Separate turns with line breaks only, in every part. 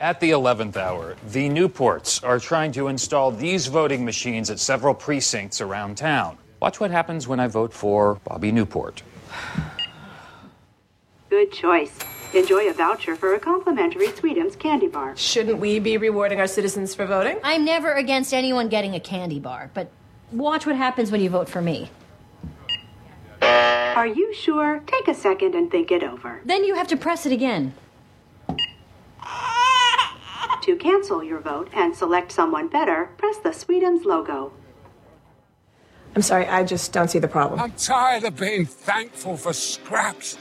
At the 11th hour, the Newports are trying to install these voting machines at several precincts around town. Watch what happens when I vote for Bobby Newport.
Good choice. Enjoy a voucher for a complimentary Sweetums candy bar.
Shouldn't we be rewarding our citizens for voting?
I'm never against anyone getting a candy bar, but watch what happens when you vote for me.
Are you sure? Take a second and think it over.
Then you have to press it again.
To cancel your vote and select someone better, press the Sweetums logo.
I'm sorry, I just don't see the problem.
I'm tired of being thankful for scraps.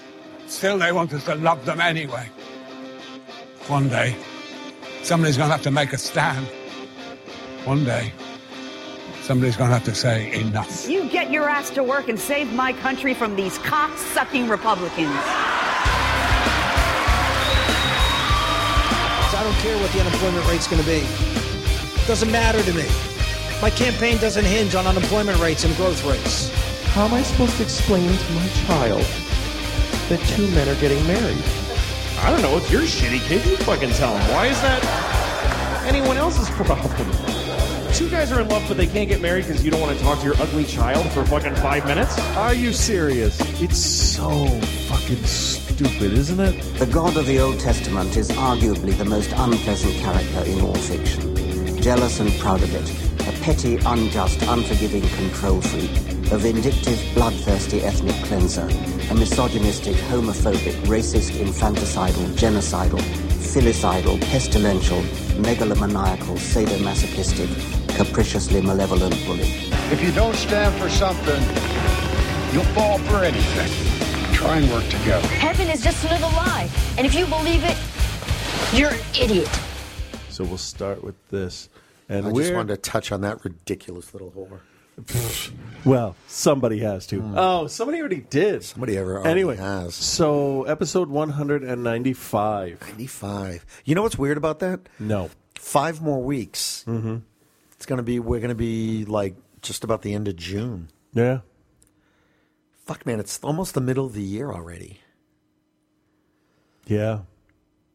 Still, they want us to love them anyway. One day, somebody's going to have to make a stand. One day, somebody's going to have to say enough.
You get your ass to work and save my country from these cock sucking Republicans.
I don't care what the unemployment rate's going to be. Doesn't matter to me. My campaign doesn't hinge on unemployment rates and growth rates.
How am I supposed to explain to my child that two men are getting married? I don't know. If you're a shitty kid, you fucking tell him. Why is that anyone else's problem? Two guys are in love, but they can't get married because you don't want to talk to your ugly child for fucking five minutes? Are you serious?
It's so fucking stupid, isn't it?
The God of the Old Testament is arguably the most unpleasant character in all fiction. Jealous and proud of it, a petty, unjust, unforgiving control freak, a vindictive, bloodthirsty ethnic cleanser, a misogynistic, homophobic, racist, infanticidal, genocidal, filicidal, pestilential, megalomaniacal, sadomasochistic, capriciously malevolent bully.
If you don't stand for something, you'll fall for anything. Try and work together.
Heaven is just another lie. And if you believe it, you're an idiot.
So we'll start with this. And
I
we're.
just wanted to touch on that ridiculous little whore. Hmm.
Well, somebody has to. Oh, somebody already did.
Somebody ever already
Anyway,
has.
so episode 195.
95. You know what's weird about that?
No.
Five more weeks. Mm-hmm. It's going to be, we're going to be like just about the end of June.
Yeah.
Fuck, man, it's almost the middle of the year already.
Yeah.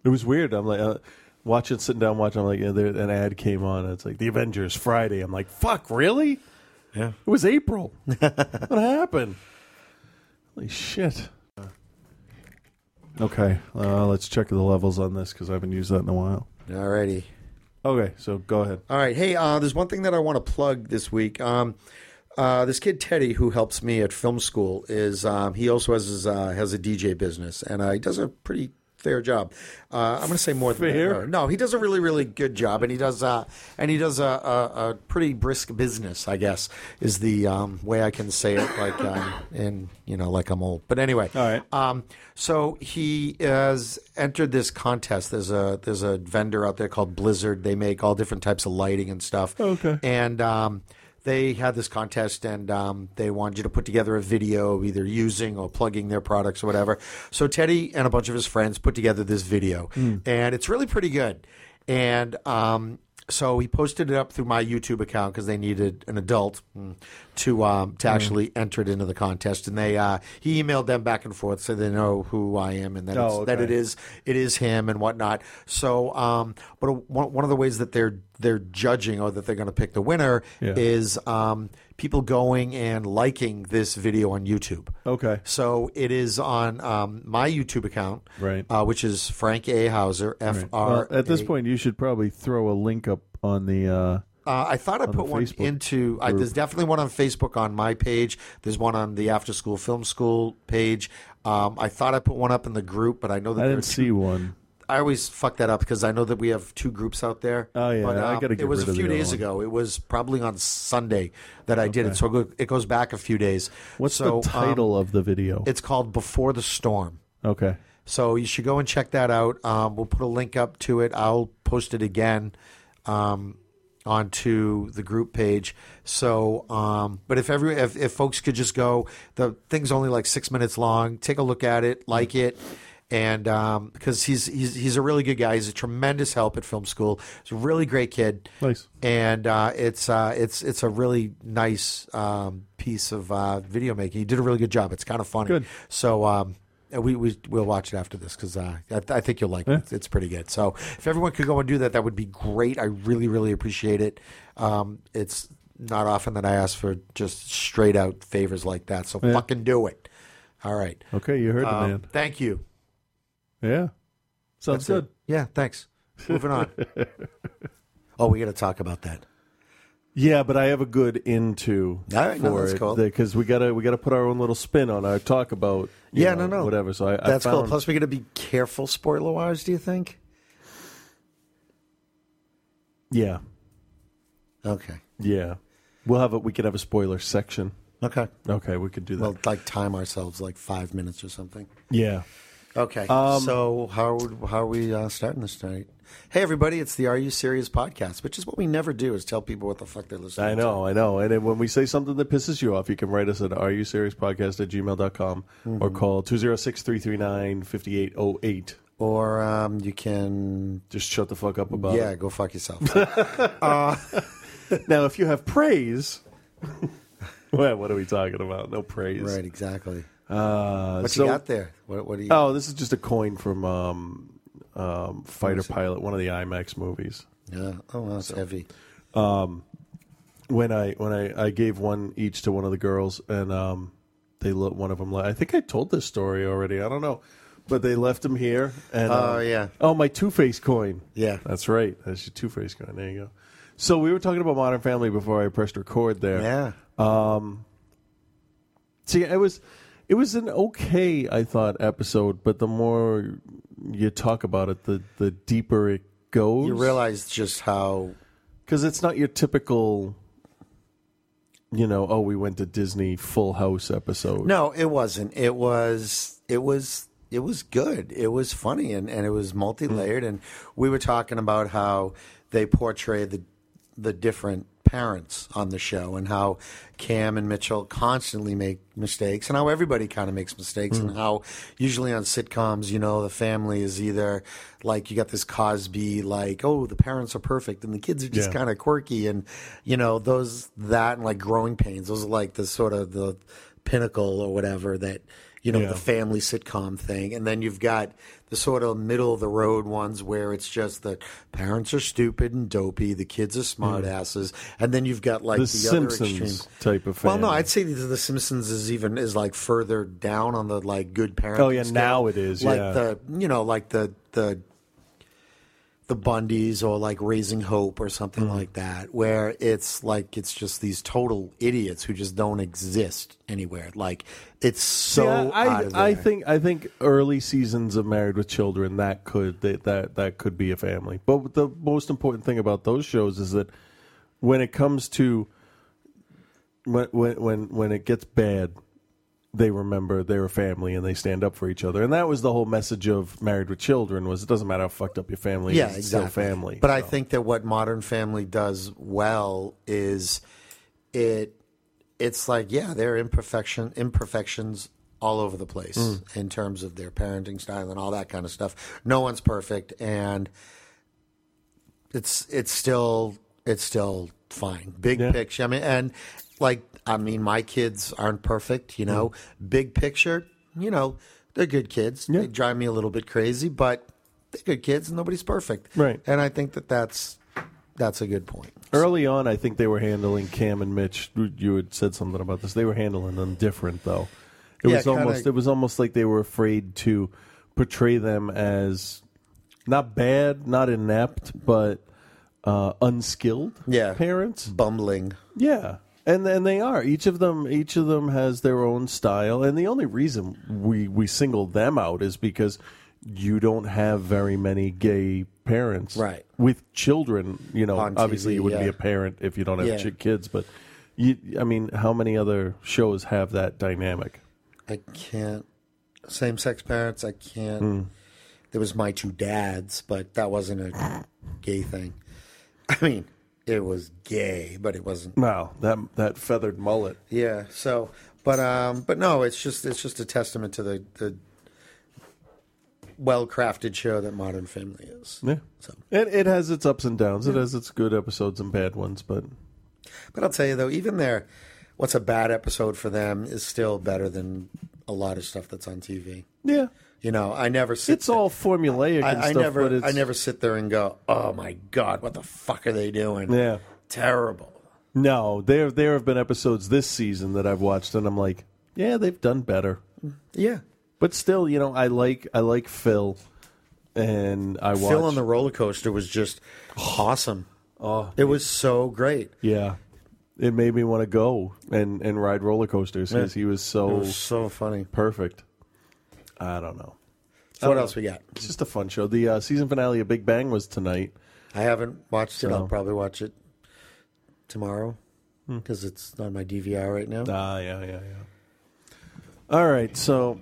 It was weird. I'm like, uh, watching, sitting down watching. I'm like, yeah, there, an ad came on. It's like, The Avengers Friday. I'm like, fuck, really?
Yeah.
It was April. what happened? Holy shit. Uh, Okay. Uh, let's check the levels on this because I haven't used that in a while.
Alrighty.
Okay. So go ahead.
All right. Hey, uh, there's one thing that I want to plug this week. Um, uh, this kid Teddy, who helps me at film school, is um, he also has his, uh, has a DJ business, and uh, he does a pretty fair job. Uh, I'm going to say more than
Fair?
That. No, no, he does a really really good job, and he does uh, and he does a, a, a pretty brisk business, I guess, is the um, way I can say it. Like, um, and you know, like I'm old, but anyway.
All right.
Um, so he has entered this contest. There's a there's a vendor out there called Blizzard. They make all different types of lighting and stuff.
Okay.
And um, they had this contest, and um, they wanted you to put together a video, either using or plugging their products or whatever. So Teddy and a bunch of his friends put together this video,
Hmm.
and it's really pretty good. And um, so he posted it up through my YouTube account because they needed an adult mm, to um,
Hmm.
to actually enter it into the contest, and they uh, he emailed them back and forth so they know who I am and that it's,
Oh,
that
okay.
it is it is him and whatnot. So, um, but one, one of the ways that they're they're judging or that they're going to pick the winner
Yeah.
is um, people going and liking this video on YouTube.
Okay.
So it is on um, my YouTube account,
Right.
Uh, which is Frank A Hauser F
Well,
R.
at this
A-
point, you should probably throw a link up on the. Uh,
Uh, I thought I
the
put one
Facebook
into. I, there's definitely one on Facebook on my page. There's one on the After School Film School page. Um, I thought I put one up in the group, but I know that
I
there are
didn't
two-
see one.
I always fuck that up because I know that we have two groups out there.
Oh, yeah,
but, um,
I gotta get
It was
rid
a
of the
few
other
days
one.
ago. It was probably on Sunday that I did it, so it go- it goes back a few days.
What's
so,
the
um,
title of the video?
it's called "Before the Storm."
okay.
So you should go and check that out. Um, we'll put a link up to it. I'll post it again um, onto the group page. So, um, but if every if, if folks could just go, the thing's only like six minutes long. Take a look at it, like it. And because he's, he's he's a really good guy, he's a tremendous help at film school. He's a really great kid
Nice.
and uh, it's uh, it's it's a really nice um, piece of uh, video making. He did a really good job. It's kind of funny.
Good.
So um, Uh, We we will watch it after this because uh, I, I think you'll like it. It's, it's pretty good. So if everyone could go and do that, that would be great. I really really appreciate it. Um, it's not often that I ask for just straight out favors like that. So
Yeah.
fucking do it. All right.
Okay, you heard the
Um,
man.
Thank you.
Yeah. Sounds
That's it.
good.
Yeah. Thanks. Moving on. oh, we got to talk about that.
Yeah, but I have a good into
All right, no,
for
that's
it
cool.
because we gotta we gotta put our own little spin on our talk about you
yeah.
know,
no. No.
whatever. So I, I
that's cool.
found-
Plus, we got to be careful spoiler wise. Do you think?
yeah
Okay.
yeah we'll have a we could have a spoiler section.
Okay.
Okay, we could do that.
Well, like time ourselves like five minutes or something.
yeah.
Okay.
Um,
so how how are we uh, starting this tonight? Hey everybody, it's the Are You Serious podcast, which is what we never do is tell people what the fuck they're listening.
I know, I know. And then when we say something that pisses you off, you can write us at are you serious podcast at gmail.com or
Mhm.
call 206 339 5808.
Or um, you can
just shut the fuck up about
Yeah,
it.
go fuck yourself.
now, if you have praise, well, what are we talking about? No praise.
Right, exactly.
Uh,
What
so-
you got there? What, what do you?
Oh, this is just a coin from um, um, Fighter Pilot, one of the IMAX movies.
Yeah. Oh, that's heavy.
Um, when I when I, I gave one each to one of the girls, and um, they let one of them. I think I told this story already. I don't know, but they left him here. And
Oh,
uh,
yeah.
Oh, my Two Face coin.
Yeah.
That's right. That's your Two Face coin. There you go. So we were talking about Modern Family before I pressed record there. Yeah. Um, See, it was it was an okay, I thought, episode, but the more you talk about it, the the deeper it goes.
You realize just how
because it's not your typical, you know, oh, we went to Disney Full House episode.
No, it wasn't. It was it was it was good. It was funny and, and it was multi layered and we were talking about how they portray the the different parents on the show and how Cam and Mitchell constantly make mistakes and how everybody kind of makes mistakes and
Mm.
how usually on sitcoms, you know, the family is either like you got this Cosby like, oh, the parents are perfect and the kids are just
Yeah.
kind of quirky and you know those that and like growing pains those are like the sort of the pinnacle or whatever that you know
Yeah.
the family sitcom thing and then you've got the sort of middle of the road ones where it's just the parents are stupid and dopey the kids are smart
Mm.
asses and then you've got like
the,
the, other extreme
Simpsons type of
well,
family.
no, I'd say the, the Simpsons is even is like further down on the like good parent.
Oh, yeah, now it is,
like
yeah.
the you know like the the the Bundys or like Raising Hope or something
Mm-hmm.
like that, where it's like it's just these total idiots who just don't exist anywhere. Like it's so
Yeah, I,
out of
I
there.
think I think early seasons of Married with Children that could that, that that could be a family. But the most important thing about those shows is that when it comes to when when when, when it gets bad, they remember they're a family and they stand up for each other. And that was the whole message of Married with Children was it doesn't matter how fucked up your family
yeah,
is,
exactly.
it's still family.
But I think that what Modern Family does well is it it's like yeah, there are imperfection imperfections all over the place
Mm.
in terms of their parenting style and all that kind of stuff. No one's perfect, and it's it's still it's still fine. Big picture. I mean, and like I mean, my kids aren't perfect. You know,
Mm.
big picture. You know, they're good kids. They drive me a little bit crazy, but they're good kids, and nobody's perfect. Right. And I think that that's that's a good point.
Early on, I think they were handling Cam and Mitch. you- You had said something about this. They were handling them different, though. It
Yeah,
was
kinda-
almost it was almost like they were afraid to portray them as not bad, not inept, but uh, unskilled.
Yeah.
parents
bumbling.
Yeah, and and they are. Each of them each of them has their own style, and the only reason we we singled them out is because you don't have very many gay parents,
Right.
With children, you know,
On
obviously
TV,
you wouldn't
yeah.
be a parent if you don't have
Yeah.
chi- kids, but you, I mean, how many other shows have that dynamic?
I can't. Same sex parents, I can't.
Mm.
There was my two dads, but that wasn't a gay thing. I mean, it was gay, but it wasn't.
Wow, that that feathered mullet.
Yeah. So, but um, but no, it's just it's just a testament to the the well crafted show that Modern Family is.
Yeah, it it has its ups and downs. It has its good episodes and bad ones, but
But I'll tell you though, even their what's a bad episode for them is still better than a lot of stuff that's on TV.
Yeah.
You know, I never sit.
It's all formulaic.
I,
and
I
stuff, but
never,
it's,
I never sit there and go, "Oh my god, what the fuck are they doing?"
Yeah.
terrible.
No, there there have been episodes this season that I've watched, and I'm like, yeah, they've done better.
Yeah,
but still, you know, I like I like Phil, and I watch
Phil on the roller coaster was just awesome.
Oh,
it was so great.
Yeah, it made me want to go and and ride roller coasters because
Yeah.
he was so
It was so funny,
perfect. I don't know.
So
I
what
don't
else
know.
we got?
It's just a fun show. The uh, season finale of Big Bang was tonight.
I haven't watched it.
So- Hmm.
I'll probably watch it tomorrow because it's on my DVR right now.
Ah, yeah, yeah, yeah. All right, so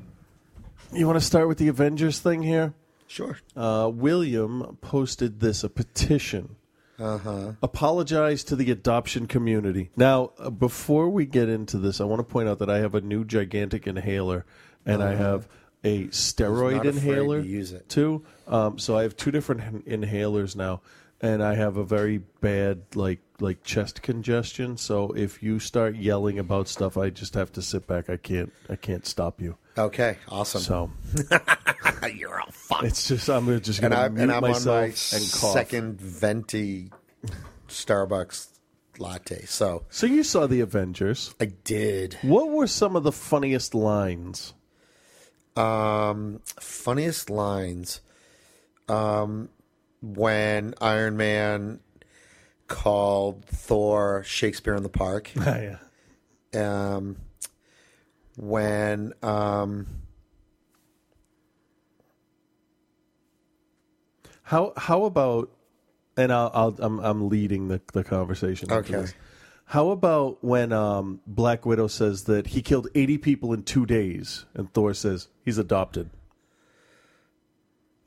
you want to start with the Avengers thing here?
Sure.
Uh, William posted this a petition.
Uh huh.
Apologize to the adoption community. Now, uh, before we get into this, I want to point out that I have a new gigantic inhaler, and I
Uh-huh.
have a steroid
afraid to
inhaler
use it.
too. Um, so I have two different in- inhalers now, and I have a very bad like like chest congestion. So if you start yelling about stuff, I just have to sit back. I can't I can't stop you.
Okay, awesome.
So
You're all fucked.
it's just I'm just
and
gonna
I'm,
mute
and I'm on
myself
my
and cough.
second venti Starbucks latte. So
So you saw the Avengers?
I did.
What were some of the funniest lines?
Um, funniest lines. Um, when Iron Man called Thor Shakespeare in the Park.
yeah.
Um, when um,
How how about and I'll, I'll I'm I'm leading the the conversation. after
Okay.
this. How about when um, Black Widow says that he killed 80 people in two days, and Thor says he's adopted?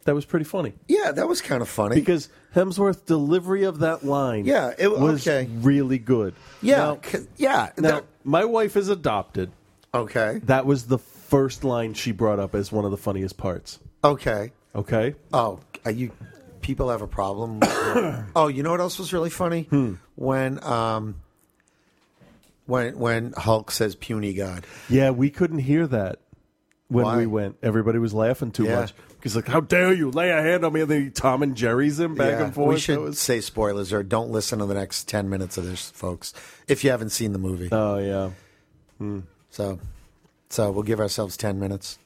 That was pretty funny.
yeah, that was kind of funny
because Hemsworth's delivery of that line,
Yeah, it-
was
okay.
really good.
Yeah,
Now-
c- yeah,
Now,
that-
my wife is adopted.
Okay,
that was the first line she brought up as one of the funniest parts.
okay.
Okay.
Oh, are you people have a problem? oh, you know what else was really funny?
Hmm.
When um when when Hulk says puny god.
Yeah, we couldn't hear that when
Why?
we went. Everybody was laughing too
Yeah.
much. He's like, "How dare you lay a hand on me?" And then he Tom and Jerry's him back
Yeah,
and forth.
We should
That was-
say spoilers or don't listen to the next 10 minutes of this, folks, if you haven't seen the movie.
Oh, yeah.
So so we'll give ourselves 10 minutes.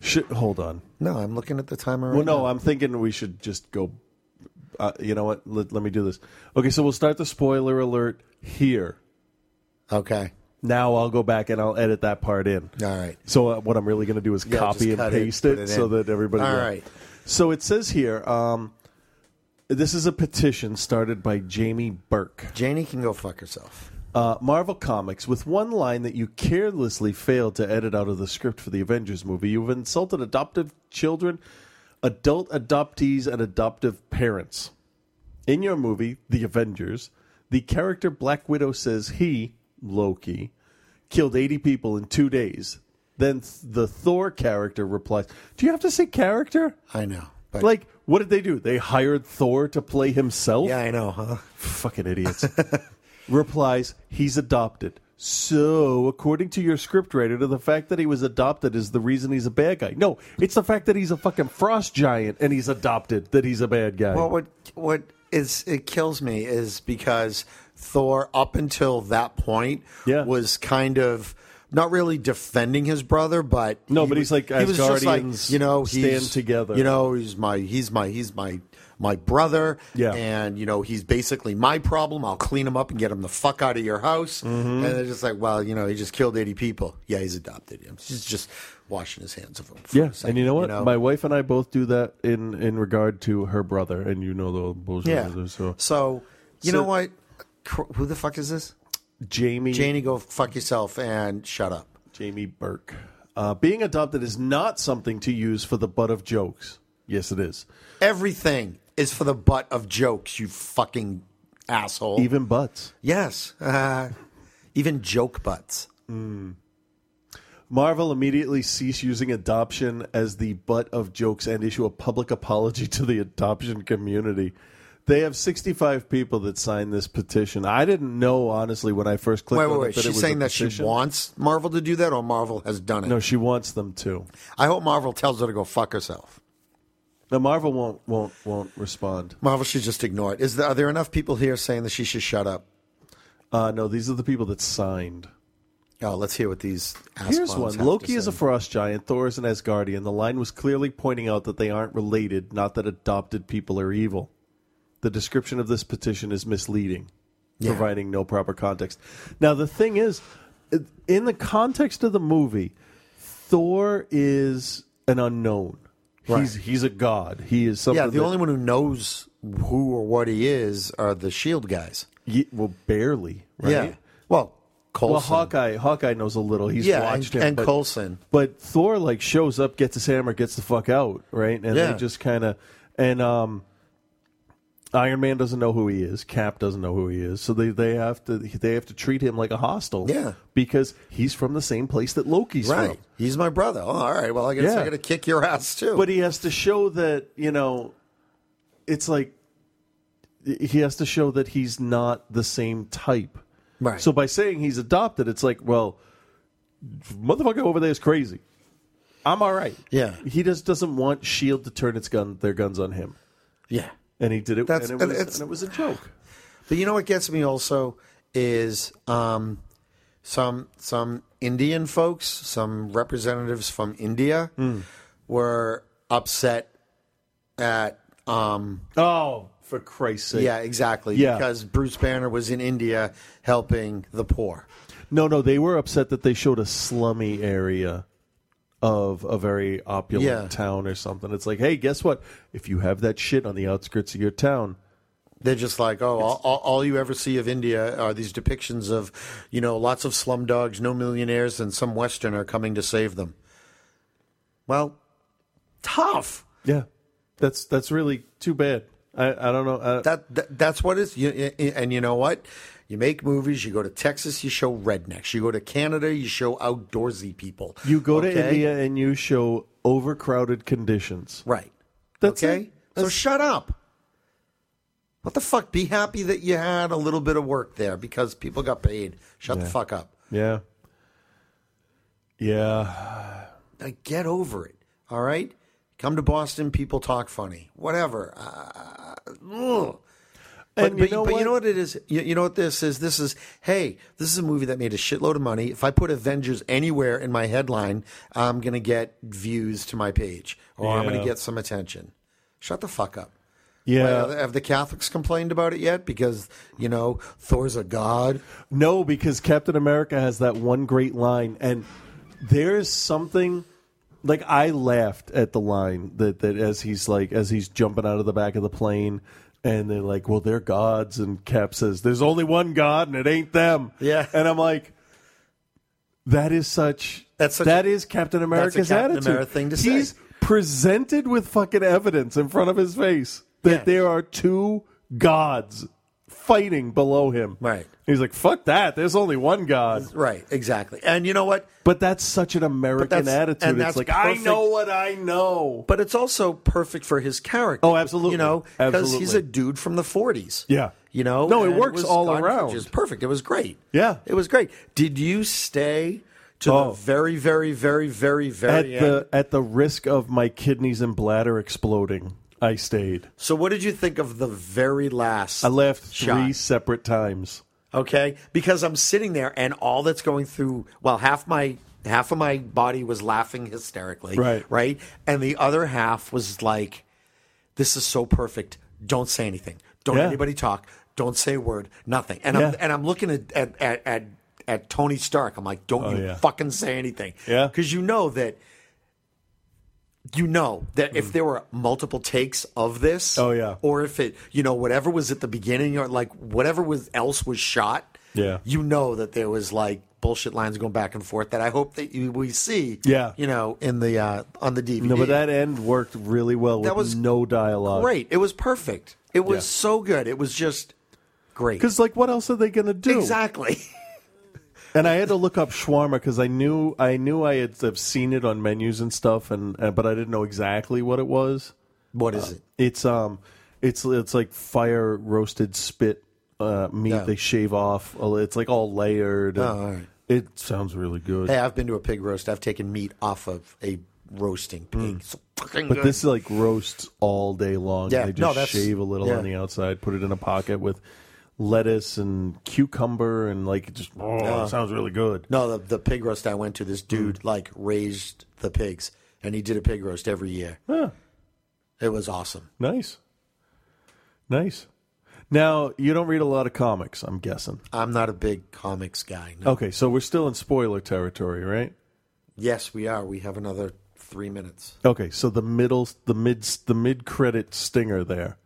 Shit, hold on.
No, I'm looking at the timer.
Well,
right
no,
now.
I'm thinking we should just go. Uh, you know what? Let, let me do this. Okay, so we'll start the spoiler alert here.
Okay.
Now I'll go back and I'll edit that part in.
All right.
So uh, what I'm really going to do is
Yeah,
copy
just
and
cut it,
paste
put
it,
it
so
in.
that everybody.
All
will-
right.
So it says here. Um, this is a petition started by Jamie Burke.
Jamie can go fuck herself.
Uh, Marvel Comics, with one line that you carelessly failed to edit out of the script for the Avengers movie, you've insulted adoptive children, adult adoptees, and adoptive parents. In your movie, The Avengers, the character Black Widow says he, Loki, killed 80 people in two days. Then th- the Thor character replies, Do you have to say character?
I know. But
Like, what did they do? They hired Thor to play himself?
Yeah, I know, huh?
Fucking idiots. Replies, he's adopted. So, according to your scriptwriter, to the fact that he was adopted is the reason he's a bad guy. No, it's the fact that he's a fucking frost giant and he's adopted that he's a bad guy.
Well, what what is it kills me is because Thor, up until that point,
Yeah.
was kind of not really defending his brother, but
No,
he
but
was-
he's like,
he was just like
Asgardians
you know
stand
he's,
together.
You know he's my he's my he's my my brother,
Yeah.
and you know he's basically my problem. I'll clean him up and get him the fuck out of your house.
Mm-hmm.
And they're just like, well, you know, he just killed eighty people. Yeah, he's adopted. He's just washing his hands of him. for a
yeah,
second,
and you know what? My wife and I both do that in in regard to her brother, and you know the bullshit.
Yeah.
is, So,
So you
So-
know what? Cr- Who the fuck is this?
Jamie
Janie, go fuck yourself and shut up.
Jamie Burke. Uh, being adopted is not something to use for the butt of jokes. Yes, it is.
Everything is for the butt of jokes, you fucking asshole.
Even butts.
yes, uh, even joke butts.
Marvel immediately cease using adoption as the butt of jokes and issue a public apology to the adoption community. They have 65 people that signed this petition. I didn't know, honestly, when I first clicked
Wait,
on
wait,
it.
wait.
that it
She's
was a
saying that she
petition.
wants Marvel to do that, or Marvel has done it.
No, she wants them to.
I hope Marvel tells her to go fuck herself.
No, Marvel won't won't won't respond.
Marvel should just ignore it. Is there, are there enough people here saying that she should shut up?
Uh, no, these are the people that signed.
Oh, let's hear what these. ass
Here's
clowns
one.
have to
Loki is
say.
a frost giant. Thor is an Asgardian. The line was clearly pointing out that they aren't related, not that adopted people are evil. The description of this petition is misleading, providing no proper context. Now, the thing is, in the context of the movie, Thor is an unknown. He's he's a god. He is something.
Yeah, the
that-
only one who knows who or what he is are the Shield E guys.
Ye- well, barely. Right?
Yeah. Well, Coulson.
Well, Hawkeye. Hawkeye knows a little. He's
Yeah,
watched
and-
him.
and
but-
Coulson.
But Thor like shows up, gets his hammer, gets the fuck out, right? And
Yeah.
they just kind of and um, Iron Man doesn't know who he is. Cap doesn't know who he is. So they they have to they have to treat him like a hostile.
Yeah.
because he's from the same place that Loki's
right.
from.
He's my brother. Oh, all right. Well, I guess
Yeah.
I got to kick your ass too.
But he has to show that you know, it's like he has to show that he's not the same type.
Right.
So by saying he's adopted, it's like, well, motherfucker over there is crazy. I'm all right.
Yeah.
He just doesn't want Shield E to turn its gun, their guns on him,
yeah.
and he did it.
That's-
and it was,
it's-
and it was a joke.
But you know what gets me also is um, some some Indian folks, some representatives from India, were upset at. Um,
oh, for Christ's sake!
Yeah, exactly.
Yeah.
because Bruce Banner was in India helping the poor.
No, no, they were upset that they showed a slummy area of a very opulent
Yeah.
town or something. It's like, hey, guess what? If you have that shit on the outskirts of your town,
They're just like, oh, all, all, all you ever see of India are these depictions of, you know, lots of slum dogs, no millionaires, and some Westerner coming to save them. Well, tough.
yeah, that's that's really too bad. I, I don't know. I,
that, that that's what it's you, you- and you know what you make movies you go to texas you show rednecks you go to canada you show outdoorsy people
you go to
okay?
India and you show overcrowded conditions.
right
That's
okay
it.
so shut up what the fuck be happy that you had a little bit of work there because people got paid shut the
Yeah.
fuck up
Yeah. Yeah.
like get over it all right come to boston people talk funny whatever uh, ugh. But,
And you
but,
know
but
what?
you know what it is? You, you know what this is? This is, hey, this is a movie that made a shitload of money. If I put Avengers anywhere in my headline, I'm going to get views to my page or I'm going
Yeah.
to get some attention. Shut the fuck up.
Yeah.
Wait, have the Catholics complained about it yet? Because, you know, Thor's a god.
No, because Captain America has that one great line, and there's something like I laughed at the line that, that as he's like as he's jumping out of the back of the plane, and they're like, "Well, they're gods," and Cap says, "There's only one God, and it ain't them."
Yeah.
and I'm like, that is such
That's such
that
a-
is Captain
that's a
America's
Captain
attitude.
America thing to say.
he's presented with fucking evidence in front of his face that there are two gods fighting below him.
Right.
He's like, fuck that. There's only one God.
Right, exactly. And you know what?
But that's such an American
that's-
attitude.
and
it's
that's
like, I
perfect-
know what I know.
But it's also perfect for his character.
Oh, absolutely.
You know, because
Absolutely.
he's a dude from the 40s.
Yeah.
You know?
No, it
And
works
was
all
Don
around.
Fudge is perfect. It was great.
Yeah.
It was great. Did you stay to
Oh.
the very, very, very, very,
At
very end?
the at the risk of my kidneys and bladder exploding, I stayed.
so, what did you think of the very last?
I left three
Shot.
separate times.
Okay, because I'm sitting there, and all that's going through. Well, half my half of my body was laughing hysterically.
Right.
Right. And the other half was like, "This is so perfect. Don't say anything. Don't
Yeah.
anybody talk. Don't say a word. Nothing." And I'm
Yeah.
and I'm looking at at at, at, at Tony Stark. I'm like, "Don't
Oh,
you
yeah.
fucking say anything."
Yeah.
Because you know that. You know that if there were multiple takes of this,
Mm. Oh, yeah.
or if it, you know, whatever was at the beginning, or like whatever was else was shot,
Yeah.
you know that there was like bullshit lines going back and forth that I hope that you, we see.
Yeah.
you know, in the uh, on the DVD.
No, but that end worked really well with
That was
no dialogue.
great. It was perfect. It was
Yeah.
so good. It was just great.
Because like, what else are they gonna do?
Exactly.
And I had to look up shawarma because I knew I knew I had have seen it on menus and stuff, and uh, but I didn't know exactly what it was.
What is it?
It's um, It's it's like fire roasted spit uh, meat
Yeah.
they shave off. Uh, It's like all layered. and
Oh, all right.
It sounds really good.
Hey, I've been to a pig roast. I've taken meat off of a roasting pig.
Mm.
It's fucking
but
good.
this like roasts all day long.
Yeah,
they
no,
just
that's-
shave a little
yeah.
on the outside, put it in a pocket with lettuce and cucumber, and like it just oh,
Yeah.
it sounds really good.
No, the, the pig roast I went to,
Mm.
this dude like raised the pigs, and he did a pig roast every year. It was awesome.
Nice, nice. Now you don't read a lot of comics, I'm guessing.
I'm not a big comics guy. No.
Okay, so we're still in spoiler territory, right?
Yes, we are. We have another three minutes.
Okay, so the middle, the mid, the mid credit stinger there.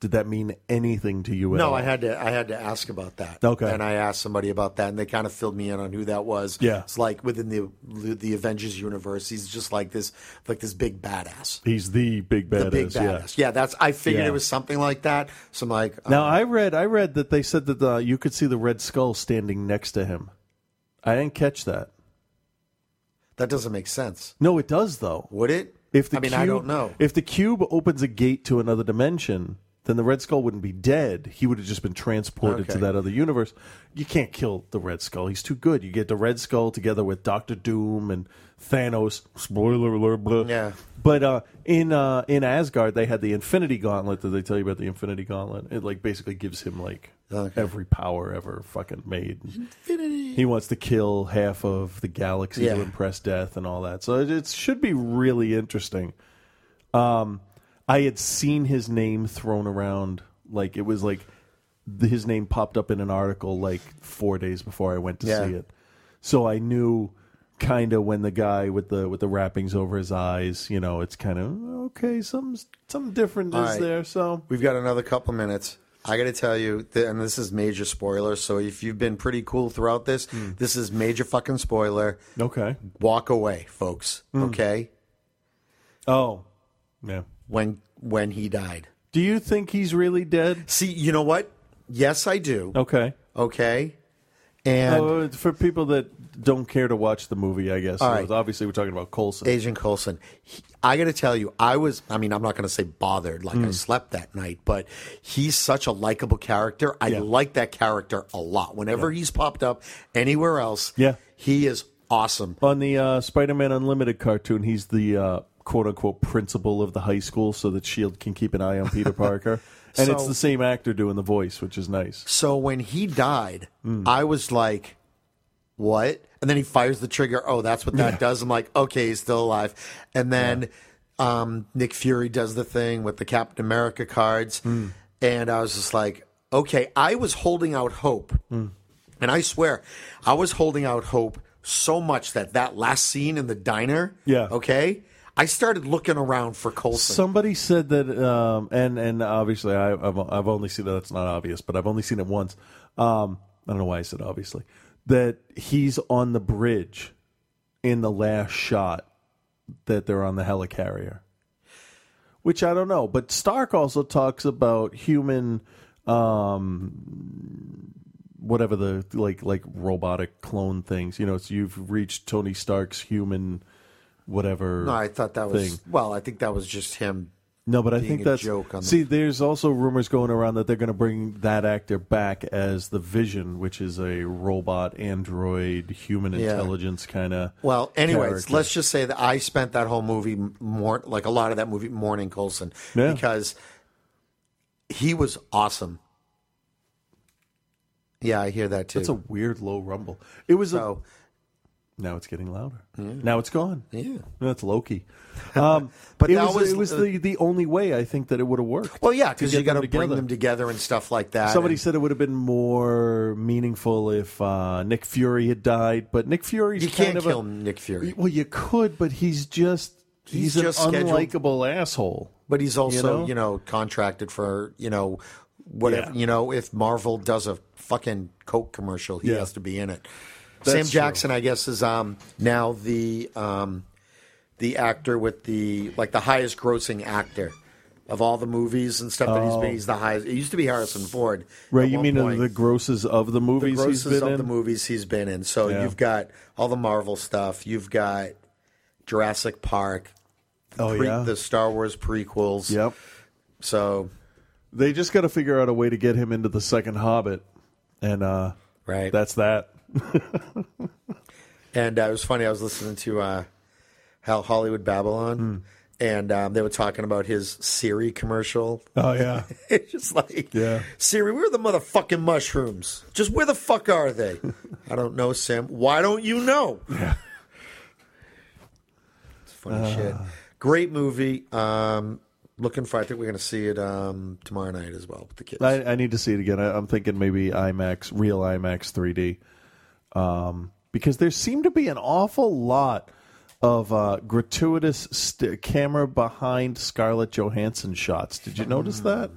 Did that mean anything to you? at
no,
all?
I had to. I had to ask about that.
Okay.
and I asked somebody about that, and they kind of filled me in on who that was.
Yeah.
it's like within the the Avengers universe, he's just like this, like this big badass.
He's the big badass.
the big badass. Yeah, that's. I figured
Yeah.
it was something like that. So I'm like, uh,
Yeah. Now I read, I read that they said that uh, you could see the Red Skull standing next to him. I didn't catch that.
that doesn't make sense.
No, it does though.
Would it?
If the
I mean,
cube,
I don't know.
If the cube opens a gate to another dimension, then the Red Skull wouldn't be dead. He would have just been transported to
Okay.
that other universe. You can't kill the Red Skull. He's too good. You get the Red Skull together with Doctor Doom and Thanos. Spoiler alert. Blah.
Yeah.
But uh, in uh, in Asgard, they had the Infinity Gauntlet. Did they tell you about the Infinity Gauntlet? It like basically gives him like every power ever fucking made. He wants to kill half of the galaxy
Yeah.
to impress death and all that. So it, it should be really interesting. Um, I had seen his name thrown around like it was like th- his name popped up in an article like four days before I went to
Yeah.
see it, so I knew kind of when the guy with the with the wrappings over his eyes, you know, it's kind of okay, something's something different
All
is
right.
there. So
We've got another couple minutes. I got to tell you, th- and this is major spoiler. So if you've been pretty cool throughout this,
Hmm.
this is major fucking spoiler.
okay,
Walk away, folks.
Mm.
Okay.
Oh, yeah.
When when he died.
Do you think he's really dead?
See, you know what? Yes, I do.
okay,
Okay. And
Oh, for people that don't care to watch the movie, I guess
All
so
right.
obviously we're talking about Colson.
Agent Coulson. He- I got to tell you, I was. I mean, I'm not going to say bothered like I
Mm.
slept that night, but he's such a likable character. I
Yeah.
like that character a lot. Whenever he's popped up anywhere else,
Yeah.
he is awesome.
On the uh, Spider-Man Unlimited cartoon, he's the uh, quote-unquute principal of the high school, so that Shield E can keep an eye on Peter Parker. And it's
So-
the same actor doing the voice, which is nice.
So when he died,
Hmm.
I was like, what? And then he fires the trigger. Oh, that's what that does. I'm like, okay, he's still alive. And then um, Nick Fury does the thing with the Captain America cards.
Hmm.
And I was just like, okay, I was holding out hope.
Hmm.
And I swear, I was holding out hope so much that that last scene in the diner,
Yeah.
okay, I started looking around for Colson.
Somebody said that, um, and and obviously I, I've I've only seen it. That's not obvious, but I've only seen it once. Um, I don't know why I said obviously that he's on the bridge in the last shot that they're on the helicarrier, which I don't know. But Stark also talks about human, um, whatever the like like robotic clone things. You know, it's you've reached Tony Stark's human. Whatever.
no, I thought that was,
thing.
well, I think that was just him.
No, but I
being
think
a
that's
joke on the
see. There's also rumors going around that they're going to bring that actor back as the Vision, which is a robot, android, human
Yeah.
intelligence kind of.
Well, anyways,
character.
let's just say that I spent that whole movie m- more like a lot of that movie mourning Colson
Yeah.
because he was awesome. Yeah, I hear that too.
That's a weird low rumble. It was
so,
now it's getting louder. Now it's gone.
Yeah,
that's Loki. Um,
But
but it
that
was,
was-
it was the the only way I think that it would have worked.
well, yeah,
to
because
get
you got to bring
together.
them together and stuff like that.
Somebody said it would have been more meaningful if uh, Nick Fury had died, but Nick Fury's
you
kind
can't
of
kill
a,
Nick Fury,
Well, you could, but he's just he's,
He's just
an
scheduled-
unlikable asshole.
but he's also you know,
know?
contracted for you know whatever
Yeah.
you know if Marvel does a fucking Coke commercial, he
Yeah.
has to be in it.
That's
Sam
true.
Jackson, I guess, is um, now the um, the actor with the like the highest grossing actor of all the movies and stuff that he's
Oh.
been. He's the highest. It used to be Harrison Ford.
Right?
at
You
one
mean
point.
the grosses of the movies
the
he's
grosses
been
of
in?
the movies he's been in? So
Yeah.
you've got all the Marvel stuff. You've got Jurassic Park.
Oh, yeah.
the Star Wars prequels.
Yep.
So
They just got to figure out a way to get him into the second Hobbit, and uh,
right,
that's that.
And uh, it was funny. I was listening to uh, Hol- Hollywood Babylon, and um, they were talking about his Siri commercial.
Oh yeah,
it's just like
yeah.
Siri, where are the motherfucking mushrooms? Just where the fuck are they? I don't know, Sam. Why don't you know? it's funny
Uh.
shit. Great movie. Um, looking for. I think we're gonna see it um, tomorrow night as well with the kids.
I, I need to see it again. I, I'm thinking maybe IMAX, real IMAX 3D, um, because there seem to be an awful lot of uh, gratuitous st- camera behind Scarlett Johansson shots. Did you notice
Hmm.
that?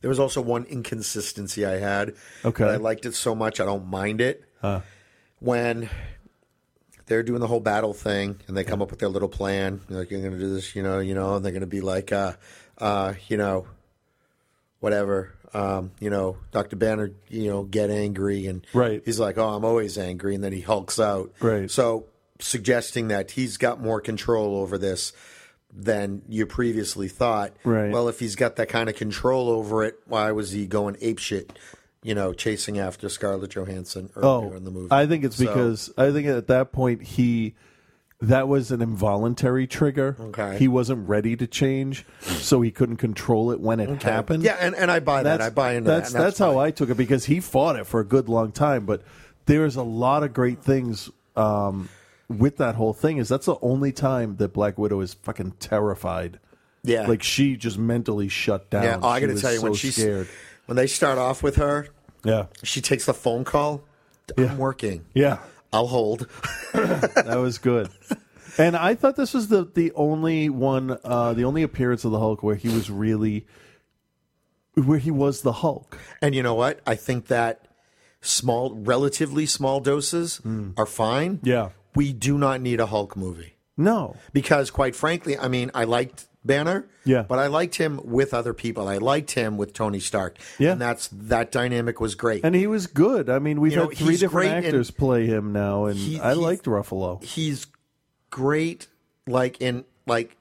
There was also one inconsistency I had.
Okay.
but I liked it so much I don't mind it.
Huh.
When they're doing the whole battle thing and they come up with their little plan, they're like you're going to do this, you know, you know, and they're going to be like, uh, uh, you know, whatever, um, you know, Doctor Banner, you know, get angry, and
right,
he's like, oh, I'm always angry, and then he hulks out,
Right.
So suggesting that he's got more control over this than you previously thought.
Right.
Well, if he's got that kind of control over it, why was he going apeshit, you know, chasing after Scarlett Johansson earlier in the movie?
Oh, I think it's
So-
because I think at that point he that was an involuntary trigger.
Okay.
He wasn't ready to change, so he couldn't control it when it happened.
Yeah, and, and I buy that.
That's-
I buy into that,
That's
and
that's, how I took it because he fought it for a good long time. But there's a lot of great things um, with that whole thing. Is that's the only time that Black Widow is fucking terrified.
Yeah.
like she just mentally shut down.
Yeah, oh, I
She
got to
was
tell you, when
so
she's
scared.
when they start off with her,
Yeah,
she takes the phone call. I'm working.
yeah.
I'll hold.
that was good. And I thought this was the the only one, uh, the only appearance of the Hulk where he was really, where he was the Hulk.
And you know what? I think that small, relatively small doses are fine.
Hmm. Yeah.
We do not need a Hulk movie.
No.
Because, quite frankly, I mean, I liked Banner.
Yeah.
But I liked him with other people. I liked him with Tony Stark.
Yeah.
And that's that dynamic was great.
And he was good. I mean, we've
You know,
had three
he's
different
great in-
actors play him now, and I liked Ruffalo.
He's great, like in like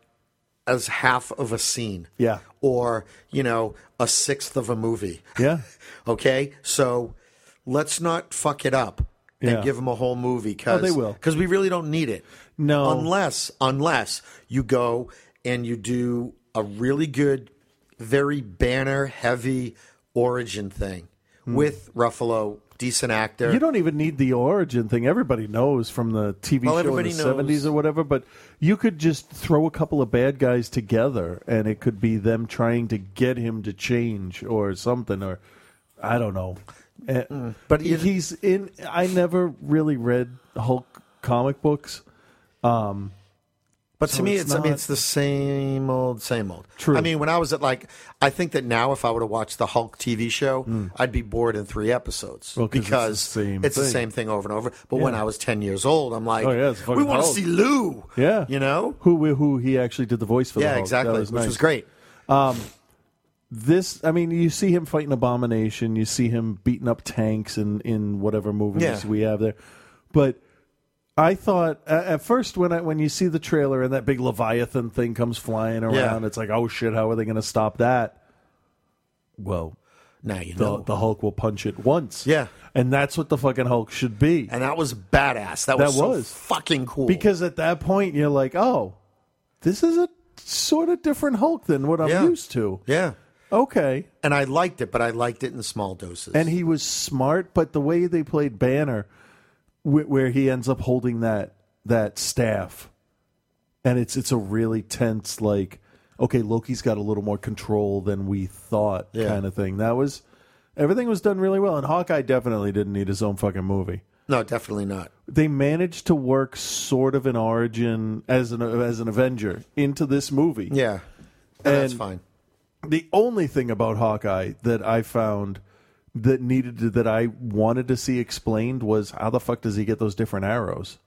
as half of a scene.
Yeah.
Or you know a sixth of a movie.
Yeah.
Okay, so let's not fuck it up
Yeah.
and give them a whole movie because
Oh, they will.
because we really don't need it.
No.
unless unless you go and you do a really good, very banner heavy origin thing with Ruffalo, decent actor.
Hmm. You don't even need the origin thing. Everybody knows from the TV
Well,
show in
everybody
the
knows.
seventies or whatever. But you could just throw a couple of bad guys together, and it could be them trying to get him to change or something, or I don't know. Eh,
but
he- he's in. I never really read Hulk comic books. Um,
But
so
to me, it's, I mean,
not-
it's the same old, same old.
True.
I mean, when I was at like, I think that now if I were to watch the Hulk TV show, I'd be bored in three episodes
Hmm. Well, 'cause it's the
because
same
it's the
thing.
same thing over and over. But when
Yeah.
I was ten years old, I'm like,
Oh, yeah, it's fucking
we want to
Hulk."
see Lou.
Yeah,
you know
who who he actually did the voice for. the
Yeah,
Hulk. That
exactly, which
nice.
was great.
Um, this, I mean, you see him fighting Abomination, you see him beating up tanks in in whatever movies
Yeah.
we have there, but. I thought a- at first when I, when you see the trailer and that big Leviathan thing comes flying around, it's like, oh shit, how are they going to stop that? Well,
now you
the,
know.
the Hulk will punch it once.
Yeah.
and that's what the fucking Hulk should be.
And that was badass. That was so fucking cool.
Because at that point you're like, oh, this is a sort of different Hulk than what I'm
Yeah.
used to.
Yeah.
Okay.
And I liked it, but I liked it in small doses.
And he was smart, but the way they played Banner, wh- where he ends up holding that that staff, and it's it's a really tense, like, okay, Loki's got a little more control than we thought,
Yeah.
kind of thing. That was everything was done really well, and Hawkeye definitely didn't need his own fucking movie.
no, definitely not.
They managed to work sort of an origin as an as an Avenger into this movie.
Yeah,
And
that's fine.
the only thing about Hawkeye that I found that needed to, that I wanted to see explained was how the fuck does he get those different arrows?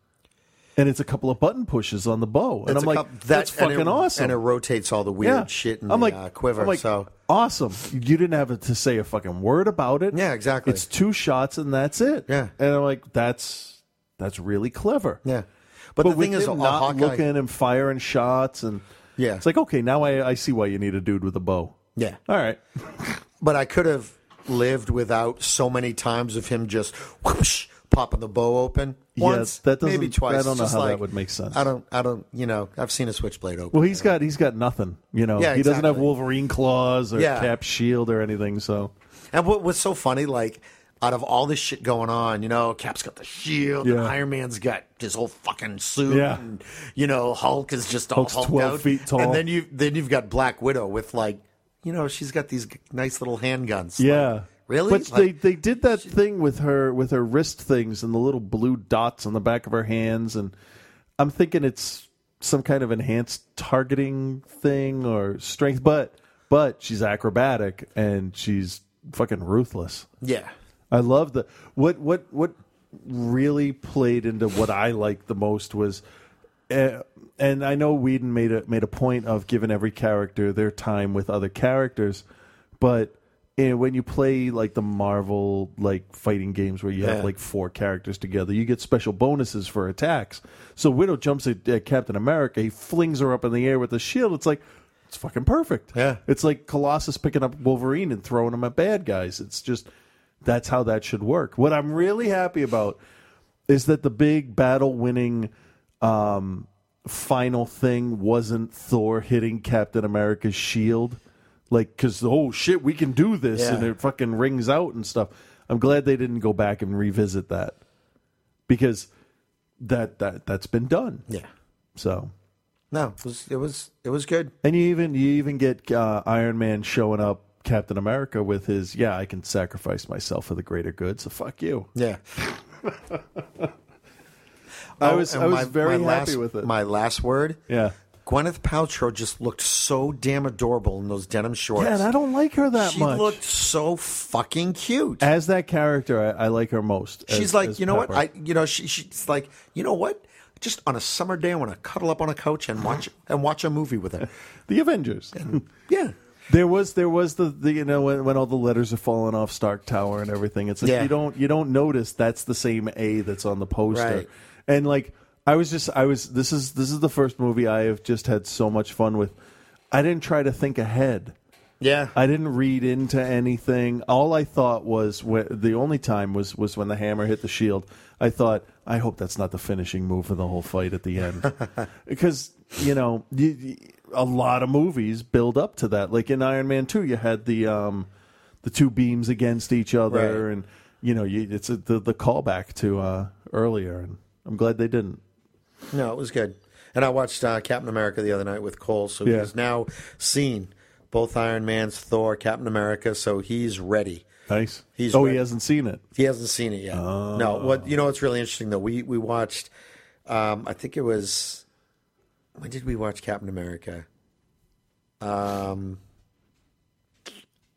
And it's a couple of button pushes on the bow, and
It's
I'm
a
like,
couple- that-
that's
and
fucking
it-
awesome.
And it rotates all the weird
Yeah.
shit in
I'm
the
like-
uh, quiver.
I'm like,
so
awesome. You didn't have to say a fucking word about it.
Yeah, exactly.
It's two shots and that's it. Yeah, and I'm like, that's that's really clever.
Yeah, but, the
with
thing is,
him
a
not
Hawkeye-
looking and firing shots and
Yeah.
it's like okay, now I I see why you need a dude with a bow.
Yeah.
All right.
But I could have lived without so many times of him just whoosh, popping the bow open.
Yeah,
Once,
that doesn't-
maybe twice.
I don't know
just
how that
like,
would make sense.
I don't. I don't. You know, I've seen a switchblade open.
Well, he's got he's got nothing. You know,
Yeah,
he doesn't have
exactly.
Wolverine claws or
Yeah.
Cap shield or anything. So
And what was so funny, like, out of all this shit going on, you know, Cap's got the shield, and
Yeah.
Iron Man's got his whole fucking suit,
Yeah.
and you know, Hulk is just all
Hulk's
Hulk
12
out.
feet tall.
and then you then you've got Black Widow with like, you know, she's got these g- nice little handguns. Like,
yeah,
really?
But
Like-
they they did that thing with her with her wrist things and the little blue dots on the back of her hands, and I'm thinking it's some kind of enhanced targeting thing or strength. But but she's acrobatic and she's fucking ruthless.
yeah,
I love the what what what really played into what I liked the most was, uh, and I know Whedon made a made a point of giving every character their time with other characters, but eh, when you play like the Marvel like fighting games where you
Yeah.
have like four characters together, you get special bonuses for attacks. So Widow jumps at, at Captain America, he flings her up in the air with the shield. It's like it's fucking perfect. Yeah. It's like Colossus picking up Wolverine and throwing him at bad guys. It's just that's how that should work. What I'm really happy about is that the big battle winning um, final thing wasn't Thor hitting Captain America's shield. Like, because, oh shit, we can do this.
Yeah.
And it fucking rings out and stuff. I'm glad they didn't go back and revisit that because that, that, that's been done.
Yeah.
So
no, it was it was it was good.
and you even you even get uh, Iron Man showing up Captain America with his yeah I can sacrifice myself for the greater good so fuck you
Yeah.
I
Oh,
was
and
I was
my-
very
my
happy
last-
with it
My last word.
Yeah.
Gwyneth Paltrow just looked so damn adorable in those denim shorts.
yeah and I don't like her that
she
much
looked so fucking cute.
as that character I, I like her most as-
She's like,
as
you know
Pepper."
what? I, you know, she, she's like, you know what? Just on a summer day, I want to cuddle up on a couch and watch and watch a movie with her.
the Avengers
yeah
there was there was the, the you know when, when all the letters are falling off Stark Tower and everything it's like
Yeah.
you don't you don't notice that's the same A that's on the poster
Right.
and like I was just I was this is this is the first movie I have just had so much fun with I didn't try to think ahead
Yeah.
I didn't read into anything. All I thought was when, the only time was was when the hammer hit the shield. I thought, I hope that's not the finishing move for the whole fight at the end, because you know you, you- a lot of movies build up to that. Like in Iron Man Two, you had the um, the two beams against each other,
Right.
and you know you, it's a, the the callback to uh, earlier. And I'm glad they didn't.
No, it was good. And I watched uh, Captain America the other night with Cole, so
Yeah.
he's now seen both Iron Man's Thor, Captain America, so he's ready.
Nice.
He's
oh,
ready.
he hasn't seen it.
He hasn't seen it yet. No,
Oh.
what you know? What's really interesting though. We we watched. Um, I think it was. When did we watch Captain America? Um,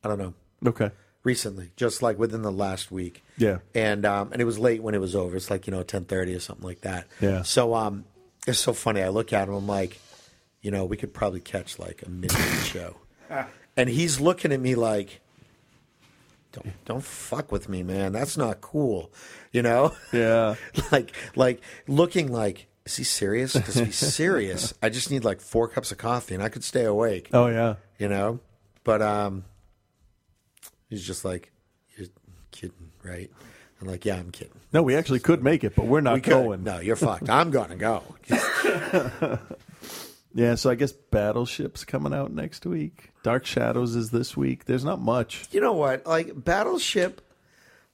I don't know.
Okay.
Recently, just like within the last week.
Yeah.
And um, and it was late when it was over. It's like you know ten thirty or something like that.
Yeah.
So um, it's so funny. I look at him. I'm like, you know, we could probably catch like a midnight show. And he's looking at me like, don't don't fuck with me, man. That's not cool. You know?
Yeah.
like like looking like is he serious? Because if he's serious, I just need like four cups of coffee and I could stay awake.
Oh yeah.
You know? But um he's just like, You're kidding, right? I'm like, Yeah, I'm kidding.
No, we actually could make it, but we're not
We could.
going.
No, you're fucked. I'm gonna go.
Yeah, so I guess Battleship's coming out next week. Dark Shadows is this week. There's not much.
You know what? Like Battleship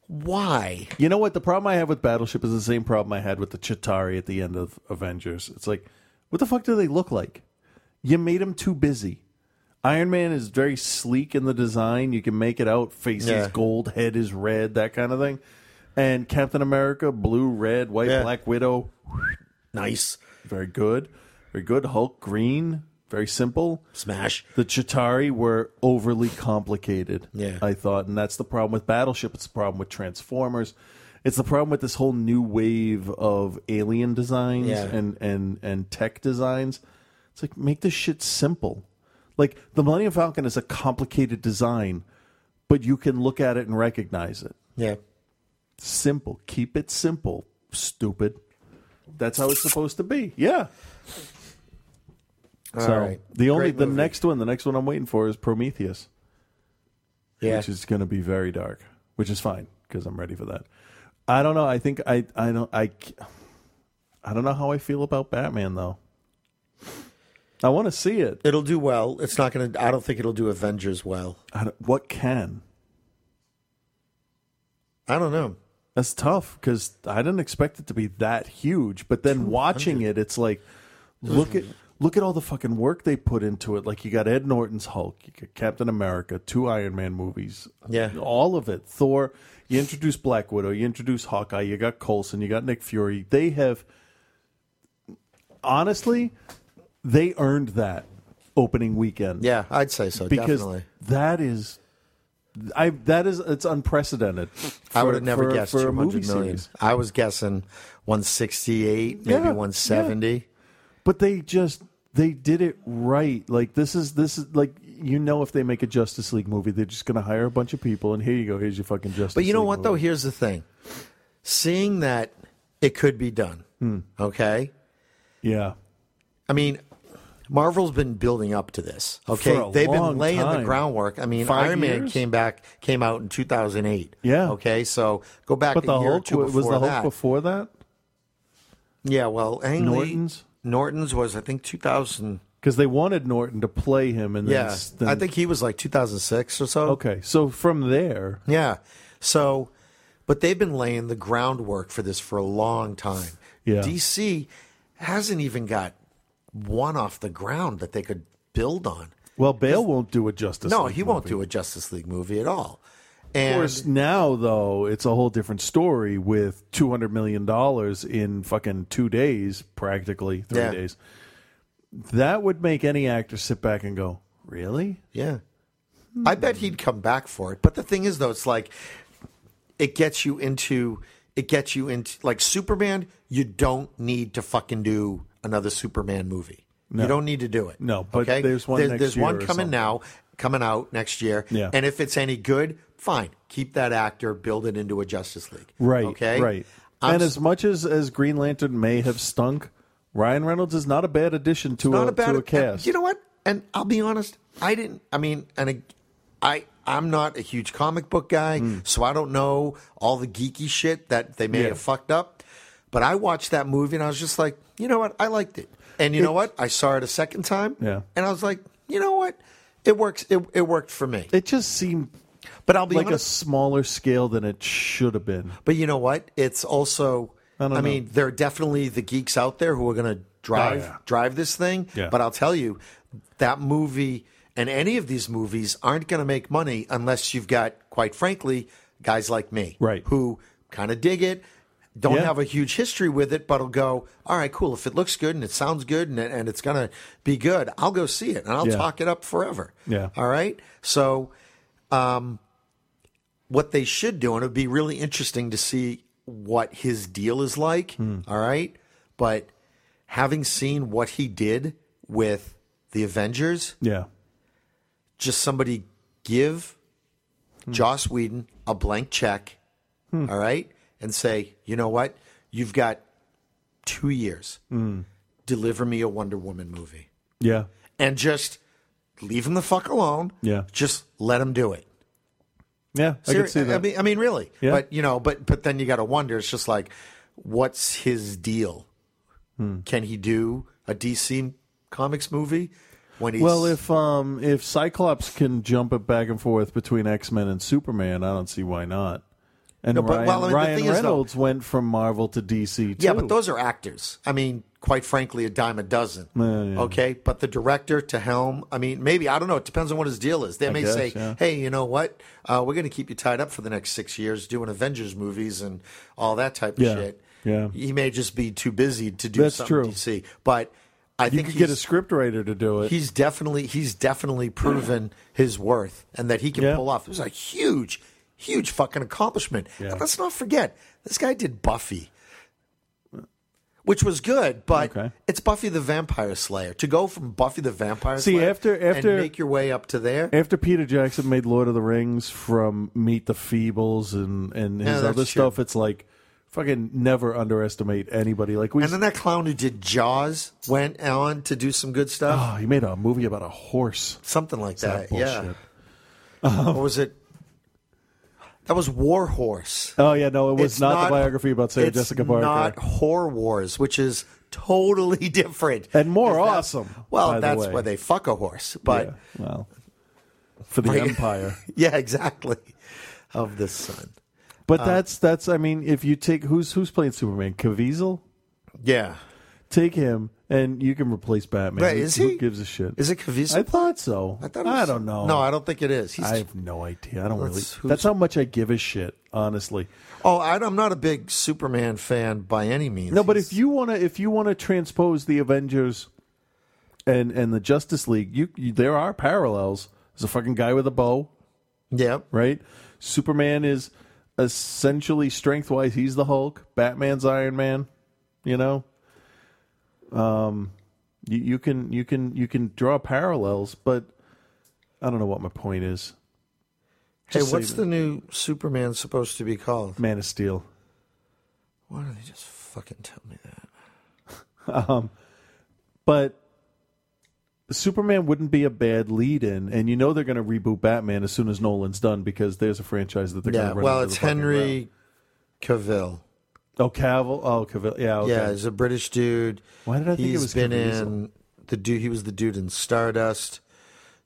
why?
You know what? The problem I have with Battleship is the same problem I had with the Chitari at the end of Avengers. It's like, what the fuck do they look like? You made them too busy. Iron Man is very sleek in the design. You can make it out. Face
Yeah.
is gold, head is red, that kind of thing. And Captain America, blue, red, white,
Yeah.
black widow.
Nice.
Very good. Very good. Hulk, green. Very simple.
Smash.
The Chitari were overly complicated.
Yeah.
I thought, and that's the problem with Battleship. It's the problem with Transformers. It's the problem with this whole new wave of alien designs
Yeah.
and and and tech designs. It's like make this shit simple. Like the Millennium Falcon is a complicated design, but you can look at it and recognize it.
Yeah.
Simple. Keep it simple. Stupid. That's how it's supposed to be. Yeah.
All
so
right.
the only
Great
the
movie.
next one, the next one I'm waiting for is Prometheus.
Yeah.
which is going to be very dark, which is fine because I'm ready for that. I don't know. I think I I don't I c- I don't know how I feel about Batman though. I want to see it.
It'll do well. It's not going to. I don't think it'll do Avengers well.
I don't, what can?
I don't know.
That's tough because I didn't expect it to be that huge. But then watching it, it's like, look at look at all the fucking work they put into it. Like you got Ed Norton's Hulk, you got Captain America, two Iron Man movies,
Yeah.
all of it. Thor. You introduce Black Widow, you introduce Hawkeye, you got Colson, you got Nick Fury. They have honestly, they earned that opening weekend.
Yeah, I'd say so.
because
definitely.
that is. I that is it's unprecedented.
I
for-
would have never
for-
guessed
for a
two
movie
hundred million.
series.
I was guessing one sixty eight,
Yeah,
maybe one seventy.
yeah. But they just they did it right. Like this is this is like you know if they make a Justice League movie, they're just going to hire a bunch of people and here you go, here's your fucking Justice.
But you know
League
what
movie.
though? Here's the thing: seeing that it could be done.
Hmm.
Okay.
Yeah.
I mean, Marvel's been building up to this. Okay,
For a
they've
long
been laying
time.
the groundwork. I mean,
Five
Iron Man
years?
came back, came out in 2008.
Yeah.
Okay, so go back
But
a
the
year or
Hulk
two
was
before
the Hulk
that.
before that
yeah, well, Ang Lee-
Norton's?
Norton's was I think 2000.
because they wanted Norton to play him and then,
Yeah,
then
I think he was like 2006 or so.
okay. So from there,
Yeah. So, but they've been laying the groundwork for this for a long time.
Yeah.
DC hasn't even got one off the ground that they could build on.
well, Bale won't do a Justice.
no,
League
he won't
movie.
do a Justice League movie at all.
of
And
course, now though, it's a whole different story with two hundred million dollars in fucking two days, practically three
Yeah.
days. That would make any actor sit back and go, "Really?
yeah, I bet he'd come back for it. But the thing is, though, it's like it gets you into it gets you into like Superman. You don't need to fucking do another Superman movie.
No.
You don't need to do it.
No, but there's one next
there's
year
one
or
coming
something.
now, coming out next year.
Yeah.
And if it's any good, fine. Keep that actor, build it into a Justice League.
Right?
Okay.
Right."
I'm
and
s-
as much as as Green Lantern may have stunk, Ryan Reynolds is not a bad addition to
not
a,
about
to a
it.
cast.
You know what? And I'll be honest, I didn't. I mean, and I, I I'm not a huge comic book guy, so I don't know all the geeky shit that they may
Hmm. Yeah.
have fucked up. But I watched that movie and I was just like, you know what? I liked it. And you know what? I saw it a second time.
Yeah.
And I was like, you know what? It works. It, it worked for me.
It just seemed
But I'll be
like a
honest.
smaller scale than it should have been.
But you know what? It's also.
I
I,
don't know.
mean, there are definitely the geeks out there who are going to drive
Oh, yeah.
drive this thing.
Yeah.
But I'll tell you, that movie and any of these movies aren't going to make money unless you've got, quite frankly, guys like me,
Right.
Who kind of dig it. Don't
Yeah.
have a huge history with it, but will go. All right, cool. If it looks good and it sounds good and, it- and it's gonna be good, I'll go see it and I'll
Yeah.
talk it up forever.
Yeah.
All right. So, um, what they should do, and it'd be really interesting to see what his deal is like. All right. But having seen what he did with the Avengers,
Yeah.
just somebody give Joss Whedon a blank check. All right. And say, you know what? You've got two years. Deliver me a Wonder Woman movie
Yeah.
and just leave him the fuck alone.
Yeah.
Just let him do it.
Yeah. I could
Seri-
see that.
mean, I mean, really.
Yeah.
But you know, but but then you got to wonder. It's just like, what's his deal?
Hmm.
Can he do a DC comics movie when he's
Well, if um if Cyclops can jump it back and forth between X Men and Superman, I don't see why not. And
No, but-
Ryan,
well, I mean, the
Ryan
thing is, though-
Reynolds went from Marvel to DC. Too.
yeah, but those are actors. I mean, quite frankly, a dime a dozen.
Yeah, yeah.
Okay, but the director to helm. I mean, maybe I don't know. It depends on what his deal is. They
I
may
guess,
say,
yeah.
"Hey, you know what? Uh, we're going to keep you tied up for the next six years doing Avengers movies and all that type of
Yeah,
shit."
yeah.
he may just be too busy to do
That's
something
true.
DC. But I
you
think
could get a
he's-
scriptwriter to do it.
he's definitely he's definitely proven his worth and that he can
Yeah.
pull off. It was a huge, huge fucking accomplishment.
Yeah.
And let's not forget, this guy did Buffy, which was good, but
Okay.
it's Buffy the Vampire Slayer. To go from Buffy the Vampire
See,
Slayer
after- after-
and make your way up to there.
After Peter Jackson made Lord of the Rings from Meet the Feebles and and
Yeah,
his
that's
other
true.
stuff, it's like fucking never underestimate anybody. Like we,
and then that clown who did Jaws went on to do some good stuff.
oh, he made a movie about a horse.
Something like
That
that. yeah.
bullshit.
Or was it That was War Horse.
Oh yeah, no, it was
It's
not, the biography about Sarah
it's
Jessica Parker.
Not Whore Wars, which is totally different
and more
Because that-
awesome. by
Well,
the
that's
way.
why they fuck a horse, but
Yeah, well, for the
Right.
empire.
yeah, exactly. Of the sun.
But
Uh,
that's that's. I mean, if you take who's who's playing Superman, Caviezel.
Yeah,
take him, and you can replace Batman.
Wait,
Who-
is
who
he?
gives a shit?
Is it Caviezel?
I thought so. I,
thought it was-
don't know.
No, I don't think it is. He's-
I have no idea. I don't
Let's-
really.
who's-
That's how much I give a shit, honestly.
Oh, I, am not a big Superman fan by any means.
No, but if you want to, if you want to transpose the Avengers and and the Justice League, you, you there are parallels. There's a fucking guy with a bow.
Yeah.
Right. Superman is essentially strength wise, he's the Hulk. Batman's Iron Man. You know. Um, you, you can you can you can draw parallels, but I don't know what my point is.
Hey,
Just
what's
say-
the new Superman supposed to be called?
Man of Steel?
Why don't they just fucking tell me that?
Um, but Superman wouldn't be a bad lead in, and you know they're going to reboot Batman as soon as Nolan's done because there's a franchise that they're
yeah,
going to run.
well,
into
it's
the fucking ground.
Henry Cavill.
Oh, Cavill. Oh, Cavill. Yeah. Okay.
Yeah, he's a British dude.
Why did I think it
He's
was
been
Caviezel?
in the dude? He was the dude in Stardust.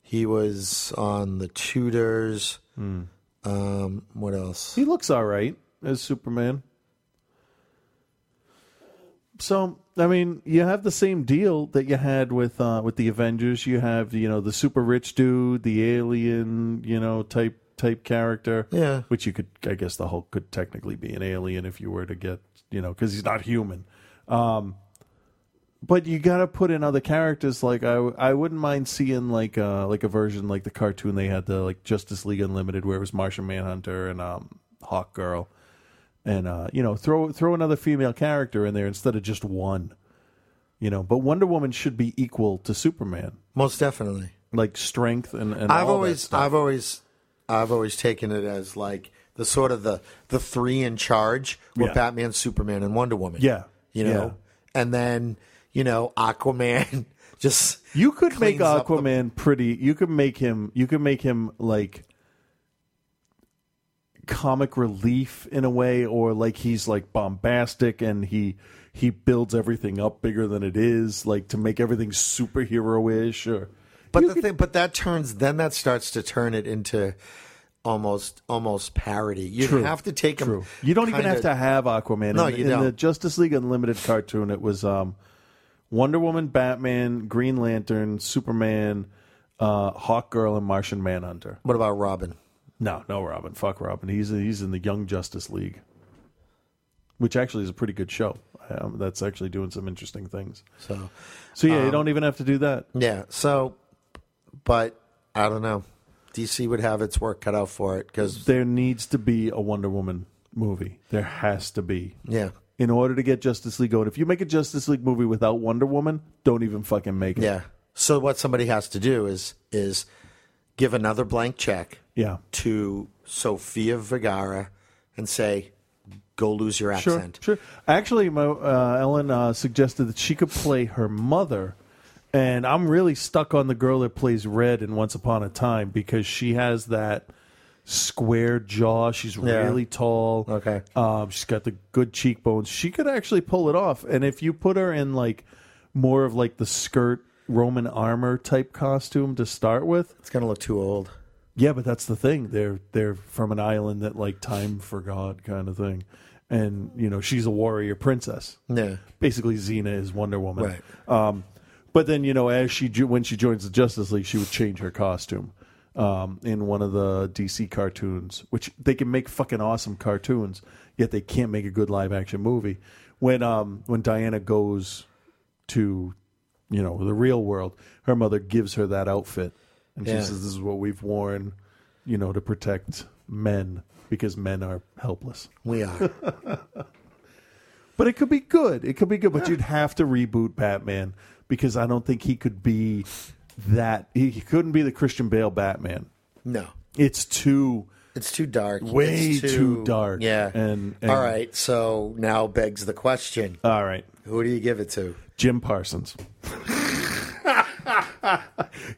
He was on the Tudors. Um, what else?
He looks all right as Superman. So I mean, you have the same deal that you had with uh, with the Avengers. You have you know the super rich dude, the alien, you know type type character.
Yeah.
which you could, I guess, the Hulk could technically be an alien if you were to get you know because he's not human. Um, but you got to put in other characters. Like I, I wouldn't mind seeing like uh like a version like the cartoon they had the like Justice League Unlimited where it was Martian Manhunter and um Hawk Girl, and uh you know throw throw another female character in there instead of just one, you know. But Wonder Woman should be equal to Superman,
Most definitely.
like strength and and all
I've
that
always,
stuff.
I've always, I've always taken it as like the sort of the the three in charge were
Yeah.
Batman, Superman, and Wonder Woman.
Yeah.
you know, and then you know Aquaman just
You could make
cleans up the-
Aquaman pretty. You could make him. You could make him like comic relief in a way, or like he's like bombastic and he he builds everything up bigger than it is, like to make everything superhero ish. Or
But the thing, but that turns then that starts to turn it into almost almost parody. You
True.
have to take
True.
them.
You don't even have to have Aquaman.
No,
in,
you
in the
don't.
Justice League Unlimited cartoon, it was um, Wonder Woman, Batman, Green Lantern, Superman, uh, Hawk Girl, and Martian Manhunter.
What about Robin?
No, no, Robin. Fuck Robin. He's he's in the Young Justice League, which actually is a pretty good show. Um, that's actually doing some interesting things.
So,
so yeah, you
um,
don't even have to do that.
Yeah. So, but I don't know. DC would have its work cut out for it because
There needs to be a Wonder Woman movie. There has to be.
Yeah.
In order to get Justice League going, if you make a Justice League movie without Wonder Woman, don't even fucking make it.
yeah. So what somebody has to do is is give another blank check
Yeah.
to Sofia Vergara and say, go lose your
Sure,
accent.
Sure. Actually, my, uh, Ellen uh, suggested that she could play her mother, and I'm really stuck on the girl that plays Red in Once Upon a Time because she has that square jaw. She's
Yeah.
really tall. Okay. Um, she's got the good cheekbones. She could actually pull it off. And if you put her in like more of like the skirt Roman armor type costume to start with,
it's gonna look too old.
Yeah, but that's the thing. They're they're from an island that like time forgot kind of thing. And you know she's a warrior princess.
Yeah.
basically Xena is Wonder Woman.
Right.
Um, but then you know, as she jo- when she joins the Justice League, she would change her costume um, in one of the DC cartoons, which they can make fucking awesome cartoons, yet they can't make a good live action movie. When um, when Diana goes to you know the real world, her mother gives her that outfit, and she
Yeah.
says, "This is what we've worn, you know, to protect men." Because men are helpless.
We are.
But it could be good. It could be good. But you'd have to reboot Batman because I don't think he could be that. He, he couldn't be the Christian Bale Batman.
No.
It's too.
It's too dark.
Way
It's
too dark.
Yeah.
And- and-
all right. So now begs the question.
All right.
Who do you give it to?
Jim Parsons.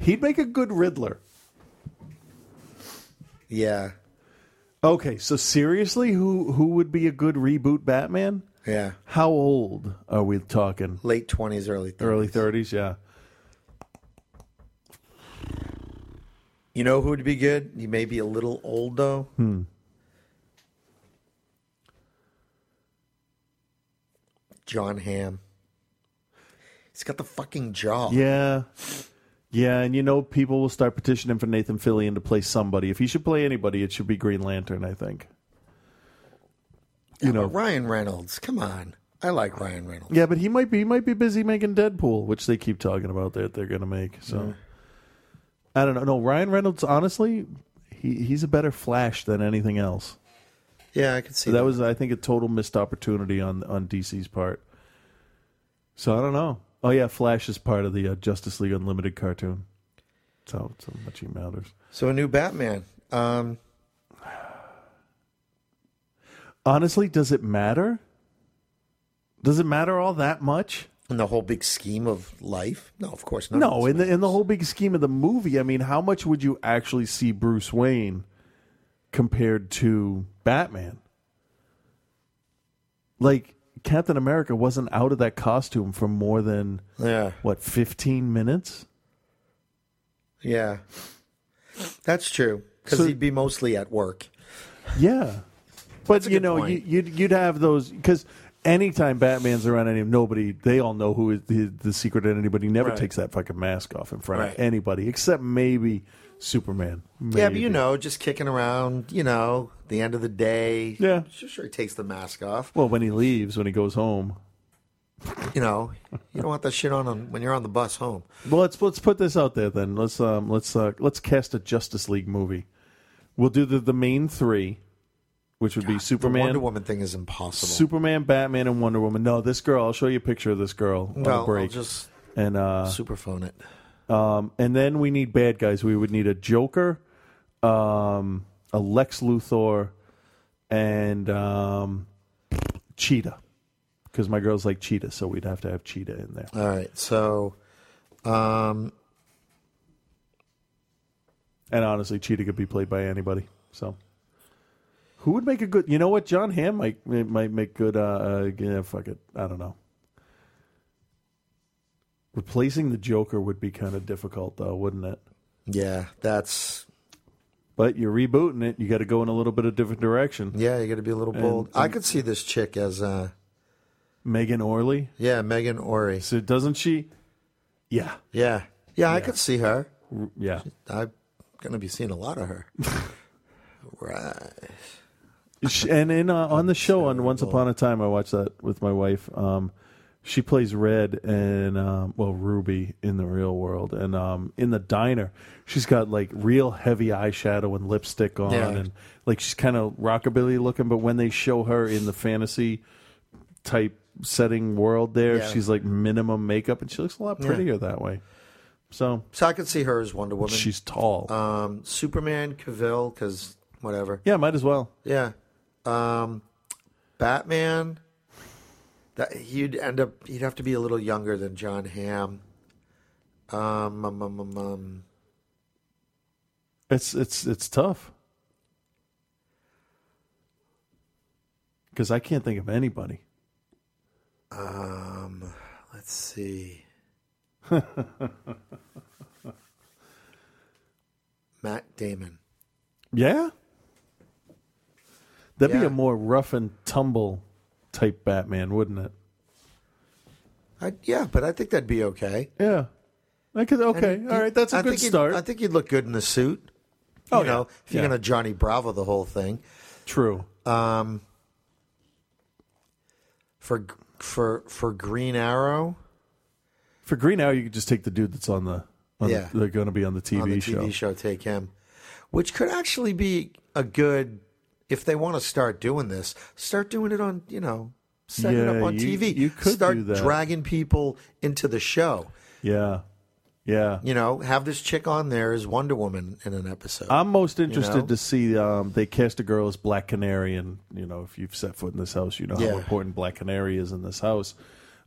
He'd make a good Riddler.
Yeah.
Okay, so seriously, who who would be a good reboot Batman?
Yeah.
How old are we talking?
Late 20s, early 30s.
Early 30s, yeah.
You know who would be good? He may be a little old though.
Hmm.
John Hamm. He's got the fucking jaw.
Yeah. Yeah, and you know people will start petitioning for Nathan Fillion to play somebody. If he should play anybody, it should be Green Lantern, I think.
You know, Ryan Reynolds. Come on. I like Ryan Reynolds.
Yeah, but he might be he might be busy making Deadpool, which they keep talking about that they're gonna make. So I don't know. No, Ryan Reynolds, honestly, he, he's a better Flash than anything else.
Yeah, I could see
that,
that.
was I think a total missed opportunity on on DC's part. So I don't know. Oh yeah, Flash is part of the uh, Justice League Unlimited cartoon. So so much he matters.
So a new Batman. Um
Honestly, does it matter? Does it matter all that much?
In the whole big scheme of life? No, of course not.
no, in the in the whole big scheme of the movie, I mean, how much would you actually see Bruce Wayne compared to Batman? Like Captain America wasn't out of that costume for more than
Yeah.
what fifteen minutes.
Yeah. That's true. Because he'd be mostly at work.
Yeah, but
That's a
you
good
know, you,
point.
you'd you'd have those because anytime Batman's around, any nobody they all know who is the, the secret identity, but he never
Right.
takes that fucking mask off in front
Right.
of anybody except maybe Superman.
Yeah, but
Maybe.
you know, just kicking around, you know, the end of the day.
Yeah.
Sure, sure he takes the mask off.
Well, when he leaves, when he goes home.
You know, you don't want that shit on, on when you're on the bus home.
Well, let's let's put this out there then. Let's um let's uh, let's cast a Justice League movie. We'll do the the main three, which would be Superman,
The Wonder Woman thing is impossible.
Superman, Batman, and Wonder Woman. No, this girl. I'll show you a picture of this girl on
Well,
the
I'll
break.
just
and uh,
superphone it.
Um, and then we need bad guys. We would need a Joker, um, a Lex Luthor, and um, Cheetah. Because my girls like Cheetah, so we'd have to have Cheetah in there.
All right, so, um,
And honestly, Cheetah could be played by anybody. So, who would make a good? You know what? John Hamm might might make good. Uh, uh, yeah, fuck it. I don't know. Replacing the Joker would be kind of difficult, though, wouldn't it?
Yeah, that's.
But you're rebooting it. You got to go in a little bit of different direction.
Yeah, you got to be a little bold. I could see this chick as, uh,
Megan Orley.
yeah, Megan Ori.
So doesn't she? Yeah.
Yeah. Yeah, I could see her.
Yeah.
I'm going to be seeing a lot of her. right.
She- and in uh, on the show on Once Upon a Time, I watched that with my wife. Um, she plays Red and um, well Ruby in the real world, and um, in the diner, she's got like real heavy eyeshadow and lipstick on,
Yeah.
and like she's kind of rockabilly looking. But when they show her in the fantasy type setting world, there
Yeah.
she's like minimum makeup, and she looks a lot
Yeah.
prettier that way. So
So I could see her as Wonder Woman.
she's tall.
um, Superman, Cavill, because whatever.
yeah, might as well.
Yeah. Um, Batman. That he'd end up. He'd have to be a little younger than John Hamm. Um, um, um, um, um,
It's it's it's tough because I can't think of anybody.
um, let's see. Matt Damon.
Yeah, that'd be
Yeah.
a more rough and tumble type Batman, wouldn't it?
I, yeah, but I think that'd be okay.
Yeah, I could. Okay,
And he-
all right, that's a
I
good
think he'd-
start.
I think you'd look good in the suit.
Oh,
you know,
yeah.
if you're
Yeah.
gonna Johnny Bravo the whole thing.
True.
Um, for for for Green Arrow
For Green Arrow, you could just take the dude that's on the. On
Yeah.
the, they're going to be on the TV
on the
show.
TV show, take him, which could actually be a good if they want to start doing this. Start doing it on you know. Set it
Yeah,
up on
you-
TV.
you could
start
do that.
dragging people into the show.
Yeah, yeah.
You know, have this chick on there as Wonder Woman in an episode.
I'm most
you
interested
know?
to see um, they cast a girl as Black Canary, and you know if you've set foot in this house, you know
Yeah.
how important Black Canary is in this house.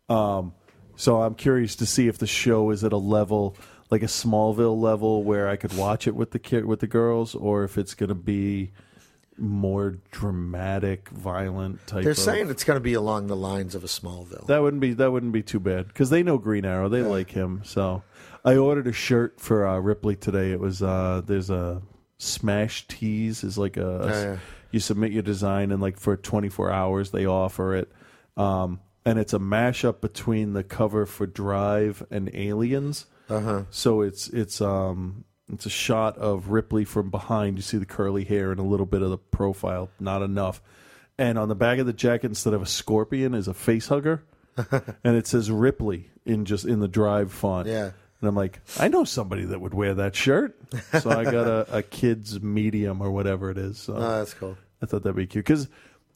Um, so I'm curious to see if the show is at a level like a Smallville level where I could watch it with the kid with the girls, or if it's going to be more dramatic, violent type.
They're
of,
saying it's going to be along the lines of a Smallville.
That wouldn't be that wouldn't be too bad because they know Green Arrow. They like him. So I ordered a shirt for uh, Ripley today. It was uh, there's a Smash Tees is like a
Oh, yeah.
you submit your design and like for 24 hours they offer it. Um, and it's a mashup between the cover for Drive and Aliens.
Uh-huh.
So it's it's um it's a shot of Ripley from behind. You see the curly hair and a little bit of the profile, not enough. And on the back of the jacket, instead of a scorpion, is a face hugger, and it says Ripley in just in the Drive font.
Yeah.
And I'm like, I know somebody that would wear that shirt, so I got a, a kid's medium or whatever it is. So
Oh, that's cool.
I thought that'd be cute because,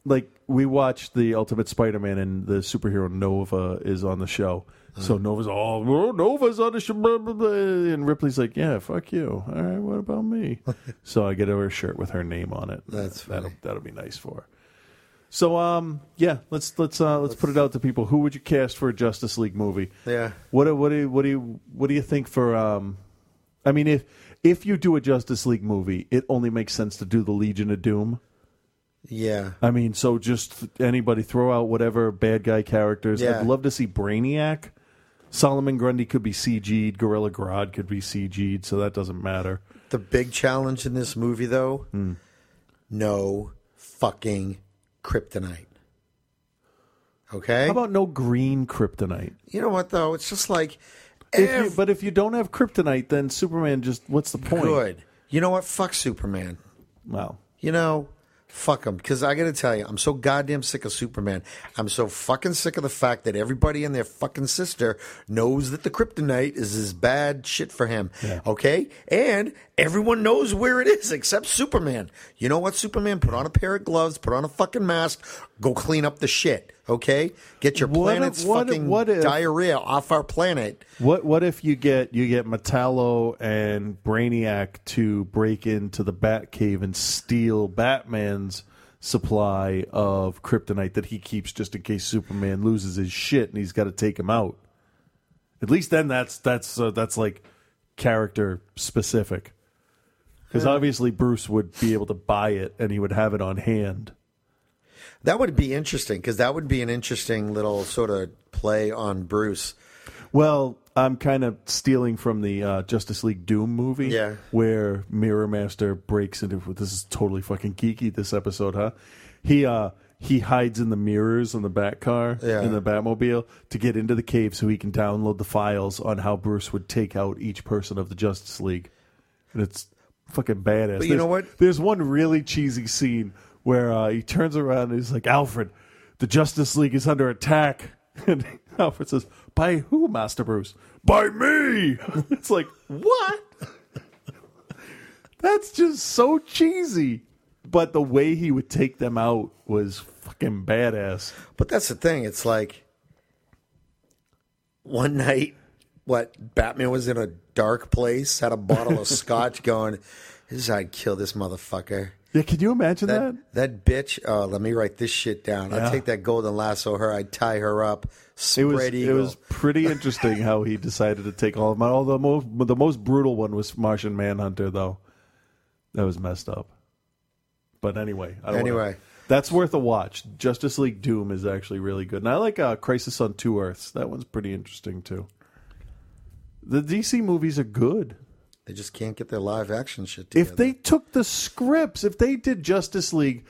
like, we watched the Ultimate Spider-Man and the superhero Nova is on the show. So Nova's all "Oh, Nova's on the show, blah, blah, blah," and Ripley's like, "Yeah, fuck you. All right, what about me?" so I get her a shirt with her name on it. That's that'll that'll be nice for her. So um, yeah, let's let's uh, let's, put it out to people. Who would you cast for a Justice League movie?
Yeah.
What do, what do you, what do you what do you think for um I mean if if you do a Justice League movie, it only makes sense to do the Legion of Doom.
Yeah.
I mean, so just anybody throw out whatever bad guy characters.
Yeah.
I'd love to see Brainiac. Solomon Grundy could be CG'd, Gorilla Grodd could be CG'd, so that doesn't matter.
The big challenge in this movie, though,
Hmm.
no fucking kryptonite. Okay.
How about no green kryptonite?
You know what though? It's just like
If you, but if you don't have kryptonite, then Superman just what's the point?
Good. You know what? Fuck Superman.
Wow.
You know, fuck him. Because I got to tell you, I'm so goddamn sick of Superman. I'm so fucking sick of the fact that everybody and their fucking sister knows that the kryptonite is this bad shit for him. Okay? And everyone knows where it is except Superman. You know what, Superman? Put on a pair of gloves, put on a fucking mask, go clean up the shit. Okay? Get your
What if-
planet's
what if-
fucking
what if-
diarrhea off our planet.
What what if you get you get Metallo and Brainiac to break into the Batcave and steal Batman's supply of kryptonite that he keeps just in case Superman loses his shit and he's got to take him out. At least then that's that's uh, that's like character specific. Because obviously Bruce would be able to buy it and he would have it on hand.
That would be interesting because that would be an interesting little sort of play on Bruce.
Well, I'm kind of stealing from the uh, Justice League Doom movie,
Yeah.
where Mirror Master breaks into. This is totally fucking geeky. This episode, huh? He uh he hides in the mirrors on the Batcar
Yeah.
in the Batmobile to get into the cave so he can download the files on how Bruce would take out each person of the Justice League, and it's fucking badass.
But you know
There's- There's one really cheesy scene where uh, he turns around and he's like, "Alfred, the Justice League is under attack." And Alfred says, "By who, Master Bruce?" "By me." it's like, "What?" That's just so cheesy. But the way he would take them out was fucking badass.
But that's the thing. It's like one night, what Batman was in a dark place, had a bottle of scotch, going, "This is how I'd kill this motherfucker."
Yeah, can you imagine that?
That bitch. Oh, let me write this shit down.
Yeah.
I'd take that golden lasso. Her. I'd tie her up.
It
Spread
was
eagle.
it was pretty interesting how he decided to take all of them. out. Although most the most brutal one was Martian Manhunter, though. That was messed up. But anyway, I don't wanna-
Anyway.
that's worth a watch. Justice League Doom is actually really good, and I like uh, Crisis on Two Earths. That one's pretty interesting too. The DC movies are good.
they just can't get their live action shit together.
If they took the scripts, if they did Justice League,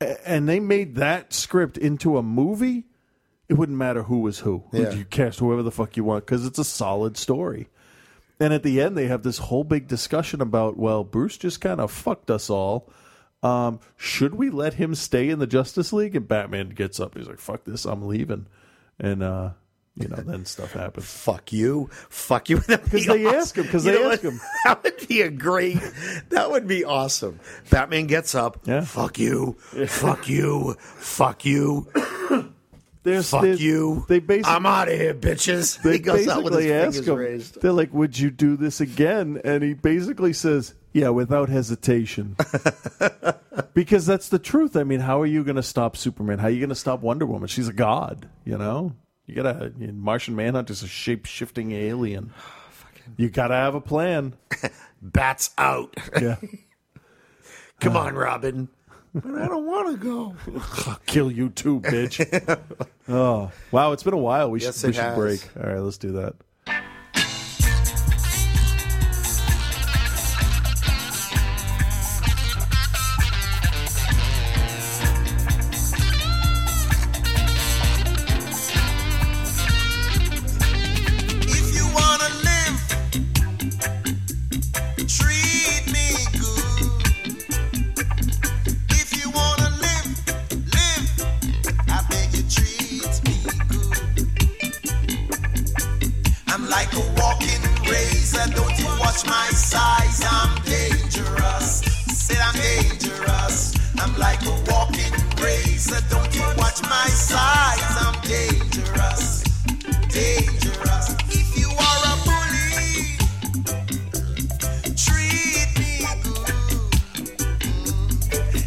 a- and they made that script into a movie, it wouldn't matter who was who.
Yeah.
You cast whoever the fuck you want because it's a solid story. And at the end, they have this whole big discussion about, well, Bruce just kind of fucked us all. Um, should we let him stay in the Justice League? And Batman gets up. He's like, fuck this, I'm leaving. And, uh, you know, then stuff happens.
fuck you, fuck you.
Because they ask him. Because
You
they
know
ask
what?
him.
That would be a great. That would be awesome. Batman gets up. Fuck you. Fuck you. Fuck you.
There's,
fuck
there's-
you.
They basically,
I'm out of here, bitches.
They
he goes out with his
basically
fingers
ask him.
raised.
They're like, "Would you do this again?" And he basically says, "Yeah, without hesitation," because that's the truth. I mean, how are you going to stop Superman? How are you going to stop Wonder Woman? She's a god, you know. You gotta. Martian Manhunter's a shape shifting alien. You gotta have a plan.
Bats out.
Yeah. Uh.
Come on, Robin.
But I don't want to go.
Kill you too, bitch. oh wow, it's been a while. We
Yes,
should, we
it
should
has.
break. All right, let's do that.
If you wanna live, treat me good. If you wanna live, live, I beg you treat me good. I'm like a walking razor, don't you watch my size? I'm dangerous. Said I'm dangerous. I'm like a walking razor, don't you watch my size? I'm dangerous dangerous. If you are a bully, treat me good.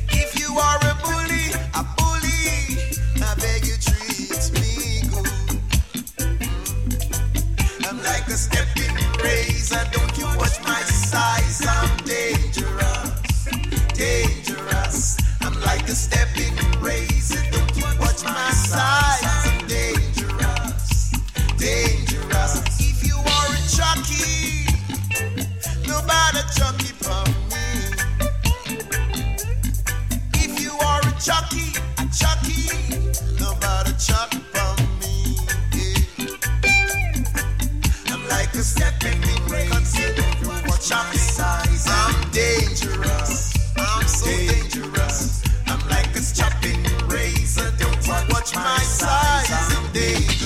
If you are a bully, a bully, I beg you treat me good. I'm like a stepping razor, don't you watch my size? I'm dangerous, dangerous. I'm like a stepping razor, don't you watch my size? I'm dangerous dangerous. If you are a jockey, nobody jockey from me. If you are a jockey, a jockey, nobody jockey from me. yeah. I'm like a stepping in rain, consider you watch out my size. I'm dangerous, I'm so dangerous. I'm like a chopping razor, don't you watch my size. I'm dangerous.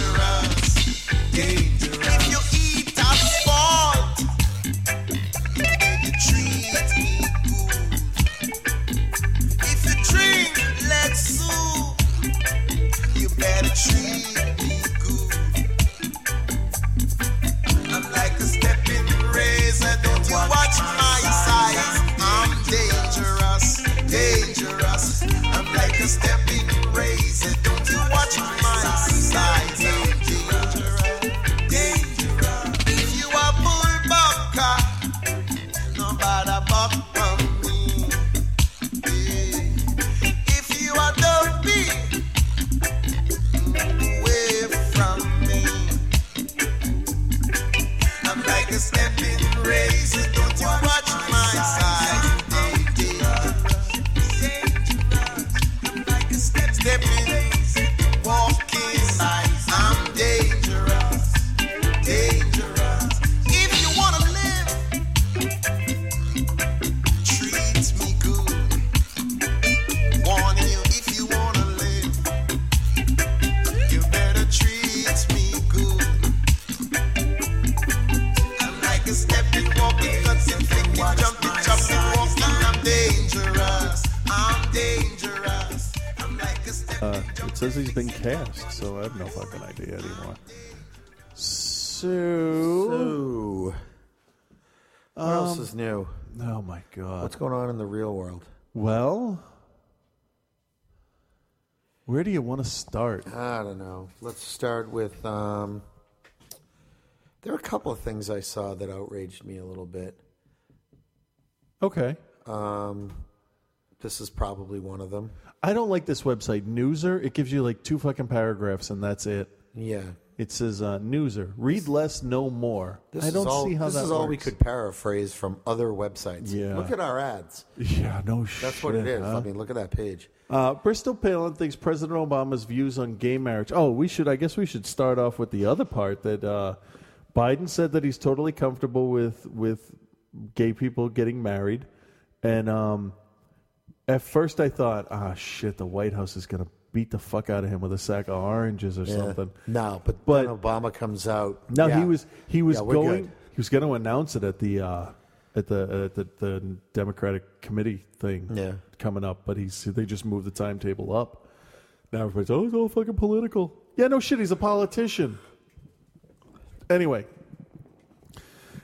If you eat a fault, you treat me good. If you drink let soup, you better treat me good. I'm like a stepping razor, don't you watch my size? I'm dangerous, dangerous. I'm like a stepping razor, don't you watch my size? I'm dangerous. If you a bullbucker, nobody buck from me. If you a dopey, away from me. I'm like a stepping razor, don't you watch my side. I'm dangerous. I'm like a step- stepping, walking size. I'm dangerous dangerous. If you wanna live, treat me good. Warning you, if you wanna live, you better treat me good. I'm like a stepping, walking, cutting, flicking, jumping, jumping, walking. I'm dangerous. I'm dangerous. I'm like a stepping.
Uh, it says he's been cast, so I have no fucking idea anymore. So,
What
Um,
else is new?
Oh my god!
What's going on in the real world?
Well, where do you want to start?
I don't know. Let's start with. Um, there are a couple of things I saw that outraged me a little bit.
Okay,
Um, this is probably one of them.
I don't like this website, Newser. It gives you like two fucking paragraphs and that's it.
Yeah.
It says uh, Newser, read less, know more.
This
I
is
don't
all,
see how
this
that
is all we
works.
could paraphrase from other websites.
Yeah.
Look at our ads.
Yeah, no shit.
That's what it is.
huh?
I mean, look at that page.
Uh, Bristol Palin thinks President Obama's views on gay marriage. Oh, we should. I guess we should start off with the other part that uh, Biden said that he's totally comfortable with with gay people getting married, and um, at first I thought, ah, shit, the White House is gonna beat the fuck out of him with a sack of oranges or
Yeah.
something.
No, but,
But-
then Obama comes out.
No,
Yeah.
he was he was
Yeah, we're
going
good.
he was going to announce it at the uh, at the at the, the Democratic committee thing
Yeah.
coming up, but he's they just moved the timetable up. Now everybody's oh it's all fucking political. Yeah, no shit, he's a politician. Anyway,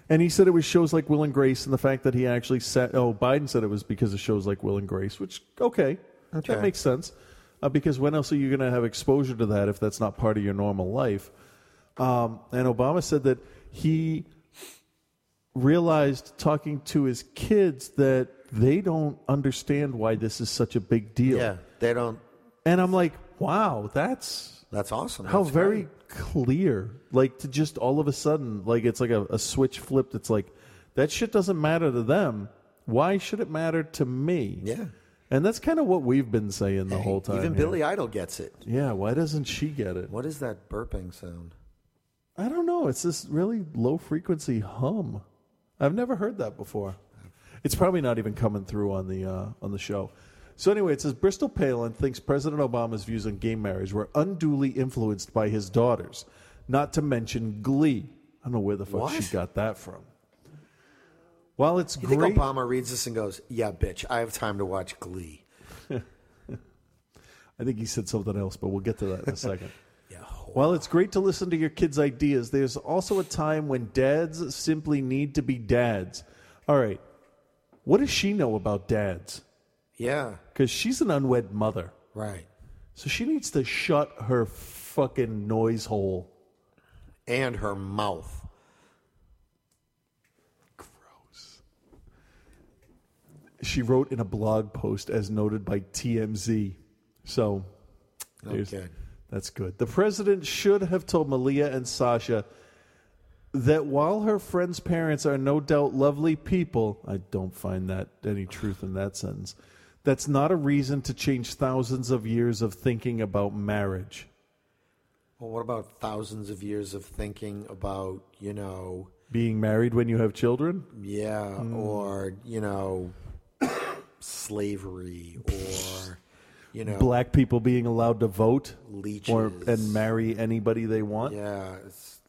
and he said it was shows like Will and Grace, and the fact that he actually said, "Oh, Biden said it was because of shows like Will and Grace," which okay,
Okay.
that makes sense. Uh, because when else are you going to have exposure to that if that's not part of your normal life? Um, and Obama said that he realized talking to his kids that they don't understand why this is such a big deal.
Yeah, they don't.
And I'm like, wow, that's
that's awesome.
How
That's
very clear, like to just all of a sudden, like it's like a, a switch flipped. It's like that shit doesn't matter to them. Why should it matter to me?
Yeah.
And that's kind of what we've been saying the whole time.
Even
here.
Billy Idol gets it.
Yeah, why doesn't she get it?
What is that burping sound?
I don't know. It's this really low frequency hum. I've never heard that before. It's probably not even coming through on the uh, on the show. So anyway, it says Bristol Palin thinks President Obama's views on gay marriage were unduly influenced by his daughters, not to mention Glee. I don't know where the fuck
What?
she got that from. While it's
You
great,
think Obama reads this and goes, "Yeah, bitch, I have time to watch Glee."
I think he said something else, but we'll get to that in a second. While it's great to listen to your kids' ideas, there's also a time when dads simply need to be dads. All right, what does she know about dads?
Yeah,
Because she's an unwed mother.
right.
So she needs to shut her fucking noise hole.
And her mouth.
She wrote in a blog post as noted by TMZ. So there's-
Okay.
that's good. The president should have told Malia and Sasha that while her friend's parents are no doubt lovely people, I don't find that any truth in that sentence. That's not a reason to change thousands of years of thinking about marriage.
Well, what about thousands of years of thinking about, you know,
Being married when you have children?
yeah,
Mm.
or you know, slavery, or you know,
black people being allowed to vote or
Leeches.
and marry anybody they want.
Yeah. It's,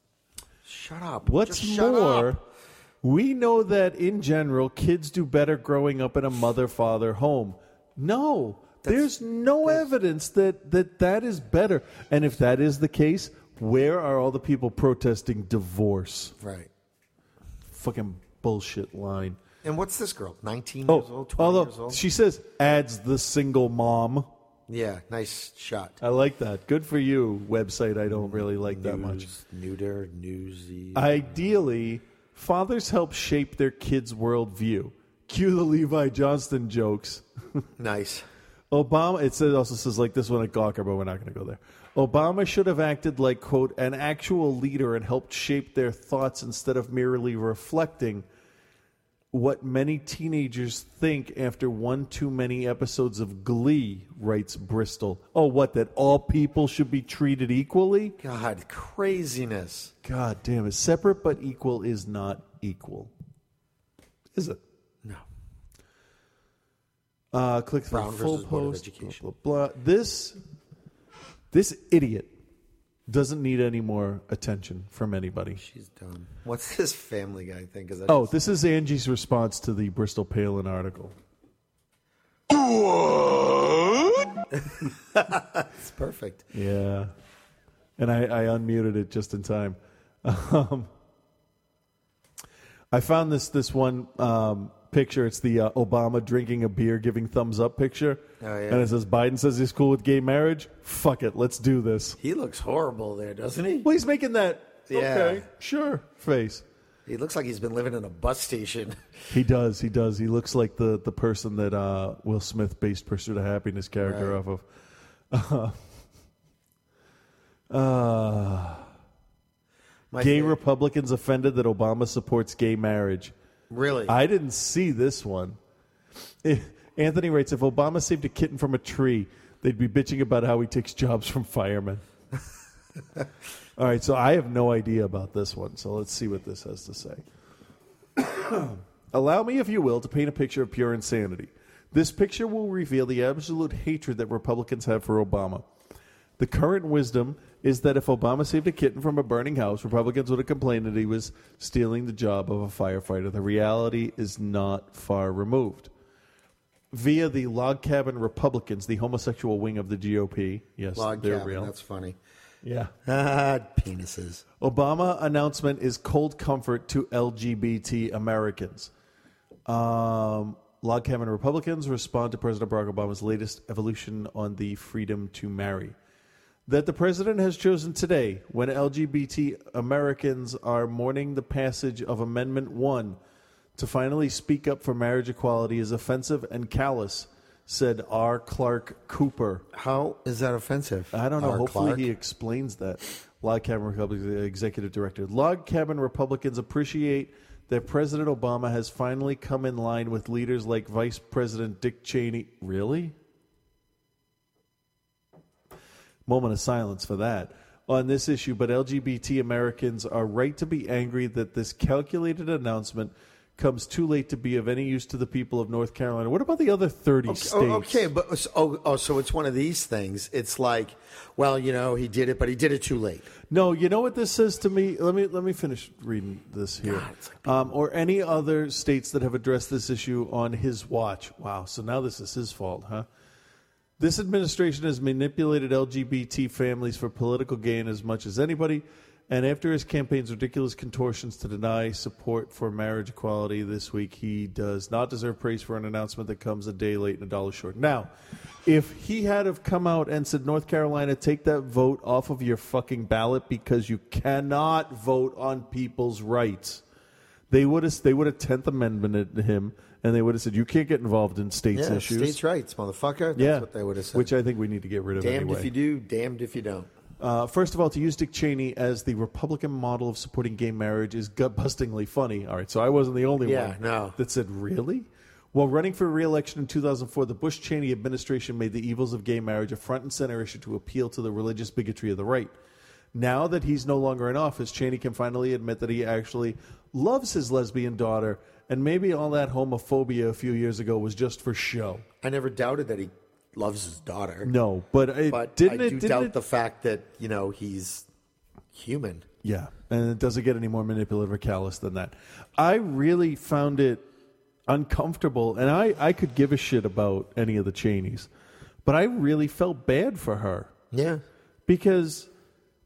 shut up.
What's
Just shut
more,
up.
we know that in general kids do better growing up in a mother father home. No, there's no evidence that, that that is better. And if that is the case, where are all the people protesting divorce?
Right.
Fucking bullshit line.
And what's this girl? Nineteen years
Oh,
old, twenty years
although
old.
she says adds the single mom.
yeah, nice shot.
I like that. Good for you, website. I don't really like that much.
Neuter, newsy.
Ideally, fathers help shape their kids' worldview. Cue the Levi Johnston jokes.
nice.
Obama, it says, also says like this one at Gawker, but we're not going to go there. Obama should have acted like, quote, an actual leader and helped shape their thoughts instead of merely reflecting what many teenagers think after one too many episodes of Glee, writes Bristol. Oh, what, that all people should be treated equally?
God, craziness.
God damn it. Separate but equal is not equal. Is it?
No.
Uh, click through
Brown
full
versus Board of
post. Blah, blah, blah. This, this idiot doesn't need any more attention from anybody.
She's dumb. What's this Family Guy thing? Is that
Oh, this is Angie's response to the Bristol Palin article. Oh.
it's perfect.
Yeah. And I, I unmuted it just in time. Um, I found this this one um, picture. It's the uh, Obama drinking a beer, giving thumbs up picture.
Oh, yeah.
And it says Biden says he's cool with gay marriage. Fuck it, let's do this.
He looks horrible there, doesn't he?
Well, he's making that
Yeah.
okay, sure face.
He looks like he's been living in a bus station.
He does. He does. He looks like the the person that uh, Will Smith based Pursuit of Happiness character
Right.
off of. Uh,
My
gay
favorite-
Republicans offended that Obama supports gay marriage.
Really?
I didn't see this one. Eh, Anthony writes If Obama saved a kitten from a tree, they'd be bitching about how he takes jobs from firemen. All right, so I have no idea about this one, so let's see what this has to say. Allow me, if you will, to paint a picture of pure insanity. This picture will reveal the absolute hatred that Republicans have for Obama. The current wisdom is that if Obama saved a kitten from a burning house, Republicans would have complained that he was stealing the job of a firefighter. The reality is not far removed. Via the log cabin Republicans, the homosexual wing of the GOP, yes,
Log
they're
cabin,
real.
That's funny.
Yeah.
Ah, penises.
Obama announcement is cold comfort to LGBT Americans. Um, log cabin Republicans respond to President Barack Obama's latest evolution on the freedom to marry. That the president has chosen today, when LGBT Americans are mourning the passage of Amendment 1, to finally speak up for marriage equality is offensive and callous, said R. Clark Cooper.
How is that offensive?
I don't know.
R.
Hopefully,
Clark? Oh,
he explains that. Log Cabin Republican Executive Director. Log Cabin Republicans appreciate that President Obama has finally come in line with leaders like Vice President Dick Cheney. Really? Moment of silence for that on this issue, but LGBT Americans are right to be angry that this calculated announcement comes too late to be of any use to the people of North Carolina. What about the other 30 states?
Oh, okay, but so- oh, oh, so it's one of these things. It's like, well, you know, he did it, but he did it too late.
No, you know what this says to me. Let me let me finish reading this here. um, or any other states that have addressed this issue on his watch. Wow. So now this is his fault, huh? This administration has manipulated LGBT families for political gain as much as anybody. And after his campaign's ridiculous contortions to deny support for marriage equality this week, he does not deserve praise for an announcement that comes a day late and a dollar short. Now, if he had have come out and said, North Carolina, take that vote off of your fucking ballot because you cannot vote on people's rights, they would have they would have Tenth Amendment him, and they would have said, you can't get involved in states'
yeah,
issues.
states' rights, motherfucker. That's
yeah,
what they would have said.
Which I think we need to get rid of
damned
anyway.
if you do, damned if you don't.
Uh, first of all, to use Dick Cheney as the Republican model of supporting gay marriage is gut-bustingly funny. All right, so I wasn't the only
Yeah,
one
no.
that said really. While running for re-election in 2004, the Bush-Cheney administration made the evils of gay marriage a front and center issue to appeal to the religious bigotry of the right. Now that he's no longer in office, Cheney can finally admit that he actually loves his lesbian daughter, and maybe all that homophobia a few years ago was just for show.
I never doubted that he loves his daughter.
No, but it
but
didn't
I
it-
do
didn't
doubt
it-
the fact that you know he's human.
Yeah, and it doesn't get any more manipulative or callous than that. I really found it uncomfortable, and I, I could give a shit about any of the Cheneys, but I really felt bad for her.
Yeah.
Because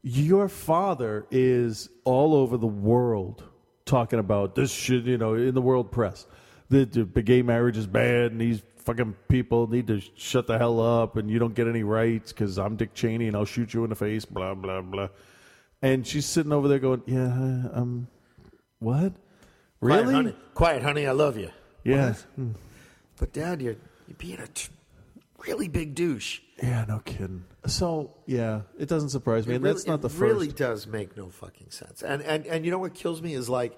your father is all over the world talking about this shit, you know, in the world press. The, the gay marriage is bad, and these fucking people need to shut the hell up, and you don't get any rights because I'm Dick Cheney and I'll shoot you in the face, blah, blah, blah. And she's sitting over there going, Yeah, um, what? Really?
Quiet, honey. Quiet, honey. I love you.
Yeah.
What? But Dad, you're you're being a t- really big douche.
Yeah, no kidding. So, yeah, it doesn't surprise me.
It
and
really-
that's not the
it really
first.
does make no fucking sense. And and and you know what kills me is like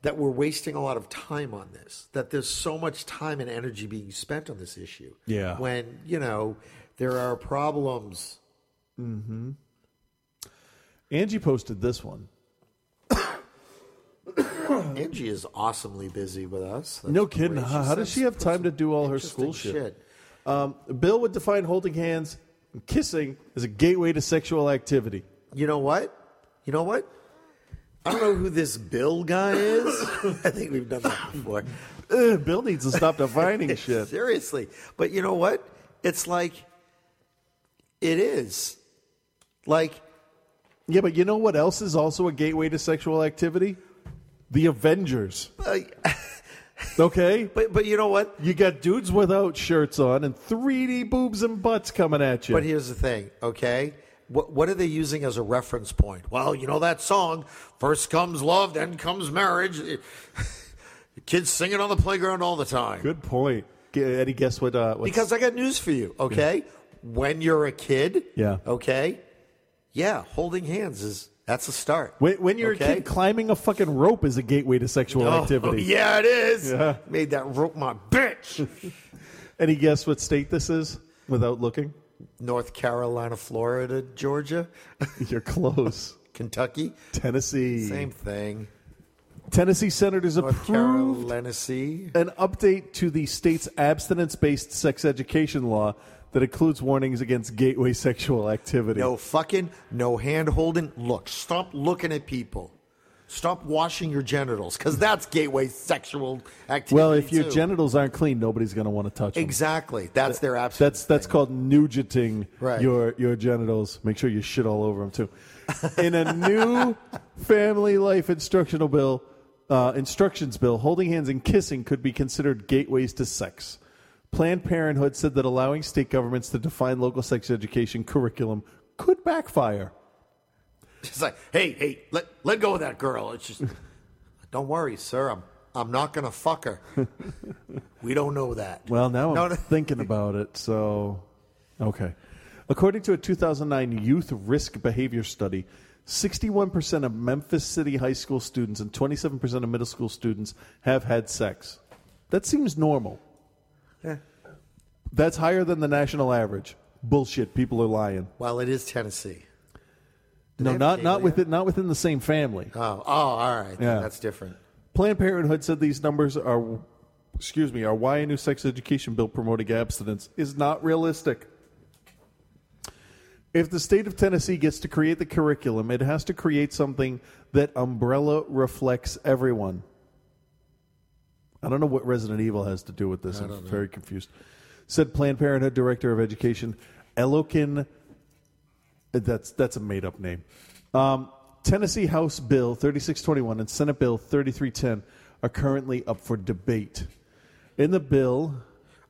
that we're wasting a lot of time on this. That there's so much time and energy being spent on this issue.
Yeah.
When you know there are problems.
Mm-hmm. Angie posted this one.
Angie is awesomely busy with us. That's
no
the
kidding.
way
How, how does
sends-
she have time to do all her school
interesting
shit?
shit.
Um, Bill would define holding hands and kissing as a gateway to sexual activity.
You know what? You know what? I don't know who this Bill guy is. I think we've done that before.
Bill needs to stop defining shit.
Seriously. But you know what? It's like, it is. Like,
yeah, but you know what else is also a gateway to sexual activity? The Avengers. okay,
uh, but but you know what?
You got dudes without shirts on and 3D boobs and butts coming at you.
But here's the thing, okay? What, what are they using as a reference point? Well, you know that song, First Comes Love, Then Comes Marriage. Kids sing it on the playground all the time.
Good point. G- Eddie, guess what? Uh, what's-
Because I got news for you, okay? When you're a kid,
Yeah.
okay? Yeah, holding hands is that's a start.
When, when you're a
okay?
kid, climbing a fucking rope is a gateway to sexual
Oh,
activity.
yeah, it is.
Yeah.
Made that rope my bitch.
Any guess what state this is without looking?
North Carolina, Florida, Georgia,
You're close.
Kentucky,
Tennessee.
same thing.
Tennessee senators
North
approved
Carolina, see?
an update to the state's abstinence-based sex education law that includes warnings against gateway sexual activity.
No fucking, no hand holding. Look, stop looking at people. Stop washing your genitals because that's gateway sexual activity.
well, if your
too.
genitals aren't clean, nobody's going to want to touch them.
Exactly. That's their abstinence.
That's that's called nugeting
Right.
your your genitals. Make sure you shit all over them too. In a new family life instructional bill, uh, instructions bill, holding hands and kissing could be considered gateways to sex. Planned Parenthood said that allowing state governments to define local sex education curriculum could backfire.
It's like, hey, hey, let let go of that girl. It's just, don't worry, sir. I'm I'm not going to fuck her. we don't know that.
Well, now
No,
I'm thinking about it. So, okay. According to a 2009 youth risk behavior study, 61% of Memphis City high school students and 27% of middle school students have had sex. That seems normal.
Yeah.
That's higher than the national average. Bullshit. People are lying.
Well, it is Tennessee. Do they
No,
have
not
cable
not
yet?
within not within the same family.
Oh, oh, all right.
Yeah.
That's different.
Planned Parenthood said these numbers are, excuse me, are why a new sex education bill promoting abstinence is not realistic. If the state of Tennessee gets to create the curriculum, it has to create something that umbrella reflects everyone. I don't know what Resident Evil has to do with this.
I
I'm
don't know.
very confused. Said Planned Parenthood Director of Education, Elokin that's that's a made up name. Um, Tennessee House Bill 3621 and Senate Bill 3310 are currently up for debate. In the bill,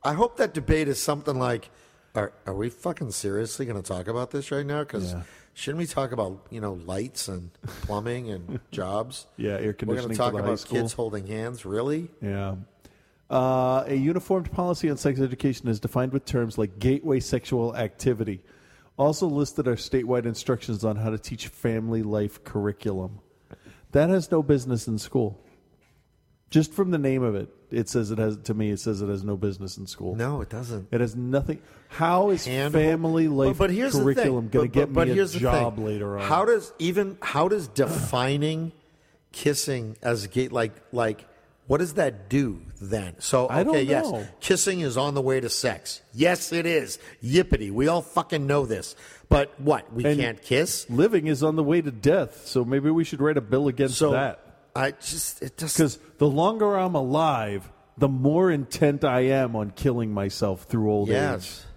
I hope that debate is something like, are, are we fucking seriously going to talk about this right now? Because
Yeah.
shouldn't we talk about, you know, lights and plumbing and jobs?
Yeah, air
We're going to
conditioning for
talk
the high
about
school.
kids holding hands? Really?
yeah, uh, a uniformed policy on sex education is defined with terms like gateway sexual activity. Also listed are statewide instructions on how to teach family life curriculum. That has no business in school. Just from the name of it, it says it has. To me, it says it has no business in school.
No, it doesn't.
It has nothing. How is
And-
family life
but, but here's
curriculum
the
going
thing.
to get
but, but
me a
here's the
job
thing.
later on?
How does even how does defining kissing as gate like like what does that do then? So okay,
I don't know.
yes, kissing is on the way to sex. Yes, it is. Yippity! We all fucking know this. But what we
And
can't kiss.
Living is on the way to death, so maybe we should write a bill against
So
that.
I just it just
Because the longer I'm alive, the more intent I am on killing myself through old
Yes.
age.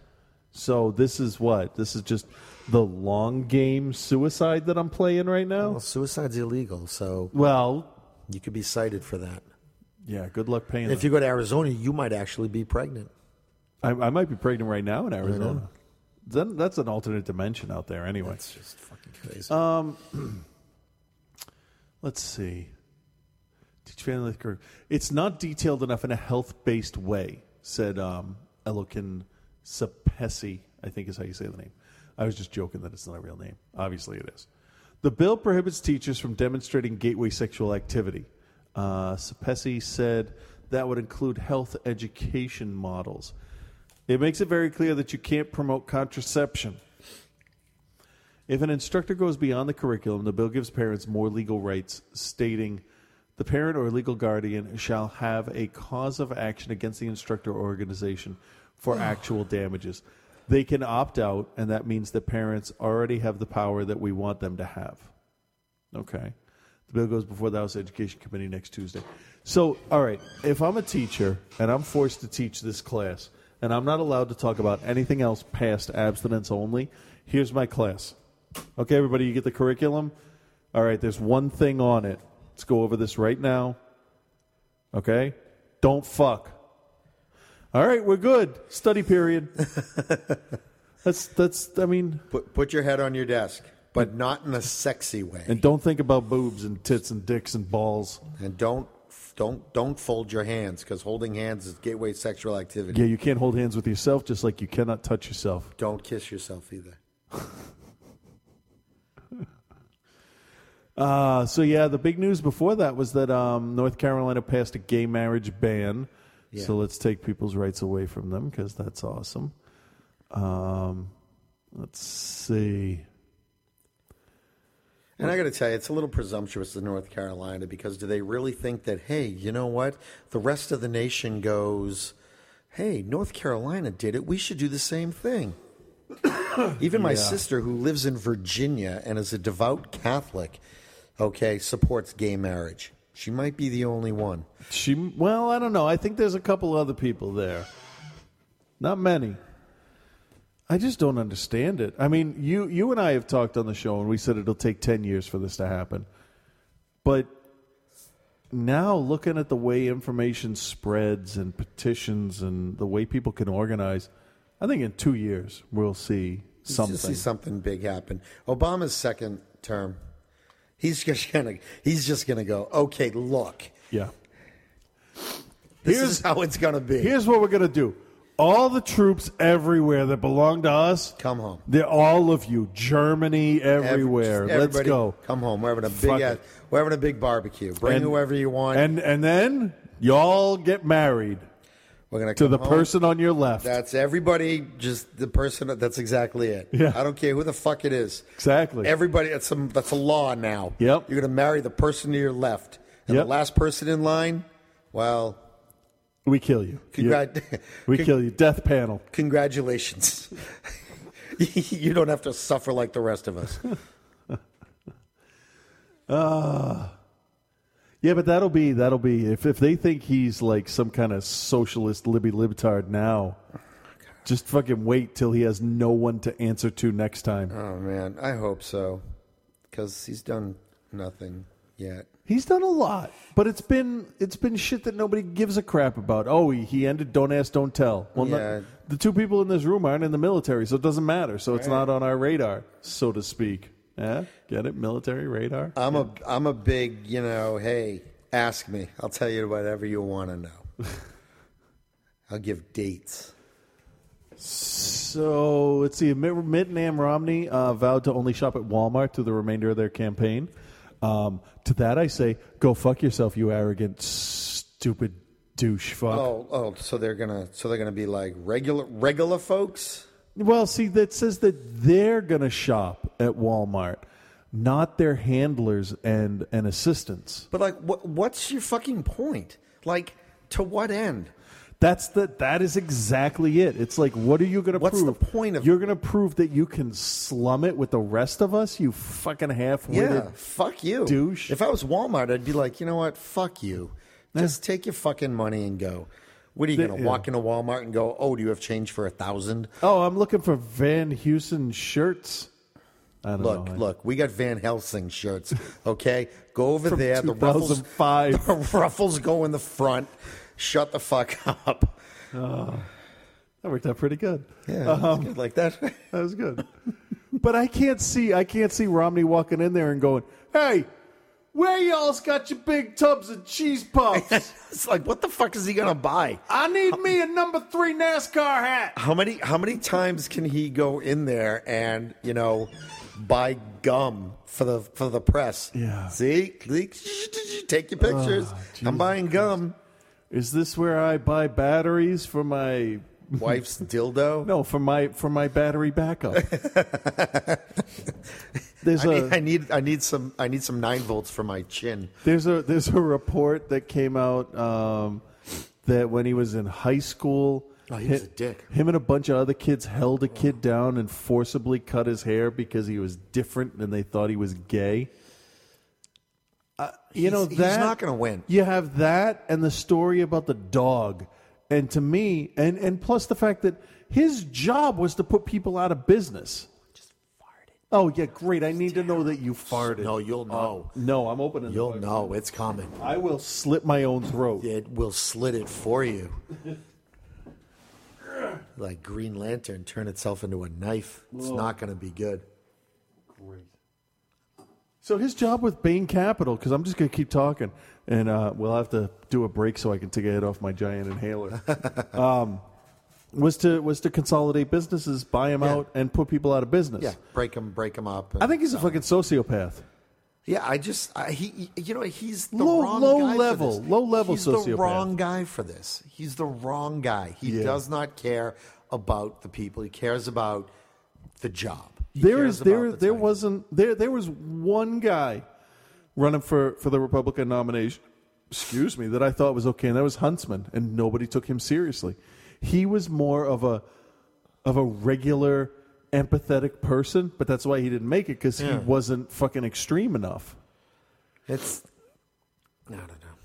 So this is what this is just the long game suicide that I'm playing right now.
well, suicide's illegal. So
well,
you could be cited for that.
Yeah, good luck paying.
And if
that.
you go to Arizona, you might actually be pregnant.
I, I might be pregnant right now in Arizona.
know.
Then that's an alternate dimension out there, anyway. That's
just fucking crazy.
Um, let's see. Teach family life curriculum. It's not detailed enough in a health-based way," said um, Elokin Sapesi. I think is how you say the name. I was just joking that it's not a real name. Obviously, it is. The bill prohibits teachers from demonstrating gateway sexual activity. Uh, Sapesi said that would include health education models. It makes it very clear that you can't promote contraception. If an instructor goes beyond the curriculum, the bill gives parents more legal rights, stating the parent or legal guardian shall have a cause of action against the instructor or organization for actual damages. They can opt out, and that means that parents already have the power that we want them to have. Okay. The bill goes before the House Education Committee next Tuesday. So, all right, if I'm a teacher and I'm forced to teach this class and I'm not allowed to talk about anything else past abstinence only, here's my class. Okay, everybody, you get the curriculum? All right, there's one thing on it. Let's go over this right now. Okay? Don't fuck. All right, we're good. Study period. that's that's I mean
Put put your head on your desk, but not in a sexy way.
and don't think about boobs and tits and dicks and balls.
And don't don't don't fold your hands because holding hands is gateway sexual activity.
Yeah, you can't hold hands with yourself just like you cannot touch yourself.
Don't kiss yourself either.
Uh, so yeah, the big news before that was that um, North Carolina passed a gay marriage ban.
Yeah.
So let's take people's rights away from them because that's awesome. Um, let's see.
And I got to tell you, it's a little presumptuous of North Carolina because do they really think that hey, you know what? The rest of the nation goes, hey, North Carolina did it. We should do the same thing. Even my
Yeah.
sister, who lives in Virginia and is a devout Catholic, okay, supports gay marriage. She might be the only one.
She well, I don't know. I think there's a couple other people there. Not many. I just don't understand it. I mean, you you and I have talked on the show and we said it'll take 10 years for this to happen. But now looking at the way information spreads and petitions and the way people can organize, I think in 2 years we'll see something.
Just see something big happen. Obama's second term, he's just gonna he's just gonna go. Okay, look,
yeah.
This is how it's going to be.
Here's what we're going to do. All the troops everywhere that belong to us,
come home.
They're all of you, Germany everywhere.
Every- just
Let's
everybody
go.
Come home. We're having a
Fuck
big ass,
it.
we're having a big barbecue. Bring
And-
whoever you want.
And and then y'all get married.
We're gonna
to
come
the
home.
person on your left.
that's everybody. Just the person. that- That's exactly it.
Yeah.
I don't care who the fuck it is.
Exactly.
Everybody. That's some. That's a law now. Yep. You're gonna marry the person to your left, and
Yep.
the last person in line. Well,
We kill you.
Congrat-
You- we kill you. Death panel.
congratulations. you don't have to suffer like the rest of us.
Uh, yeah, but that'll be that'll be if if they think he's like some kind of socialist libby libtard now. Just fucking wait till he has no one to answer to next time.
Oh man, I hope so, because he's done nothing yet.
He's done a lot, but it's been it's been shit that nobody gives a crap about. Oh, he, he ended "Don't Ask, Don't Tell." Well, no-
Yeah.
the two people in this room aren't in the military, so it doesn't matter. So it's not on our radar, so to speak. Yeah, get it? Military radar.
I'm a I'm a big you know. Hey, ask me. I'll tell you whatever you want to know. I'll give dates.
So let's see. Mitt, Mitt and Am Romney uh, vowed to only shop at Walmart through the remainder of their campaign. Um, to that, I say, go fuck yourself, you arrogant, stupid douche fuck.
Oh oh, so they're gonna so they're gonna be like regular regular folks.
Well, see, that says that they're going to shop at Walmart, not their handlers and, and assistants.
But like, what what's your fucking point? Like, to what end?
That's the that is exactly it. It's like, what are you going to prove?
What's the point of-
you're going to prove that you can slum it with the rest of us? You fucking half-witted.
Yeah, fuck you, douche. If I was Walmart, I'd be like, you know what? Fuck you. Just take your fucking money and go. What are you
They-
gonna
yeah.
walk into Walmart and go? Oh, do you have change for a thousand?
Oh, I'm looking for Van Heusen shirts. I don't
Look,
know.
look, we got Van Helsing shirts. Okay, go over
From
there. The ruffles, the ruffles go in the front. Shut the fuck up.
Oh, that worked out pretty good. Um,
Yeah, that was good, like that.
that was good. But I can't see I can't see Romney walking in there and going, "Hey, where y'all's got your big tubs of cheese puffs?"
it's like, what the fuck is he gonna buy?
I need me a number three NASCAR hat.
How many how many times can he go in there and you know buy gum for the for the press? Yeah. See, See? take your pictures.
Ah,
I'm buying gum.
Is this where I buy batteries for my
wife's dildo?
No, for my for my battery backup.
I
There's a.
need, I need I need some I need some nine volts for my chin.
There's a there's a report that came out um, that when he was in high school,
Oh, he was
hi-
a dick. Oh.
Him and a bunch of other kids held a kid down and forcibly cut his hair because he was different and they thought he was gay. Uh, you
He's-
know
he's
that
not gonna win.
You have that and the story about the dog, and to me, and and plus the fact that his job was to put people out of business. Oh yeah, great! I need to know that you farted.
No, you'll know.
no, I'm opening.
You'll know it's coming.
I will slit my own throat.
It will slit it for you. Like Green Lantern, turn itself into a knife. It's
Whoa.
not going to be good.
So his job with Bain Capital, because I'm just going to keep talking, and uh, we'll have to do a break so I can take a hit off my giant inhaler. um, was to was to consolidate businesses, buy them out, and put people out of business.
Yeah, break them, break them up.
I think he's a fucking sociopath.
Yeah, I just I, he, you know, he's the
Low-
wrong
low
guy for
level,
this.
low level
He's the
sociopath.
wrong guy for this. He's the wrong guy. He
Yeah.
does not care about the people. He cares about the job. He
There
cares
is
about
there
the
there wasn't there there was one guy running for for the Republican nomination. Excuse me, that I thought was okay, and that was Huntsman, and nobody took him seriously. He was more of a of a regular empathetic person, but that's why he didn't make it because he
Yeah.
wasn't fucking extreme enough.
It's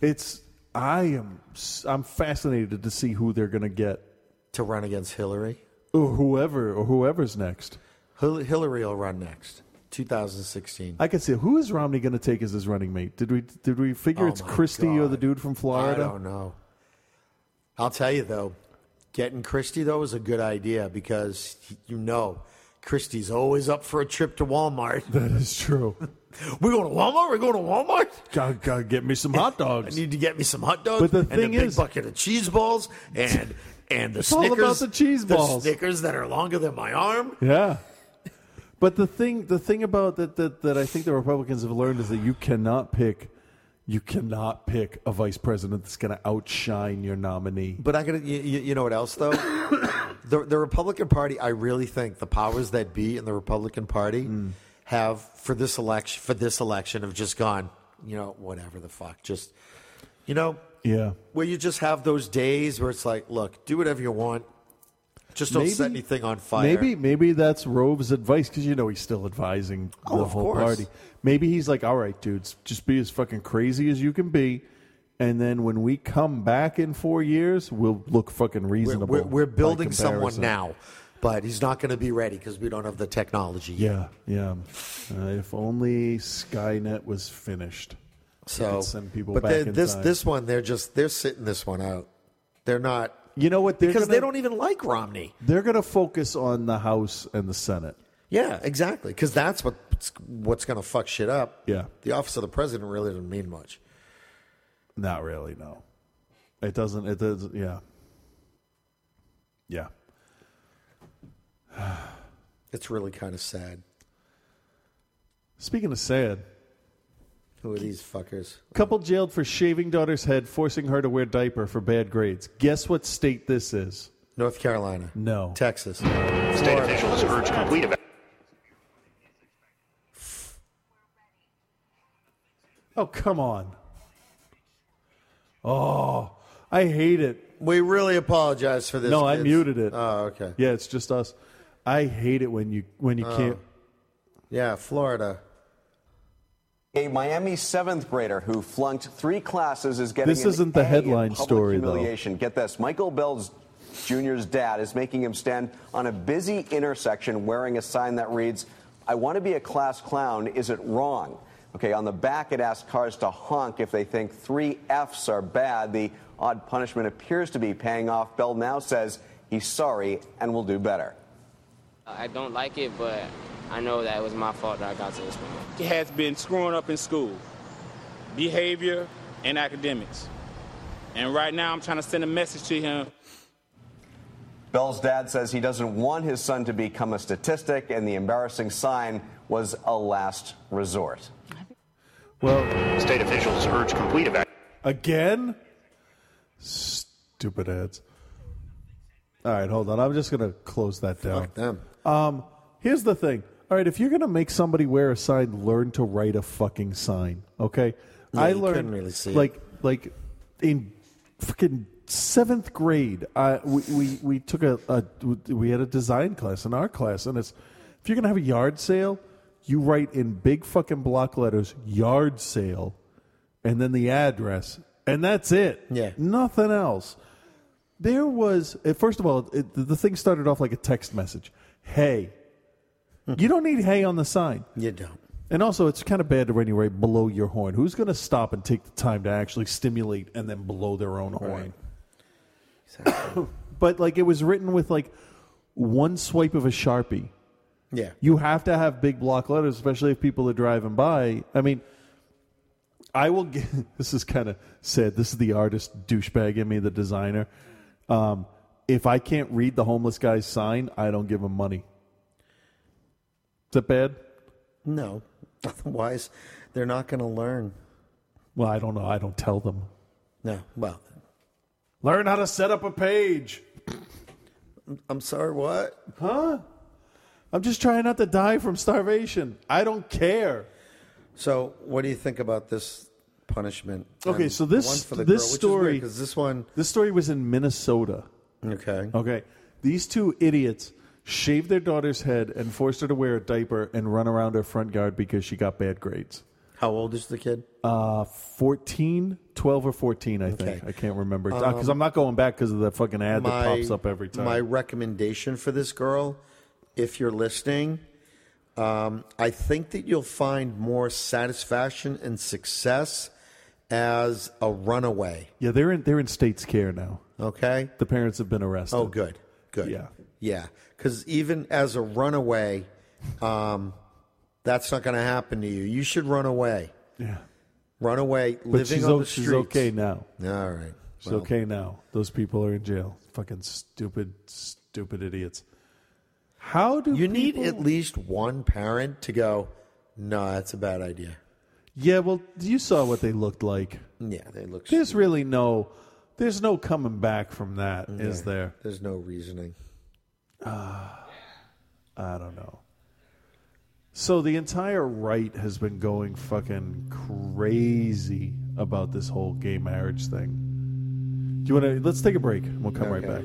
It's I am s- I'm fascinated to see who they're going to get
to run against Hillary.
or whoever or whoever's next.
Hil- Hillary will run next, 2016.
I can see who is Romney going to take as his running mate. Did we did we figure
Oh
it's
my
Christie or the dude from Florida?
I don't know. I'll tell you though, getting Christie though is a good idea because you know Christie's always up for a trip to Walmart.
That is true.
We're going to Walmart. We're going to Walmart.
Gotta, gotta get me some hot dogs.
I need to get me some hot dogs
But the
and
thing
a big
is-
bucket of cheese balls and and the
It's all
Snickers.
about the cheese balls.
Snickers that are longer than my arm.
Yeah. But the thing the thing about that, that that I think the Republicans have learned is that you cannot pick you cannot pick a vice president that's going to outshine your nominee.
But I could, you, you you know what else though? the the Republican Party. I really think the powers that be in the Republican Party
Hmm.
have for this election for this election have just gone. You know, whatever the fuck, just you know,
Yeah.
where you just have those days where it's like, look, do whatever you want, just don't set
Maybe-
anything on fire.
Maybe maybe that's Rove's advice because you know he's still advising
Oh,
the
of
whole
course.
party. Maybe he's like, all right, dudes, just be as fucking crazy as you can be, and then when we come back in four years, we'll look fucking reasonable.
We're, we're
by
building someone
comparison.
now, but he's not going to be ready because we don't have the technology. yet.
Yeah, yeah. Uh, if only Skynet was finished. They
So
could send people
but
back
they're-
in
this
time.
this one, they're just they're sitting this one out. They're not.
You know what? They're
Because
gonna-
they don't even like Romney.
e-, They're going to focus on the House and the Senate.
Yeah, exactly. Because that's what what's going to fuck shit up.
Yeah.
The office of the president really doesn't mean much.
Not really. No, it doesn't. It does. Yeah, yeah.
It's really kind of sad.
Speaking of sad,
Who are these fuckers?
couple jailed for shaving daughter's head, forcing her to wear diaper for bad grades. Guess what state this is?
North Carolina.
No.
Texas.
State officials urge complete. Oh come on. Oh, I hate it.
We really apologize for this.
No, I
kids.
muted it.
Oh, okay.
Yeah, it's just us. I hate it when you when you
Oh.
can't.
Yeah, Florida.
A Miami seventh grader who flunked three classes is getting
This
an
isn't the
A in
headline
public
story, though.
humiliation. Get this: Michael Bell's Jr.'s dad is making him stand on a busy intersection wearing a sign that reads, "I want to be a class clown. Is it wrong?" Okay, on the back it asks cars to honk if they think three Fs are bad. The odd punishment appears to be paying off. Bell now says he's sorry and will do better.
I don't like it, but I know that it was my fault that I got to this point.
He has been screwing up in school, behavior, and academics. And right now, I'm trying to send a message to him.
Bell's dad says he doesn't want his son to become a statistic, and the embarrassing sign was a last resort.
Well,
state officials urge complete evacuation.
Again? Stupid ads. All right, hold on. I'm just going to close that down.
Fuck them.
Um, here's the thing. All right, if you're going to make somebody wear a sign, learn to write a fucking sign, okay?
Yeah,
I
you couldn't
learned
really see it.
like like in fucking 7th grade, I we we, we took a, a we had a design class in our class and it's if you're going to have a yard sale, you write in big fucking block letters yard sale and then the address, and that's it. Yeah, nothing else. There was eh, first of all, it, the- the thing started off like a text message. Hey, you don't need hey on the sign.
You don't.
And also, it's kind of bad to when you write blow your horn. Who's going to stop and take the time to actually stimulate and then blow their own horn? but like it was written with like one swipe of a sharpie.
Yeah.
You have to have big block letters, especially if people are driving by. I mean, I will. Get, this is kind of sad. This is the artist douchebag in me, the designer. Um, if I can't read the homeless guy's sign, I don't give him money. Is that bad?
No. Otherwise, they're not going to learn.
Well, I don't know. I don't tell them.
No. Well,
learn how to set up a page.
I'm sorry. What?
Huh? I'm just trying not to die from starvation. I don't care.
So, what do you think about this punishment?
Okay,
And
so
the
this
one for the
this
girl,
story
because this one
this story was in Minnesota.
Okay.
Okay. These two idiots shaved their daughter's head and forced her to wear a diaper and run around her front yard because she got bad grades.
How old is the kid?
Uh, 14, 12 or 14, I think. I can't remember. Because
Um,
I'm not going back because of that fucking ad that pops up every time.
My recommendation for this girl, if you're listening, um, I think that you'll find more satisfaction and success as a runaway.
yeah, they're in, they're in state's care now.
Okay.
The parents have been arrested.
Oh, good, good.
Yeah.
yeah. Because even as a runaway, um, That's not going to happen to you. You should run away.
Yeah.
Run away,
But
living
she's,
on
o-
the
she's
streets.
okay now.
All right.
She's
Well.
okay now. Those people are in jail. Fucking stupid, stupid idiots. How do
you need
people-
at least one parent to go? No, that's a bad idea.
Yeah, well, you saw what they looked like.
Yeah, they look.
There's really no, there's no coming back from that, is there?
There's no reasoning.
I don't know. So the entire right has been going fucking crazy about this whole gay marriage thing. Do you want to? Let's take a break. and We'll come right back.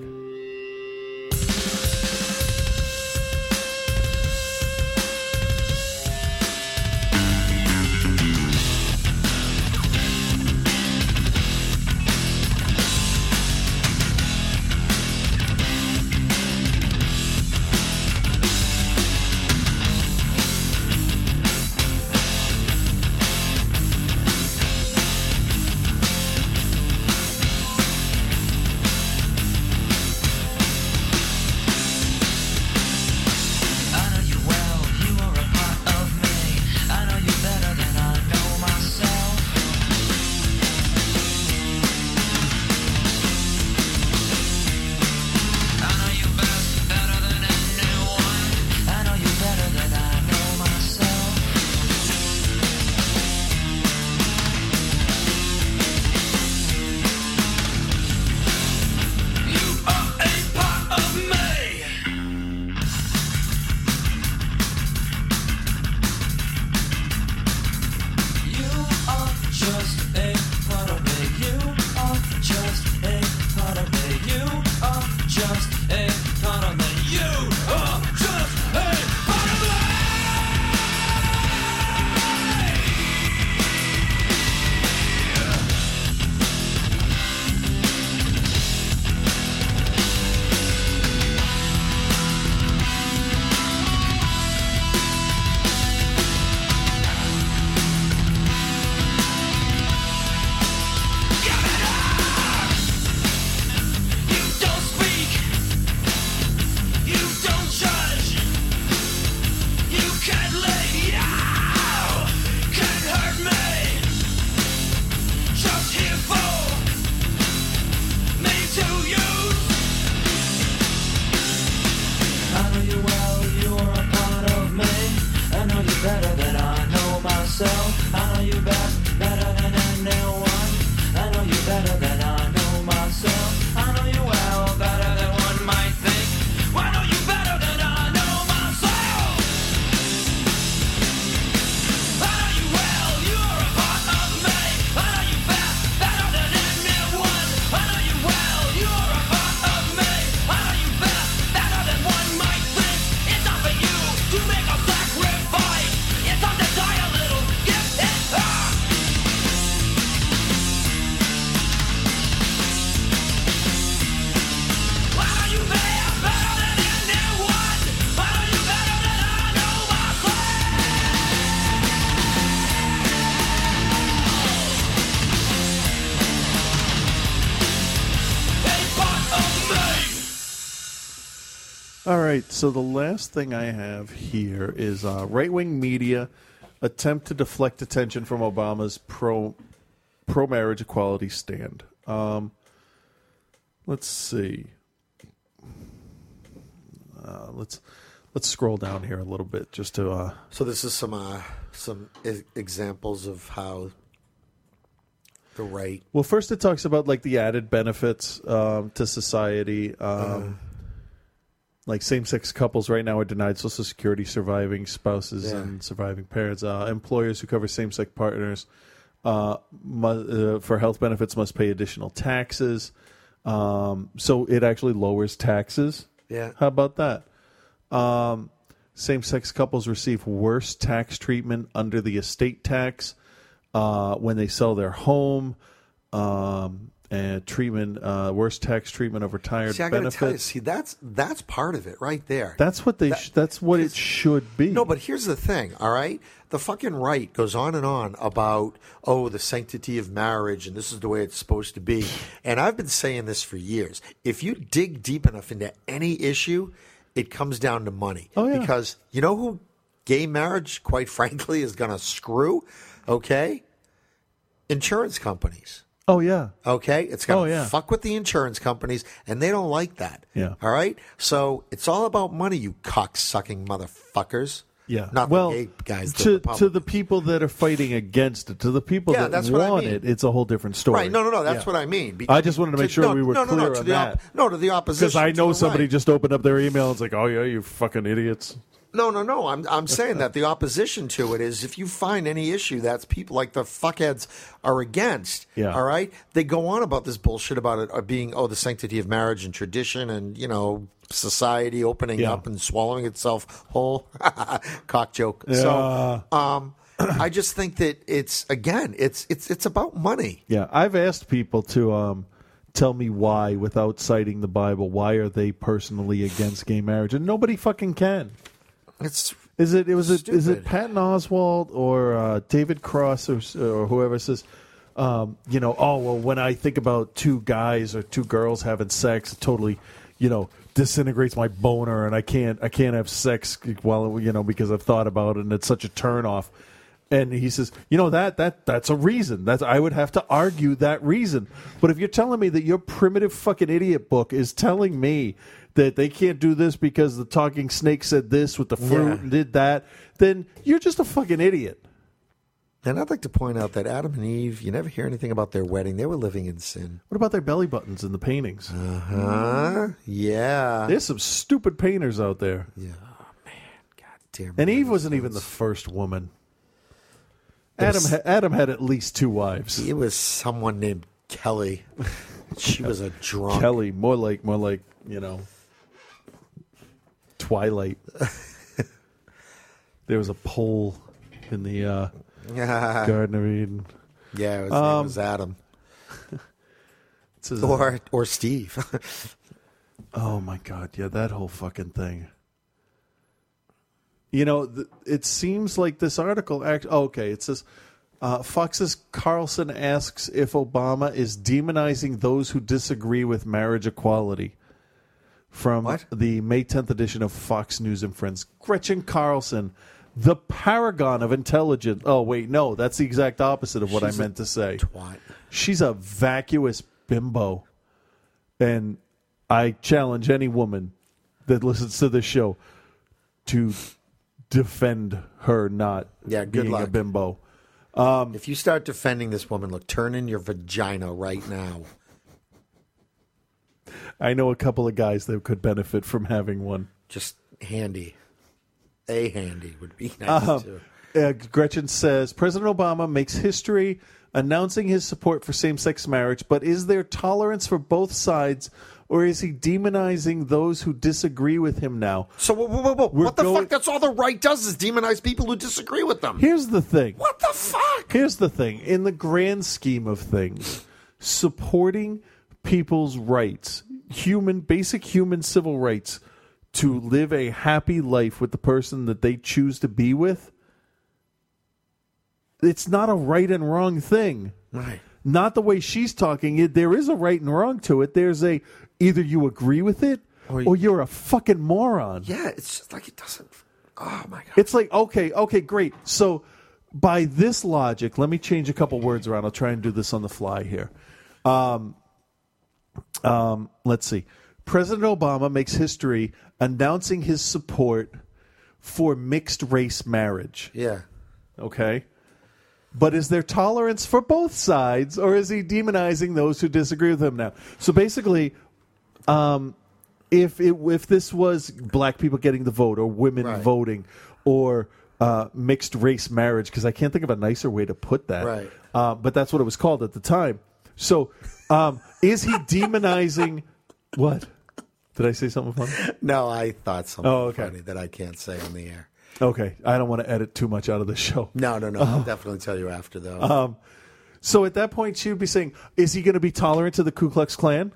Myself, I know you best, better than anyone. I know you better than I know myself. I know you well, better than one might think. Why know you better than I know myself? I know you well, you are a part of me. I know you best, better than anyone. I know you well, you are a part of me. I know you best, better than one might think. It's up to you to make a sacrifice. It's time to die a little, give it up.
All right. So the last thing I have here is uh, right-wing media attempt to deflect attention from Obama's pro pro marriage equality stand. Um, let's see. Uh, let's let's scroll down here a little bit just to. Uh,
So this is some uh, some e- examples of how the right
Well, first it talks about like the added benefits um, to society. Um, Like same-sex couples right now are denied Social Security, surviving spouses
Yeah.
and surviving parents. Uh, employers who cover same-sex partners uh, mu- uh, for health benefits must pay additional taxes. Um, so it actually lowers taxes.
Yeah.
How about that? Um, Same sex couples receive worse tax treatment under the estate tax uh, when they sell their home. Um, and treatment, uh, worse tax treatment of retired
see, I gotta tell you,
benefits.
see, that's that's part of it right there.
That's what they. sh- that's what it should be.
No, but here's the thing, all right? The fucking right goes on and on about, oh, the sanctity of marriage and this is the way it's supposed to be. And I've been saying this for years. If you dig deep enough into any issue, it comes down to money. Oh, yeah. Because you know who Gay marriage, quite frankly, is going to screw, okay? Insurance companies,
Oh yeah.
okay? It's going to
Oh, yeah.
fuck with the insurance companies, and they don't like that.
Yeah.
All right? So it's all about money, you cocksucking motherfuckers.
Yeah.
Not
well,
the gay guys. the
to,
Republicans.
to the people that are fighting against it, to the people
Yeah,
that
that's what I
want
mean.
it, it's a whole different story.
Right. No, no, no. That's
Yeah.
what I mean.
I just wanted to make sure
no,
we were
no, no,
clear
no, to
on
the
that.
no, to the opposition.
Because I know
to the
somebody
right.
just opened up their email and it's like, oh, yeah, you fucking idiots.
No, no, no. I'm I'm saying that the opposition to it is if you find any issue that's people like the fuckheads are against.
Yeah.
All right. They go on about this bullshit about it uh, being oh the sanctity of marriage and tradition and you know society opening
Yeah.
up and swallowing itself whole. Cock joke. So, um, I just think that it's again it's it's it's about money.
Yeah. I've asked people to um, tell me why, without citing the Bible, why are they personally against gay marriage? And nobody fucking can.
It's.
Is it? It was. It, is
stupid.
it Patton Oswald or uh, David Cross or, s- or whoever says, um, you know, oh well, when I think about two guys or two girls having sex, it totally, you know, disintegrates my boner, and I can't, I can't have sex while you know because I've thought about it, and it's such a turn off. And he says, you know that that that's a reason. That's I would have to argue that reason. But if you're telling me that your primitive fucking idiot book is telling me that they can't do this because the talking snake said this with the fruit
Yeah.
and did that, then you're just a fucking idiot.
And I'd like to point out that Adam and Eve, you never hear anything about their wedding. They were living in sin.
What about their belly buttons in the paintings?
Uh-huh. Yeah.
There's some stupid painters out there. Yeah.
Damn
And Eve wasn't even the first woman. Adam
There's-
ha- Adam had at least two wives.
It was someone named Kelly. She was a drunk.
Kelly, more like more like, you know, Twilight. there was a pole in the uh,
Yeah.
Garden of Eden.
Yeah, his name
Um,
was Adam.
It's his-
Or or Steve.
Oh my god, yeah, that whole fucking thing. You know, th- it seems like this article. Act- oh, okay, it says uh, Fox's Carlson asks if Obama is demonizing those who disagree with marriage equality. From the May 10th edition of Fox News and Friends, Gretchen Carlson, the paragon of intelligence. Oh wait, no, that's the exact opposite of what
She's
I
a
meant to say. She's a vacuous bimbo. And I challenge any woman that listens to this show to defend her not
Yeah, good
being a
luck.
bimbo.
if you start defending this woman, look, turn in your vagina right now.
I know a couple of guys that could benefit from having one.
Just handy. A handy would be nice
Um,
too.
uh, Gretchen says President Obama makes history announcing his support for same sex marriage, but is there tolerance for both sides, or is he demonizing those who disagree with him now?
So, whoa, whoa, whoa, whoa.
We're
what the
going-
fuck? That's all the right does is demonize people who disagree with them.
Here's the thing.
What the fuck?
Here's the thing. In the grand scheme of things, supporting people's rights, human basic human civil rights to live a happy life with the person that they choose to be with, it's not a right and wrong thing.
Right.
Not the way she's talking it. There is a right and wrong to it. There's a either you agree with it or, you're a fucking moron.
Yeah, it's just like it doesn't. Oh my god.
It's like, okay, okay, great. So by this logic, let me change a couple words around. I'll try and do this on the fly here. Um, um, let's see. President Obama makes history announcing his support for mixed race marriage.
Yeah.
Okay. But is there tolerance for both sides, or is he demonizing those who disagree with him now? So basically, um, if it, if this was black people getting the vote, or women voting, or uh, mixed race marriage, because I can't think of a nicer way to put that.
Right.
Uh, but that's what it was called at the time. So, um, is he demonizing what? Did I say something funny?
No, I thought something
Oh, okay.
funny that I can't say on the air.
Okay, I don't want to edit too much out of the show.
No, no, no.
Oh.
I'll definitely tell you after though.
Um, so at that point, she would be saying, "Is he going to be tolerant to the Ku Klux Klan?"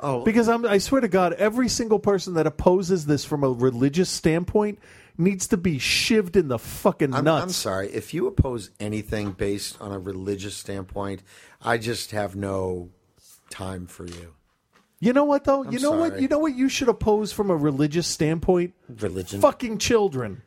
Oh,
because I'm, I swear to God, every single person that opposes this from a religious standpoint needs to be shivved in the fucking
I'm, I'm
nuts.
sorry. If you oppose anything based on a religious standpoint, I just have no time for you.
you know what though?
I'm
you know what?
sorry.
You know what? You should oppose from a religious standpoint.
Religion.
Fucking children.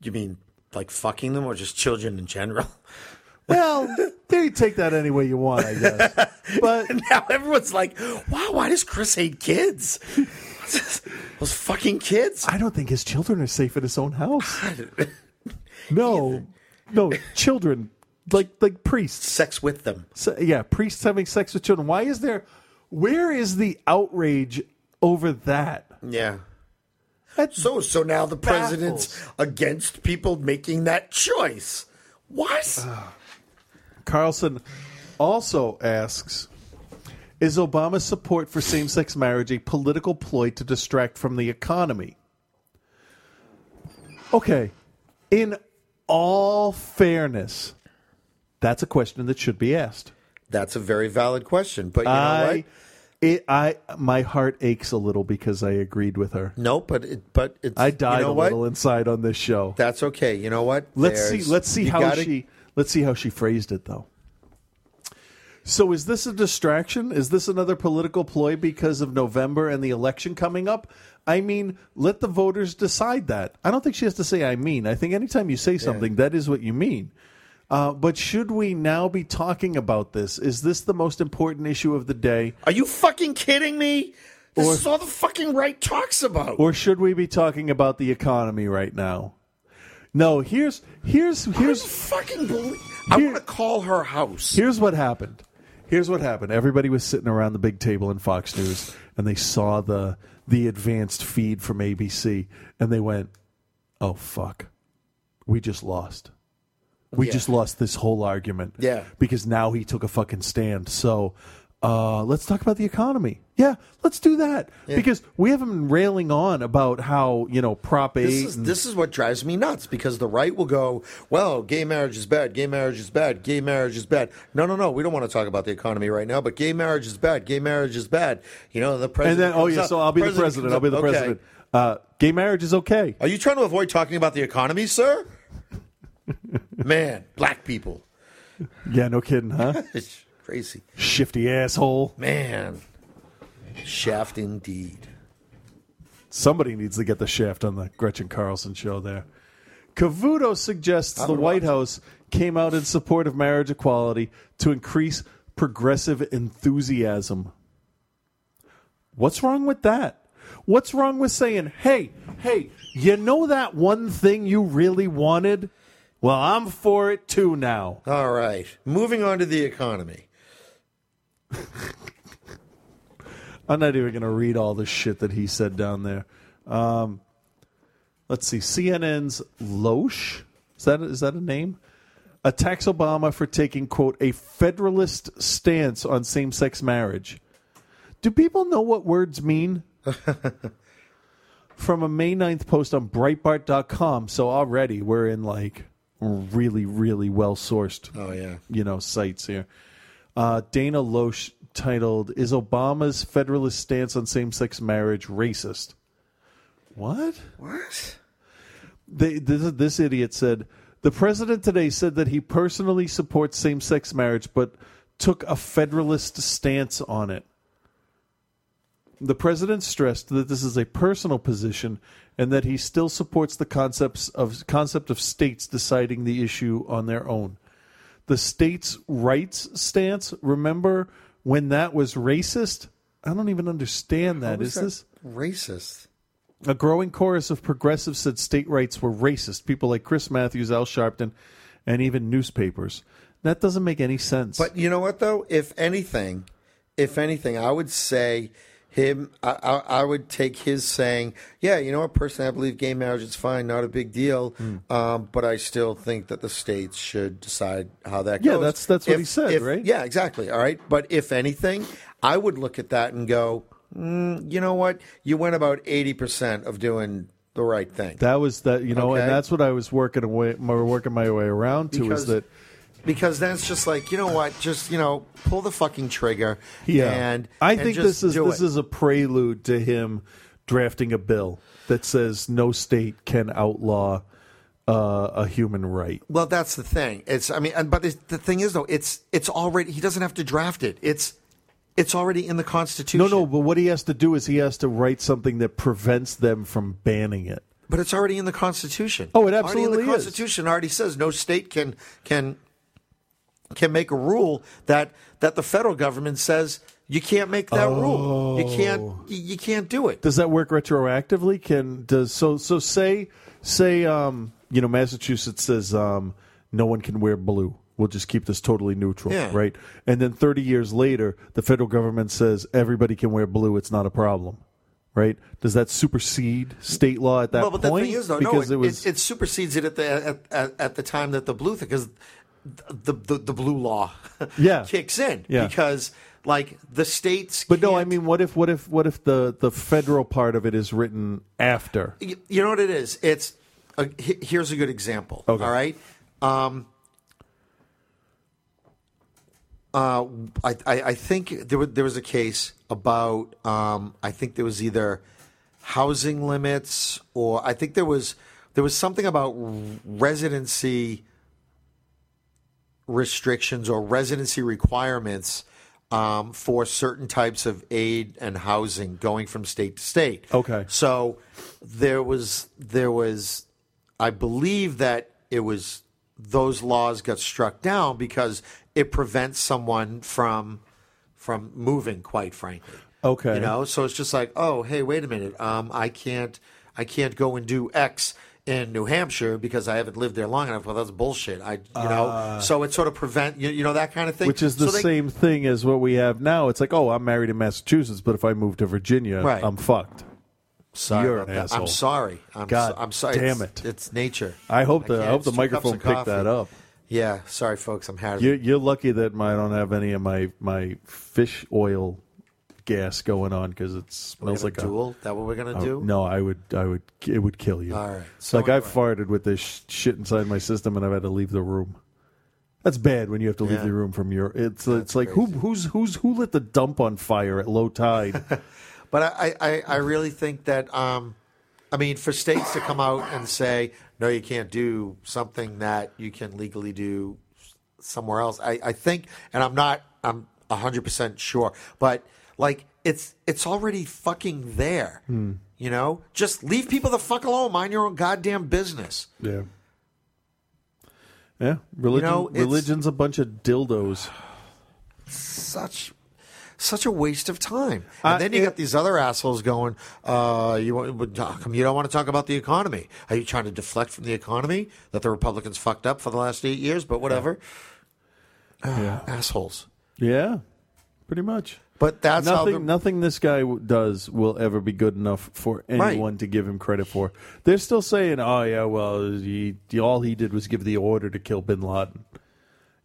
You mean like fucking them or just children in general?
Well, they take that any way you want, I guess. But
now everyone's like, wow, why does Chris hate kids? Those fucking kids.
I don't think his children are safe in his own house. no, no, children like like priests,
sex with them.
So, yeah, priests having sex with children. Why is there? Where is the outrage over that?
Yeah. so so now the president's against people making that choice. What?
Carlson also asks Is Obama's support for same sex marriage a political ploy to distract from the economy? Okay. In all fairness, that's a question that should be asked.
That's a very valid question, but you know
I,
what?
It, I, my heart aches a little because I agreed with her.
No, but it, but it's,
I died
you know
a
what?
little inside on this show.
That's okay. You know what?
Let's see.
There's-
Let's see
you
how
gotta-
she. Let's see how she phrased it, though. So, is this a distraction? Is this another political ploy because of November and the election coming up? I mean, let the voters decide that. I don't think she has to say "I mean." I think anytime you say something, that is what you mean. Uh, but should we now be talking about this? Is this the most important issue of the day,
Are you fucking kidding me? This
Or-
is all the fucking right talks about.
or should we be talking about the economy right now? No. Here's here's here's
fucking believe. I want to call her house.
Here's what happened. Here's what happened. Everybody was sitting around the big table in Fox News, and they saw the the advanced feed from ABC, and they went, "Oh fuck, we just lost. We
Yeah.
just lost this whole argument.
Yeah.
because now he took a fucking stand. So." Uh, let's talk about the economy. Yeah, let's do that because we haven't been railing on about how you know Prop Eight.
This is
and-
this is what drives me nuts because the right will go, well, gay marriage is bad, gay marriage is bad, gay marriage is bad. No, no, no, we don't want to talk about the economy right now, but gay marriage is bad, gay marriage is bad. You know, the
and
president.
then oh
comes
yeah,
up-
so I'll be the
comes
president. I'll be the
up,
president.
Okay.
Uh, gay marriage is okay.
Are you trying to avoid talking about the economy, sir? Man, black people,
Yeah, no kidding, huh?
it's crazy.
Shifty asshole.
Man, shaft indeed.
Somebody needs to get the shaft on the Gretchen Carlson show there. Cavuto suggests the White House came out in support of marriage equality to increase progressive enthusiasm. What's wrong with that? What's wrong with saying, hey, hey, you know that one thing you really wanted? Well, I'm for it too now.
All right, moving on to the economy.
I'm not even going to read all the shit that he said down there. Um, let's see. CNN's Loesch is that is that a name? Attacks Obama for taking quote a federalist stance on same sex marriage. Do people know what words mean? From a May 9th post on Breitbart.com. So already we're in like really, really well sourced.
Oh yeah.
You know sites here. Uh, Dana Loesch titled "Is Obama's Federalist Stance on Same-Sex Marriage Racist?" What?
What?
They, this, this idiot said the president today said that he personally supports same-sex marriage, but took a federalist stance on it. The president stressed that this is a personal position and that he still supports the concepts of concept of states deciding the issue on their own. The states' rights stance, remember when that was racist? I don't even understand that.
How
Is
that
this
racist?
a growing chorus of progressives said state rights were racist. People like Chris Matthews, Al Sharpton, and even newspapers. That doesn't make any sense.
But you know what though? If anything, if anything, I would say him. I, I, I would take his saying, "Yeah, you know what? Personally, I believe gay marriage is fine, not a big deal.
Hmm.
Um, but I still think that the states should decide how that
Yeah,
goes."
that's- that's what he said,
if-
right?
Yeah, exactly. All right. But if anything, I would look at that and go, mm, "You know what? You went about eighty percent of doing the right thing."
that was that, you know,
Okay.
and that's what I was working away, my- working my way around to is that
because then it's just like you know what just you know pull the fucking trigger
Yeah,
and
I
and
think
just
this is
do
this
it.
is a prelude to him drafting a bill that says no state can outlaw uh, a human right.
well that's the thing it's i mean and, but it's- the thing is though it's it's already he doesn't have to draft it it's it's already in the constitution
Oh, No, no, but what he has to do is he has to write something that prevents them from banning it.
But it's already in the Constitution.
Oh, it
already
absolutely
in
is.
the Constitution already says no state can can can make a rule that that the federal government says you can't make that rule. You
Oh.
can't you, you can't do it.
Does that work retroactively? Can does so so say say um you know Massachusetts says um no one can wear blue. We'll just keep this totally neutral,
Yeah.
right? And then 30 years later, the federal government says everybody can wear blue. It's not a problem, right? Does that supersede state law at that
well, but
point?
the thing is, though, no,
because
it,
it was
it, it supersedes it at the at, at, at the time that the blue thing because the, the the blue law
Yeah.
kicks in
Yeah.
because like the states
But no, I mean, what if what if what if the the federal part of it is written after?
Y- you know what it is it's a, he- here's a good example
Okay.
all right um uh, I, I, I think there was, there was a case about um, I think there was either housing limits or I think there was there was something about residency restrictions or residency requirements um, for certain types of aid and housing going from state to state.
Okay.
So there was there was I believe that it was those laws got struck down because it prevents someone from from moving quite frankly.
Okay.
You know, so it's just like, oh, hey, wait a minute. Um, I can't, I can't go and do X in New Hampshire because I haven't lived there long enough. Well, that's bullshit. I, you know,
Ah.
so it sort of prevent, you, you know, that kind of thing.
Which is the
So they-
same thing as what we have now. It's like, oh, I'm married in Massachusetts, but if I move to Virginia,
Right.
I'm fucked.
Sorry
You're
about
an
that.
asshole.
I'm sorry. I'm,
God
so- I'm sorry.
Damn
It's-
it.
It's nature.
I hope the I,
can't.
hope the
It's two cups
microphone
of
picked that
coffee.
up.
Yeah. Sorry, folks. I'm having.
You're, you're lucky that my, I don't have any of my my fish oil gas going on because it smells
gonna
like
duel?
a.
That what we're gonna
Oh,
do?
No, I would, I would, it would kill you.
All right.
like I've farted with this sh- shit inside my system, and I've had to leave the room. That's bad when you have to leave
Yeah.
the room from your. It's it's like who who's who's who lit the dump on fire at low tide?
But I, I, I- I really think that, um, I mean, for states to come out and say, no, you can't do something that you can legally do somewhere else, I, I think, and I'm not, I'm 100% sure, but like, it's, it's already fucking there.
Hmm.
You know, just leave people the fuck alone. Mind your own goddamn business.
yeah. Yeah, religion.
know, it's-
religion's a bunch of dildos.
Such, such a waste of time.
Uh,
And then you got these other assholes going, uh, you, want- but how come you don't want to talk about the economy? Are you trying to deflect from the economy that the Republicans fucked up for the last eight years? But whatever. Ah, Assholes.
Yeah, pretty much.
But that's how
nothing.
the-
nothing this guy w- does will ever be good enough for
Right.
anyone to give him credit for. They're still saying, "Oh yeah, well, he, all he did was give the order to kill Bin Laden."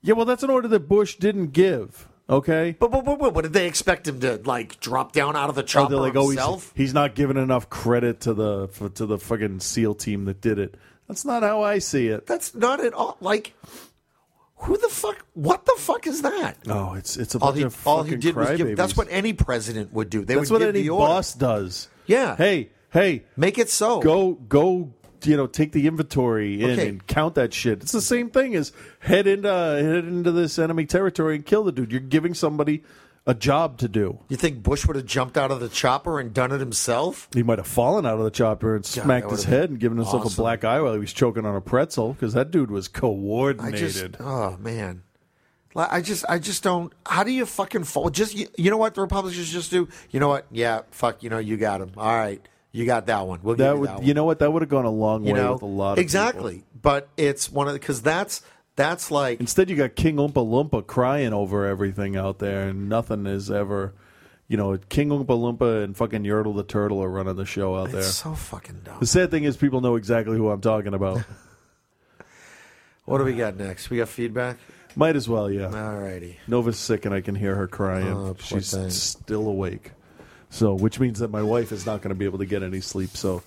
Yeah, well, that's an order that Bush didn't give. Okay,
But, but, but, but what did they expect him to like drop down out of the
Oh,
chopper
they're like, "Oh, he's,
himself?
he's not giving enough credit to the for, to the fucking SEAL team that did it." That's not how I see it.
That's not at all. Like, who the fuck? What the fuck is that?
No, Oh, it's it's a
all
bunch
he,
of fucking
all he did was give. That's
crybabies.
what any president would do. They
That's
would
what
give
any
the order.
boss does.
Yeah.
Hey, hey,
make it so.
Go, go. You know, take the inventory in
Okay.
and count that shit. It's the same thing as head into head into this enemy territory and kill the dude. You're giving somebody a job to do.
You think Bush would have jumped out of the chopper and done it himself?
He might have fallen out of the chopper and smacked his
would've been
head and given himself a
awesome.
black eye while he was choking on a pretzel because that dude was
I
coordinated.
just, oh man, Like, I just, I just don't. How do you fucking fall? Just you, you know what the Republicans just do? You know what? Yeah, fuck. You know you got him. All right, you got that one. We'll give
that
you
would,
that one.
you know what? That would have gone a long
you
way
know
with a lot of
exactly. But it's one of because that's that's like
Instead, you got King Oompa Loompa crying over everything out there, and nothing is ever, you know, King Oompa Loompa and fucking Yertle the Turtle are running the show out there.
It's so fucking dumb.
The sad thing is, people know exactly who I'm talking about.
What do we got next? We got feedback.
Might as well, yeah.
Alrighty.
Nova's sick, and I can hear her crying.
Oh, poor
She's
thing.
still awake, so which means that my wife is not going to be able to get any sleep. So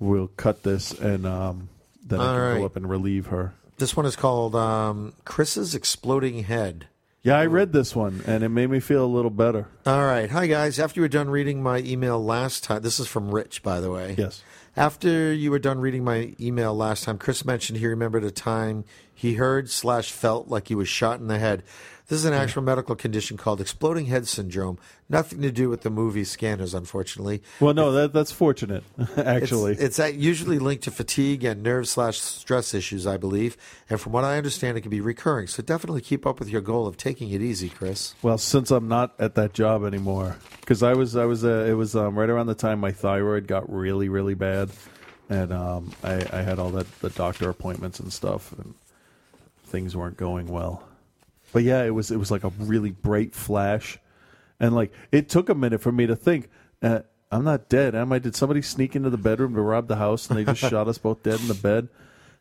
we'll cut this, and um, then I
All
can
right.
go up and relieve her.
This one is called um, Chris's exploding head.
Yeah, I read this one, and it made me feel a little better.
All right. Hi, guys. After you were done reading my email last time, this is from Rich, by the way.
Yes.
After you were done reading my email last time, Chris mentioned he remembered a time he heard slash felt like he was shot in the head. This is an actual medical condition called exploding head syndrome. Nothing to do with the movie Scanners, unfortunately.
Well, no, that, that's fortunate, actually.
It's, it's, uh, usually linked to fatigue and nerve slash stress issues, I believe. And from what I understand, it can be recurring. So definitely keep up with your goal of taking it easy, Chris.
Well, since I'm not at that job anymore, because I was, I was, uh, it was um, right around the time my thyroid got really, really bad, and um, I, I had all that the doctor appointments and stuff, and things weren't going well. But yeah, it was it was like a really bright flash, and like it took a minute for me to think. Uh, I'm not dead, am I? Did somebody sneak into the bedroom to rob the house and they just shot us both dead in the bed?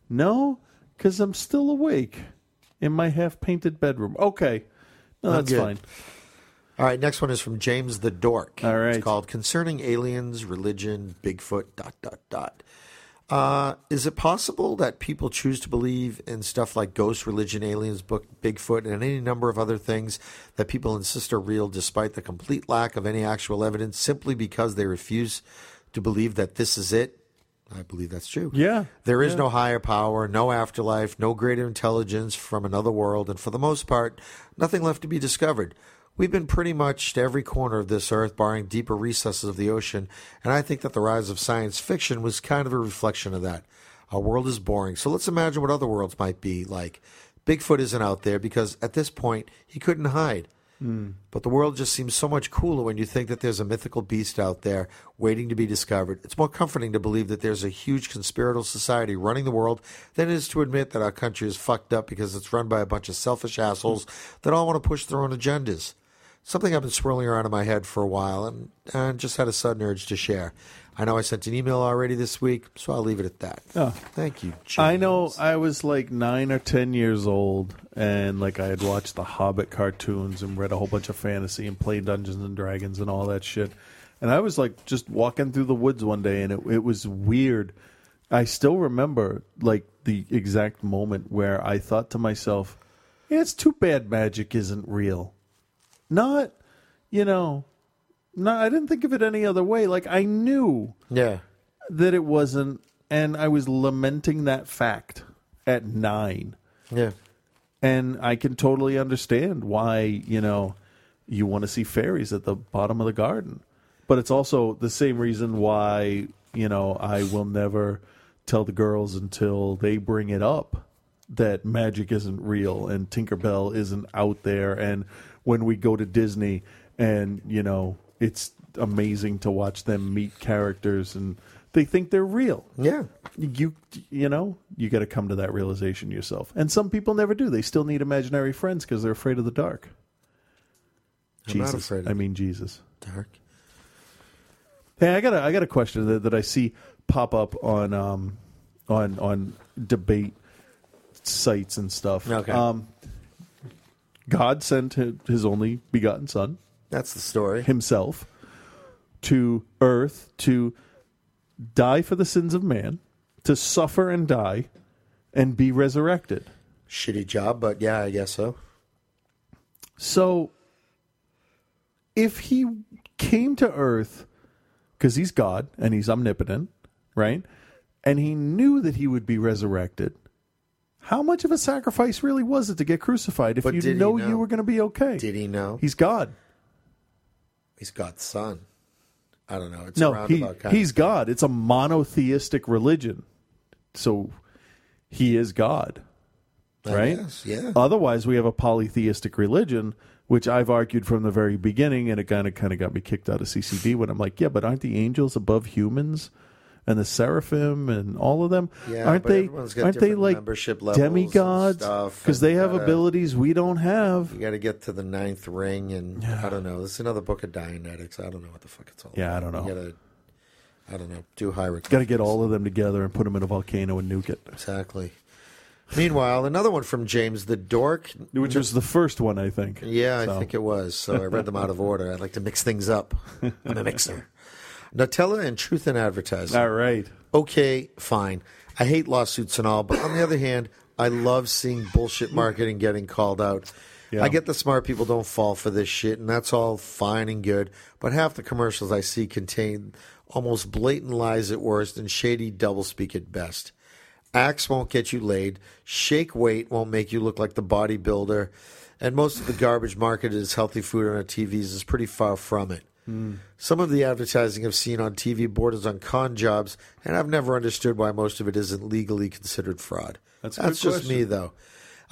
No, because I'm still awake in my half painted bedroom. Okay, no,
I'm
that's
good.
fine.
All right, next one is from James the Dork.
All right.
It's called Concerning Aliens, Religion, Bigfoot, dot, dot, dot. Uh, is it possible that people choose to believe in stuff like ghost religion, aliens, book, Bigfoot, and any number of other things that people insist are real despite the complete lack of any actual evidence simply because they refuse to believe that this is it? I believe that's true.
Yeah.
There is
yeah.
no higher power, no afterlife, no greater intelligence from another world, and for the most part, nothing left to be discovered. We've been pretty much to every corner of this earth, barring deeper recesses of the ocean, and I think that the rise of science fiction was kind of a reflection of that. Our world is boring, so let's imagine what other worlds might be like. Bigfoot isn't out there because at this point he couldn't hide. But the world just seems so much cooler when you think that there's a mythical beast out there waiting to be discovered. It's more comforting to believe that there's a huge conspiratorial society running the world than it is to admit that our country is fucked up because it's run by a bunch of selfish assholes that all want to push their own agendas. Something I've been swirling around in my head for a while and, and just had a sudden urge to share. I know I sent an email already this week, so I'll leave it at that.
Oh.
Thank you,
I know I was like nine or ten years old, and like I had watched the Hobbit cartoons and read a whole bunch of fantasy and played Dungeons and Dragons and all that shit. And I was like just walking through the woods one day, and it, it was weird. I still remember like the exact moment where I thought to myself, "Yeah, "It's too bad magic isn't real." Not, you know, not. I didn't think of it any other way. Like I knew
Yeah.
that it wasn't, and I was lamenting that fact at nine.
Yeah.
And I can totally understand why, you know, you want to see fairies at the bottom of the garden. But it's also the same reason why, you know, I will never tell the girls until they bring it up that magic isn't real and Tinkerbell isn't out there. And when we go to Disney and, you know, it's amazing to watch them meet characters and they think they're real.
Yeah.
You you know, you got to come to that realization yourself. And some people never do. They still need imaginary friends because they're afraid of the dark.
I'm not
Jesus.
afraid of
I mean Jesus.
Dark.
Hey, I got a I got a question that, that I see pop up on um on on debate sites and stuff.
Okay.
Um, God sent hi- his only begotten son.
That's the story.
Himself to earth to die for the sins of man, to suffer and die, and be resurrected.
Shitty job, but yeah, I guess so.
So, if he came to Earth, because he's God and he's omnipotent, right? And he knew that he would be resurrected. How much of a sacrifice really was it to get crucified if
But
you
did he
know,
know?
you were going to be okay?
Did he know?
He's God.
He's God's son. I don't know. It's a
no, he,
roundabout kind
he's
of
God. It's a monotheistic religion. So he is God.
I
Right?
guess, yeah.
Otherwise, we have a polytheistic religion, which I've argued from the very beginning, and it kind of kind of got me kicked out of CCD when I'm like, yeah, but aren't the angels above humans, and the seraphim, and all of them?
Yeah,
aren't
but
they?
everyone's got
aren't they
different
like
membership levels and
demigods?
stuff,
Because
and uh,
they have
gotta-
abilities we don't have.
You got to get to the ninth ring, and I don't know. This is another book of Dianetics. I don't know what the fuck it's all.
Yeah, I
about.
don't
You gotta, I don't know. Do hieroglyphs.
Got to get all of them together and put them in a volcano and nuke it.
Exactly. Meanwhile, another one from James the Dork,
Which was the first one, I think.
Yeah, I
So.
think it was. So I read them out of order. I like to mix things up. I'm a mixer. Nutella and Truth in Advertising.
All right.
Okay, fine. I hate lawsuits and all, but on the other hand, I love seeing bullshit marketing getting called out.
Yeah.
I get the smart people don't fall for this shit, and that's all fine and good. But half the commercials I see contain almost blatant lies at worst and shady doublespeak at best. Axe won't get you laid. Shake weight won't make you look like the bodybuilder. and most of the garbage marketed as healthy food on our TVs is pretty far from it.
Mm.
Some of the advertising I've seen on TV borders on con jobs, and I've never understood why most of it isn't legally considered fraud.
That's a
That's
good
just me,
question.
though.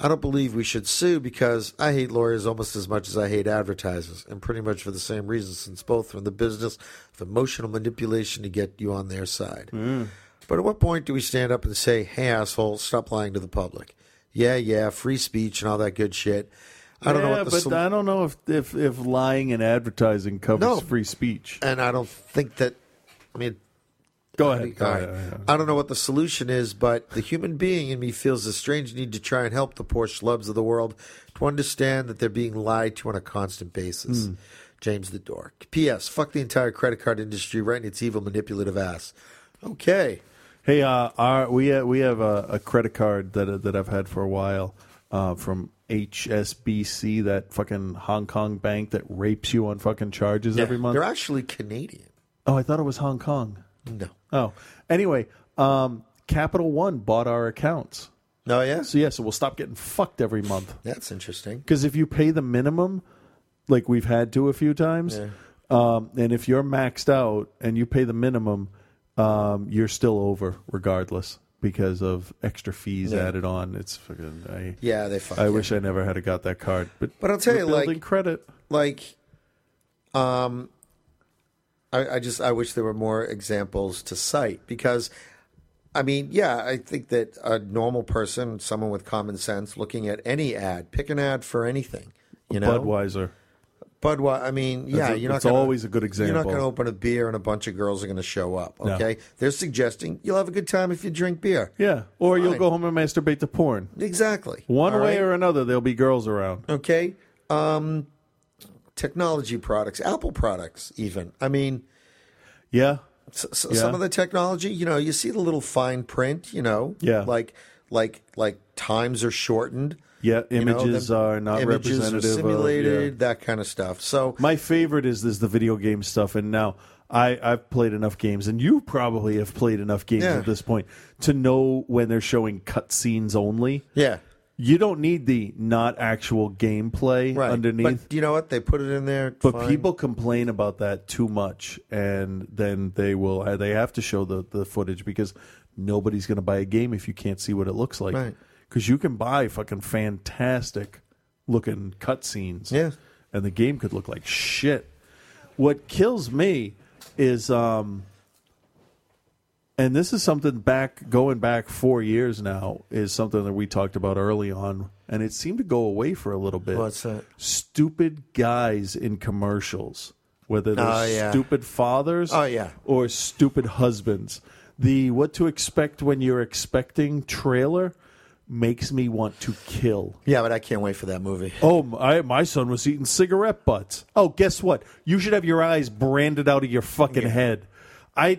I don't believe we should sue because I hate lawyers almost as much as I hate advertisers, and pretty much for the same reason, since both are in the business of emotional manipulation to get you on their side.
Mm.
But at what point do we stand up and say, hey, asshole, stop lying to the public? Yeah, yeah, free speech and all that good shit. I don't know
Yeah,
what the
but
sol-
I don't know if, if if lying and advertising covers
No.
free speech.
And I don't think that. I mean,
go
I,
ahead. Go ahead.
I don't know what the solution is, but the human being in me feels a strange need to try and help the poor schlubs of the world to understand that they're being lied to on a constant basis.
Hmm.
Mm.
James the Dork. P.S. Fuck the entire credit card industry right in its evil, manipulative ass. Okay.
Hey, uh, our, we uh, we have a, a credit card that uh, that I've had for a while uh, from HSBC, that fucking Hong Kong bank that rapes you on fucking charges every month.
They're actually Canadian.
Oh, I thought it was Hong Kong.
No.
Oh, anyway, um, Capital One bought our accounts.
Oh yeah.
So yeah, so we'll stop getting fucked every month.
That's interesting.
Because if you pay the minimum, like we've had to a few times,
Yeah.
um, and if you're maxed out and you pay the minimum, um, you're still over regardless because of extra fees
Yeah.
added on. It's fucking. I,
Yeah, they fuck
I
you.
wish I never had got that card, but
But I'll tell
we're
you,
building
like
credit,
like, um, I, I just I wish there were more examples to cite because, I mean, yeah, I think that a normal person, someone with common sense, looking at any ad, pick an ad for anything, you know,
Budweiser.
Budweiser. I mean, yeah,
That's a-
you're not.
that's
gonna,
always a good
You're not
example.
going to open a beer and a bunch of girls are going to show up.
No.
Okay, they're suggesting you'll have a good time if you drink beer.
Yeah, or you'll
Fine.
go home and masturbate to porn.
Exactly.
One
All
way
right.
or another, there'll be girls around.
Okay. Um, technology products, Apple products, even. I mean,
yeah. Yeah.
Some of the technology, you know, you see the little fine print, you know,
Yeah.
like like like times are shortened.
Yeah,
you know,
images
the
are not
images
representative
Are
of-
simulated,
yeah.
that kind of stuff. So
my favorite is this the video game stuff, and now I I've played enough games, and you probably have played enough games
Yeah.
at this point to know when they're showing cutscenes only.
Yeah.
You don't need the not actual gameplay
Right.
underneath.
But you know what? They put it in there.
But
fine.
people complain about that too much, and then they will uh, they have to show the the footage because nobody's going to buy a game if you can't see what it looks like.
Right.
Because you can buy fucking fantastic looking cutscenes,
Yeah.
and the game could look like shit. What kills me is, um, and this is something back going back four years now is something that we talked about early on, and it seemed to go away for a little bit.
What's that?
Stupid guys in commercials, whether they're
Oh, yeah.
stupid fathers,
Oh, yeah.
or stupid husbands. The what to expect when you're expecting trailer makes me want to kill.
Yeah, but I can't wait for that movie.
Oh, my, my son was eating cigarette butts. Oh, guess what? You should have your eyes branded out of your fucking head. I.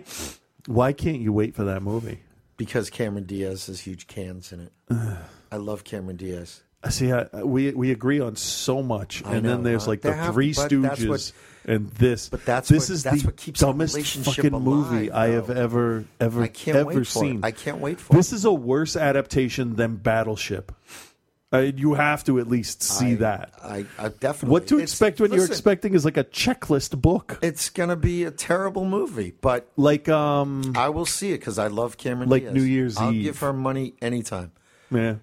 Why can't you wait for that movie?
Because Cameron Diaz has huge cans in it. I love Cameron Diaz.
I See, I, we we agree on so much,
I
and
know,
then there's
huh?
like
They
the
have-
Three
but that's
Stooges,
what-
and this. But
that's
this
what-
is
that's
the
what keeps a
dumbest
relationship
fucking
alive,
movie I have ever ever
I can't
ever
wait for it.
seen.
I can't wait for
This is a worse adaptation than Battleship. Uh, you have to at least see that.
I, I definitely.
What to
It's-
expect when you're
listen.
expecting is like a checklist book.
It's gonna be a terrible movie, but
like um,
I will see it because I love Cameron.
like
Diaz.
New Year's
I'll
Eve.
give her money anytime.
Yeah,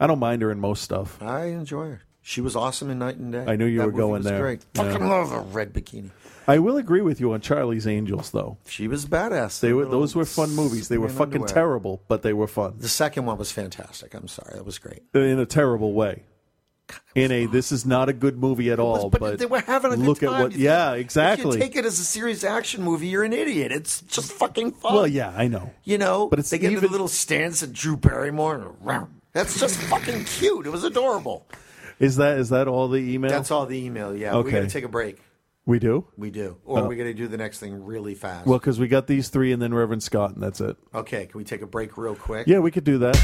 I don't mind her in most stuff.
I enjoy her. She was awesome in Night and Day.
I knew you
That
were
movie
going
was
there.
Great.
Yeah.
Fucking love a red bikini.
I will agree with you on Charlie's Angels, though.
She was badass.
They
The
were
little
those were fun movies. They were
skin
fucking
underwear.
terrible, but they were fun
The second one was fantastic. I'm sorry, that was great.
in a terrible way. In a this is not a good movie at all.
but,
but,
they were having a good
look
time.
at what.
If you-
yeah,
If
exactly.
you take it as a serious action movie, you're an idiot. It's just fucking fun.
well, yeah, I know.
You know,
But it's
they get into
even-
the little stance at Drew Barrymore. That's just fucking cute. It was adorable.
Is that is that all the email?
That's all the email. Yeah, we got to
Okay.
take a break.
we do.
We do, or
Oh.
we got to do the next thing really fast.
Well, because we got these three, and then Reverend Scott, and that's it.
okay, can we take a break real quick?
Yeah, we could do that.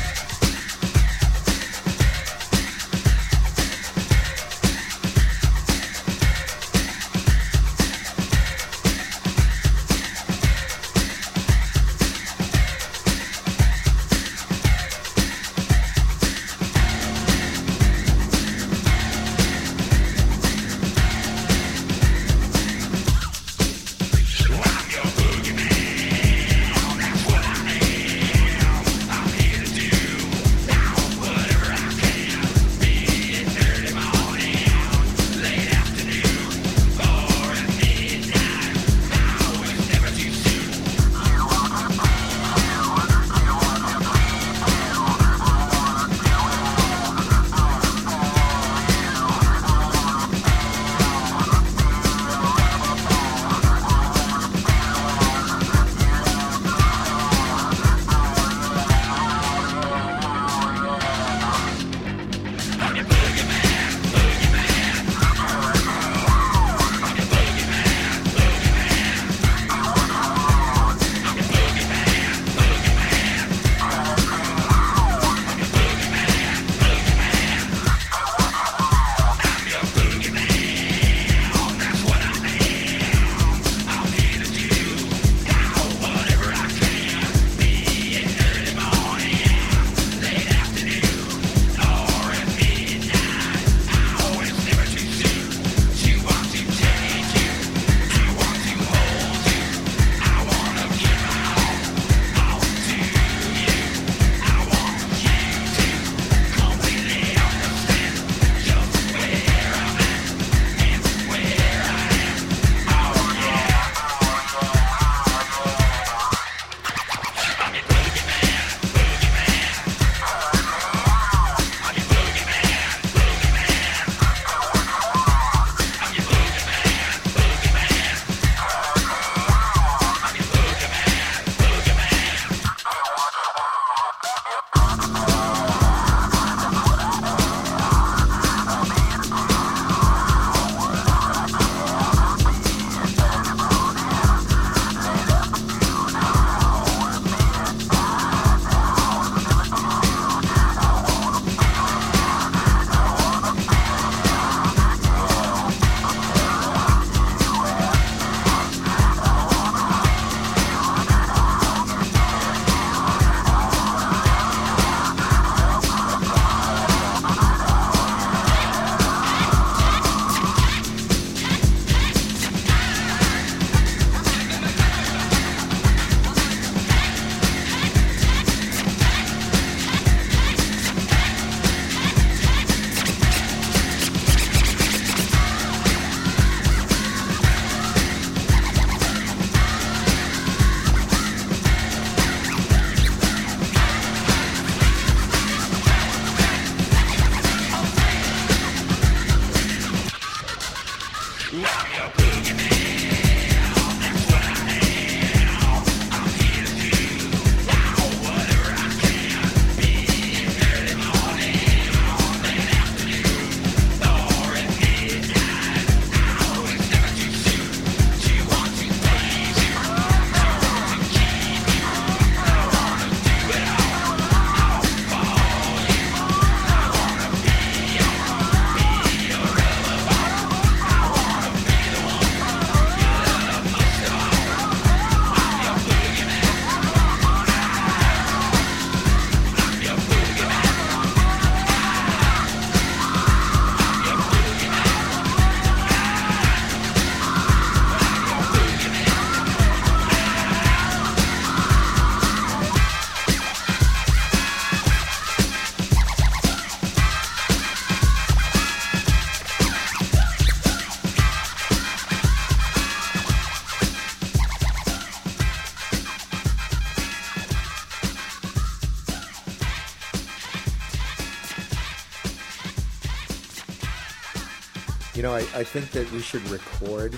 You know, I, I think that we should record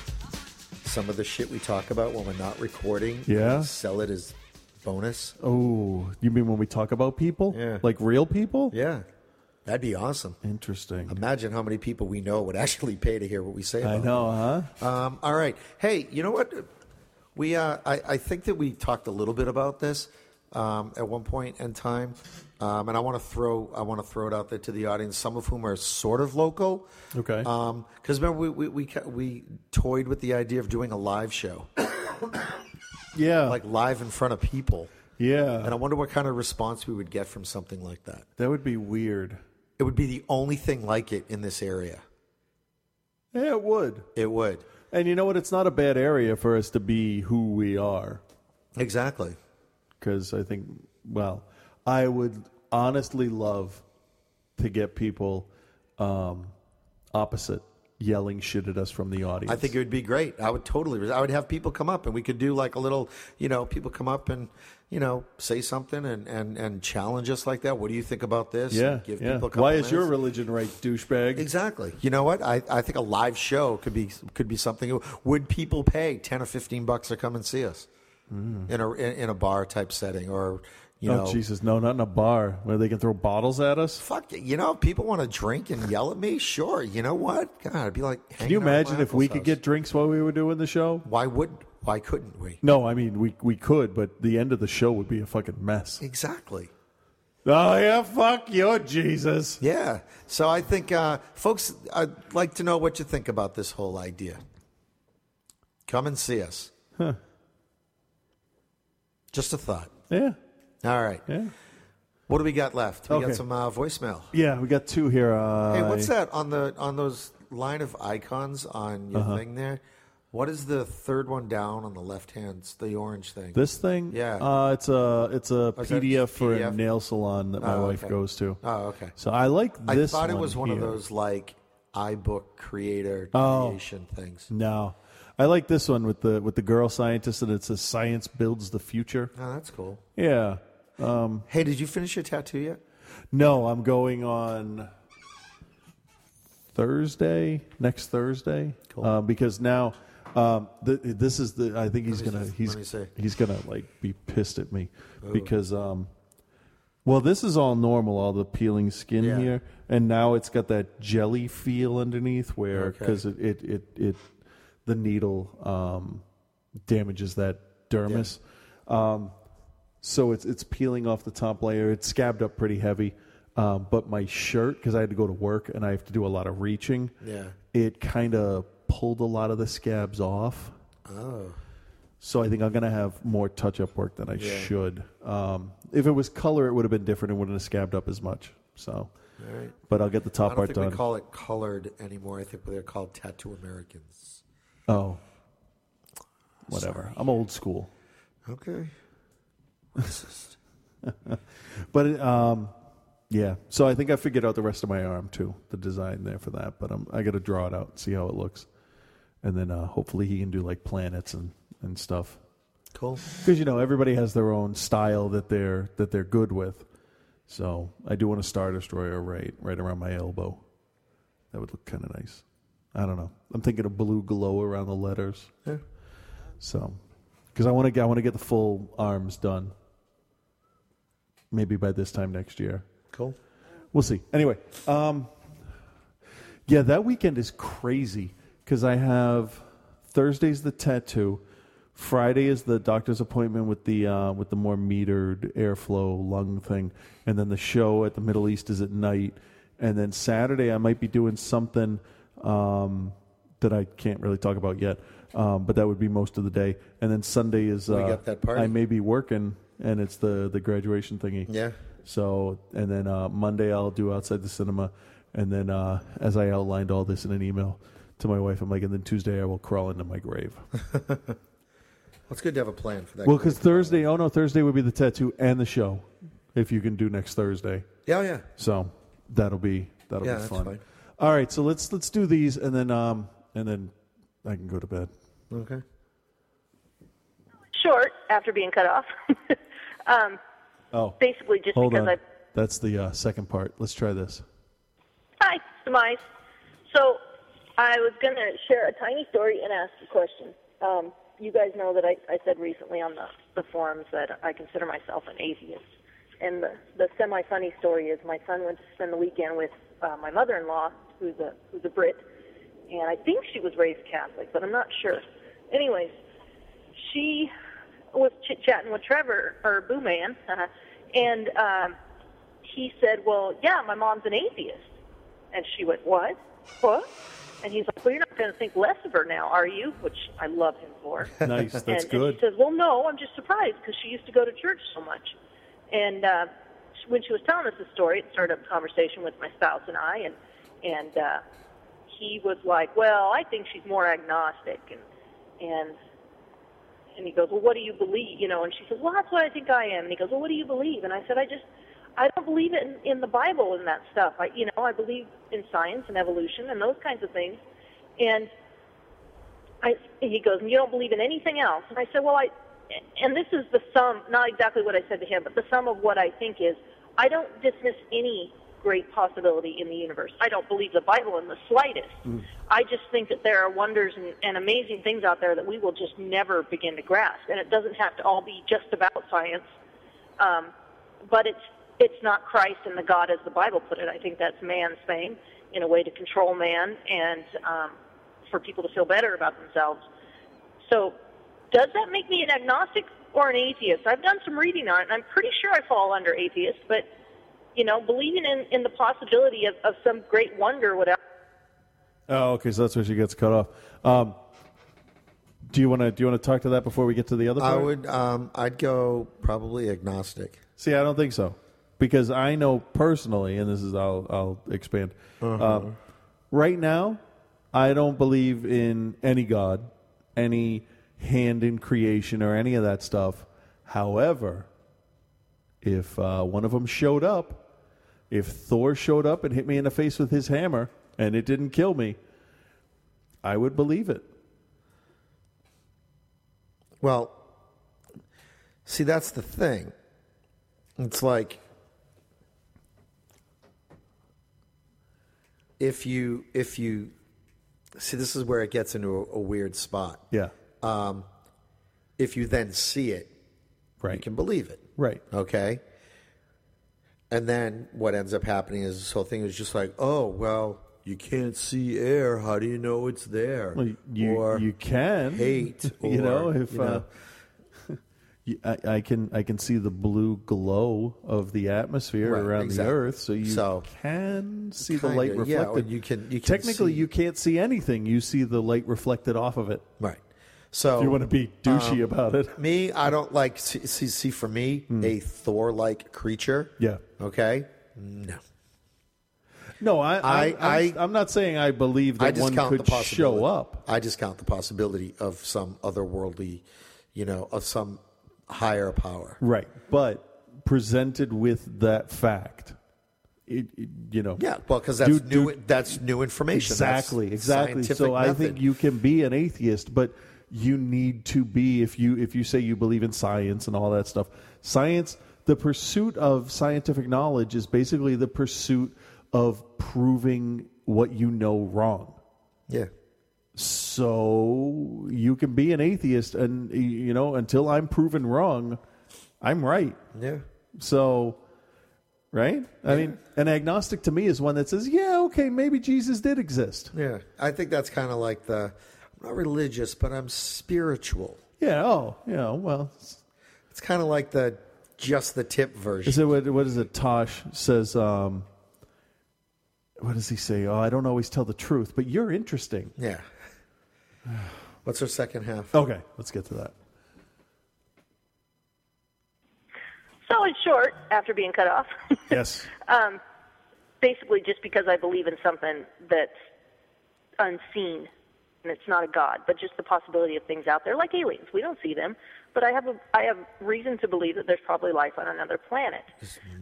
some of the shit we talk about when we're not recording. and
Yeah?
sell it as bonus.
Oh, you mean when we talk about people?
Yeah.
Like real people?
Yeah. That'd be awesome.
Interesting.
Imagine how many people we know would actually pay to hear what we say.
I
About
know,
huh? Um, all right. Hey, you know what? We uh, I, I think that we talked a little bit about this um, at one point in time, um, and I want to throw I want to throw it out there to the audience. Some of whom are sort of local.
Okay.
Because remember, we, we we ca- we toyed with the idea of doing a live show.
yeah.
Like live in front of people.
Yeah.
And I wonder what kind of response we would get from something like that.
That would be weird.
It would be the only thing like it in this area.
Yeah, it would.
It would.
And you know what? It's not a bad area for us to be who we are.
Exactly.
Because I think, well, I would honestly love to get people um, opposite yelling shit at us from the audience.
I think it would be great. I would totally. I would have people come up, and we could do like a little. You know, people come up and you know say something and and and challenge us like that. What do you think about this?
yeah.
And give
yeah.
people. A couple
Why is your
minutes.
religion right, douchebag?
Exactly. You know what? I, I think a live show could be could be something. Would people pay ten or fifteen bucks to come and see us in a in, in a bar type setting or you
Mm. oh
know
Jesus! No, not in a bar where they can throw bottles at us.
Fuck You know, if people want to drink and yell at me, sure. You know what? God, I'd be like,
Can you imagine if we could get drinks while we were doing the show?
Why would? Why couldn't we?
No, I mean we we could, but the end of the show would be a fucking mess.
Exactly.
Oh yeah, fuck you, Jesus.
Yeah. So I think, uh, folks, I'd like to know what you think about this whole idea. Come and see us.
Huh.
Just a thought.
Yeah.
All right.
Yeah.
What do we got left? We
Okay.
got some uh, voicemail.
Yeah, we got two here. Uh,
Hey, what's that on the on those line of icons on your
Uh-huh.
thing there? What is the third one down on the left hand? It's the orange thing.
This thing?
Yeah. Oh,
Uh, it's a it's a
is that
PDF for a
PDF?
nail salon that my
Oh,
wife
okay.
goes to.
Oh, okay.
So I like this.
I thought it was one of
here.
those like iBook creator
Oh.
creation things.
No, I like this one with the with the girl scientist, and it says "Science builds the future."
Oh, that's cool.
Yeah. Um,
hey, did you finish your tattoo yet?
No, I'm going on Thursday, next Thursday, uh, because now um, th- this is the. I think he's
Let me
gonna
see- let me
he's
see.
he's gonna like be pissed at me
Ooh.
because um, well, this is all normal, all the peeling skin
Yeah.
here, and now it's got that jelly feel underneath where
Okay.
because it, it it it the needle um, damages that dermis. Um, so it's it's peeling off the top layer. It's scabbed up pretty heavy, um, but my shirt because I had to go to work and I have to do a lot of reaching.
Yeah.
it kind of pulled a lot of the scabs off.
Oh.
So I think I'm gonna have more touch-up work than I
Yeah.
should. Um, if it was color, it would have been different. It wouldn't have scabbed up as much. So,
All right.
but I'll get the
I
top
don't
part
think
done.
we call it colored anymore. I think they're called tattoo Americans.
oh, whatever. I'm old school.
Okay.
but it, um, yeah, so I think I figured out the rest of my arm too, the design there for that. But I'm, I got to draw it out and see how it looks, and then uh, hopefully he can do like planets and and stuff.
Cool.
Because you know everybody has their own style that they're that they're good with. So I do want a star destroyer right right around my elbow. That would look kind of nice. I don't know. I'm thinking of blue glow around the letters.
Yeah.
So, because I want to I want to get the full arms done. Maybe by this time next year.
Cool.
We'll see. Anyway, um, yeah, that weekend is crazy because I have Thursday's the tattoo, Friday is the doctor's appointment with the uh, with the more metered airflow lung thing, and then the show at the Middle East is at night, and then Saturday I might be doing something um, that I can't really talk about yet, um, but that would be most of the day, and then Sunday is
We
uh,
got that party.
I may be working, and it's the the graduation thingy.
Yeah.
So, and then uh, Monday I'll do outside the cinema, and then uh, as I outlined all this in an email to my wife, I'm like, and then Tuesday I will crawl into my grave.
Well, it's good to have a plan for that.
well, because Thursday, oh no, Thursday would be the tattoo and the show, if you can do next Thursday.
Yeah, yeah.
So that'll be that'll
Yeah,
be
that's
fun.
fine.
All right, so let's let's do these, and then um and then I can go to bed.
Okay.
Short after being cut off. um,
Oh,
basically, just
hold
because
on.
I
That's the uh, second part. Let's try this.
hi demise. So I was going to share a tiny story and ask a question. Um, you guys know that I, I said recently on the, the forums that I consider myself an atheist. And the, the semi funny story is my son went to spend the weekend with uh, my mother in law, who's a, who's a Brit, and I think she was raised Catholic, but I'm not sure. Anyways, she was chit chatting with Trevor, or Boo Man, uh-huh, and um, he said, Well, yeah, my mom's an atheist. And she went, What? What? And he's like, Well, you're not going to think less of her now, are you? Which I love him for.
Nice,
And-
that's
and
good.
she says, Well, no, I'm just surprised because she used to go to church so much. And uh, she- when she was telling us the story, it started up a conversation with my spouse and I, and, and uh, he was like, Well, I think she's more agnostic. And, and and he goes, well, what do you believe? You know, and she says, well, that's what I think I am. And he goes, well, what do you believe? And I said, I just, I don't believe in, in the Bible and that stuff. I, you know, I believe in science and evolution and those kinds of things. And I, and he goes, and you don't believe in anything else? And I said, well, I, and this is the sum, not exactly what I said to him, but the sum of what I think is, I don't dismiss any great possibility in the universe. I don't believe the Bible in the slightest. I just think that there are wonders and, and amazing things out there that we will just never begin to grasp, and it doesn't have to all be just about science. Um, but it's it's not Christ and the God as the Bible put it. I think that's man's thing in a way to control man and um, for people to feel better about themselves. So, does that make me an agnostic or an atheist? I've done some reading on it, and I'm pretty sure I fall under atheist. But you know, believing in in the possibility of, of some great wonder, whatever.
Oh, okay. So that's where she gets cut off. Um, do you want to do you want to talk to that before we get to the other?
I
Part?
would. Um, I'd go probably agnostic.
See, I don't think so, because I know personally, and this is I'll I'll expand.
Uh-huh.
Um, right now, I don't believe in any god, any hand in creation, or any of that stuff. However, if uh, one of them showed up, if Thor showed up and hit me in the face with his hammer and it didn't kill me, I would believe it.
Well, see, that's the thing. It's like if you if you see, this is where it gets into a, a weird spot.
Yeah.
Um, if you then see it, you can believe it.
Right.
Okay. And then what ends up happening is this whole thing is just like, oh well, you can't see air. How do you know it's there?
Well, you
or
you can
hate. Or,
you know if
you know.
uh, you- I, I can I can see the blue glow of the atmosphere
Right,
around
exactly.
the Earth, so you
So,
can see the light
kinda, yeah, or
reflected.
you can- you can
technically
see-
you can't see anything; you see the light reflected off of it.
Right. So
If you want to be douchey
Oh, um,
about it,
Me, I don't like see see, see for me
Hmm.
a Thor like creature.
Yeah.
Okay. No.
no, I, I,
I-
I, am not saying I believe that
I
one
discount the
could
possibility.
show up.
I discount the possibility of some otherworldly, you know, of some higher power.
Right. But presented with that fact, it, it- you know.
Yeah, well, 'cause that's new- that's new information. That's
Exactly. exactly.
scientific
So I think
method.
you can be an atheist, but you need to be if you if you say you believe in science and all that stuff. Science, the pursuit of scientific knowledge is basically the pursuit of proving what you know wrong.
Yeah.
So you can be an atheist, and y- you know, until I'm proven wrong, I'm right.
Yeah.
So, right? I mean, an agnostic to me is one that says, "Yeah, okay, maybe Jesus did exist."
Yeah. I think that's kind of like the I'm not religious, but I'm spiritual.
Yeah. Oh, yeah. Well,
It's kind of like the just the tip version.
is it what, what is it? Tosh says, um, "What does he say? Oh, I don't always tell the truth, but you're interesting."
Yeah. What's our second half?
Okay, let's get to that.
So, in short, after being cut off,
Yes.
um, basically just because I believe in something that's unseen and it's not a god, but just the possibility of things out there, like aliens. We don't see them, but I have a, I have reason to believe that there's probably life on another planet.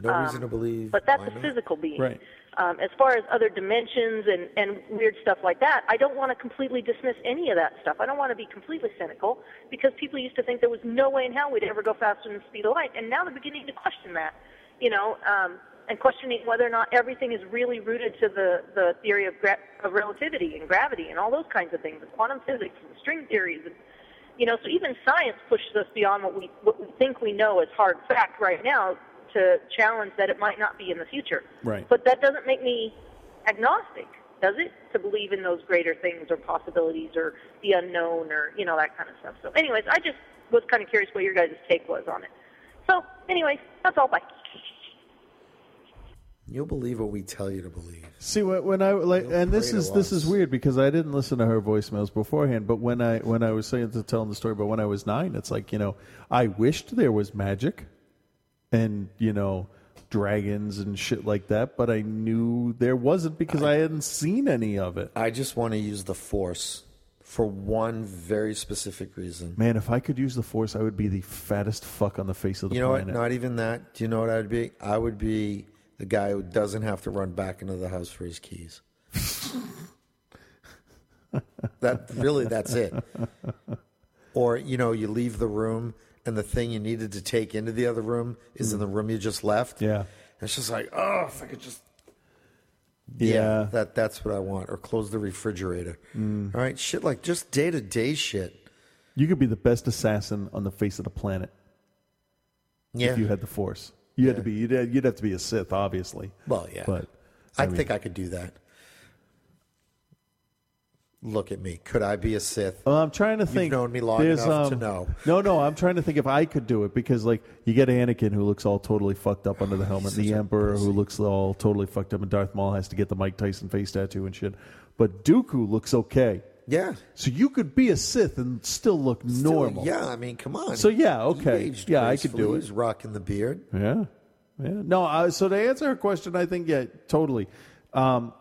No
Um,
reason to believe.
But that's
why
a
not?
physical being.
Right.
Um, as far as other dimensions and, and weird stuff like that, I don't want to completely dismiss any of that stuff. I don't want to be completely cynical because people used to think there was no way in hell we'd ever go faster than the speed of light, and now they're beginning to question that. You know, um, and questioning whether or not everything is really rooted to the, the theory of, gra- of relativity and gravity and all those kinds of things, and quantum physics and string theories. And, you know, so even science pushes us beyond what we, what we think we know as hard fact right now to challenge that it might not be in the future.
Right.
But that doesn't make me agnostic, does it? To believe in those greater things or possibilities or the unknown or, you know, that kind of stuff. So, anyways, I just was kind of curious what your guys' take was on it. So, anyways, that's all. Bye.
You'll believe what we tell you to believe.
See when, when I like, and this
pray to
is this is weird because I didn't listen to her voicemails beforehand. But when I when I was saying to telling the story about when I was nine, it's like you know I wished there was magic, and you know dragons and shit like that, but I knew there wasn't because I hadn't seen any of it.
I just want to use the force for one very specific reason.
Man, if I could use the force, I would be the fattest fuck on the face of the
You know
planet.
what? Not even that. Do you know what I'd be? I would be the guy who doesn't have to run back into the house for his keys. that really, that's it. Or you know, you leave the room and the thing you needed to take into the other room is in the room you just left.
Hmm. Yeah.
It's just like, oh, if I could just
Yeah. Hmm.
that that's what I want. Or close the refrigerator. All right, shit like just day to day shit.
You could be the best assassin on the face of the planet.
Yeah.
If you had the force. You had to be you'd have, you'd have to be a Sith, obviously.
Well, yeah.
But
I,
mean-
think I could do that. Look at me. Could I be a Sith?
Well, I'm trying to
You've
think.
known me long
There's,
enough to
um,
know.
No, no, I'm trying to think if I could do it because, like, you get Anakin who looks all totally fucked up under the helmet, the Emperor who looks all totally fucked up, and Darth Maul has to get the Mike Tyson face tattoo and shit. But Dooku looks okay.
Yeah.
So you could be a Sith and still look normal.
Yeah, I mean, come on.
So yeah,
He
okay,
aged
yeah, I could
gracefully.
do
He
it.
was rocking the beard.
Yeah, yeah. No, I, so to answer her question, I think yeah, totally. Um,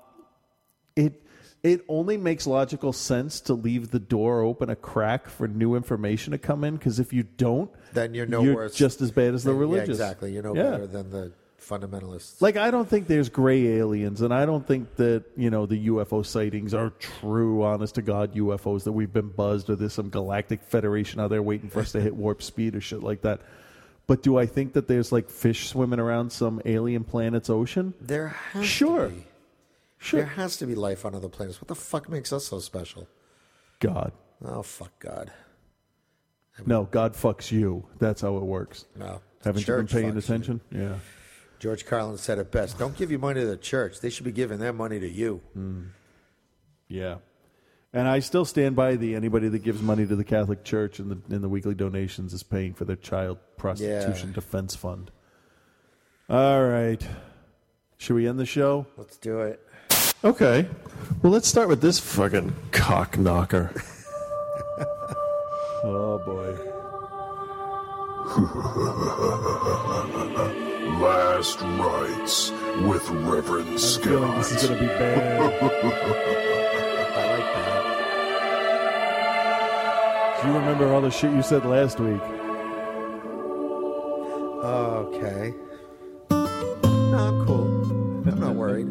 it it only makes logical sense to leave the door open a crack for new information to come in because if you don't,
Then you're no
you're
worse.
just as bad as the
Yeah,
religious.
exactly. You're no
Yeah.
better than the fundamentalists.
Like I don't think there's gray aliens, and I don't think that you know the UFO sightings are true, honest to god UFOs that we've been buzzed, or there's some galactic federation out there waiting for us to hit warp speed or shit like that. But do I think that there's like fish swimming around some alien planet's ocean?
There has
sure,
to be.
Sure.
There has to be life on other planets. What the fuck makes us so special?
God.
Oh fuck God.
No, God fucks you. That's how it works.
No.
haven't you been
Church
paying
fucks
attention? Yeah.
George Carlin said it best. Don't give your money to the church. They should be giving their money to you.
Hmm. Yeah. And I still stand by the anybody that gives money to the Catholic Church and the in the weekly donations is paying for their child prostitution defense fund. All right. Should we end the show?
Let's do it.
Okay. Well, let's start with this fucking cock knocker. oh boy.
Last rites with Reverend Scott.
feeling this is gonna be
bad.
I like that.
Do you remember all the shit you said last week?
Okay. No, I'm cool. I'm not worried.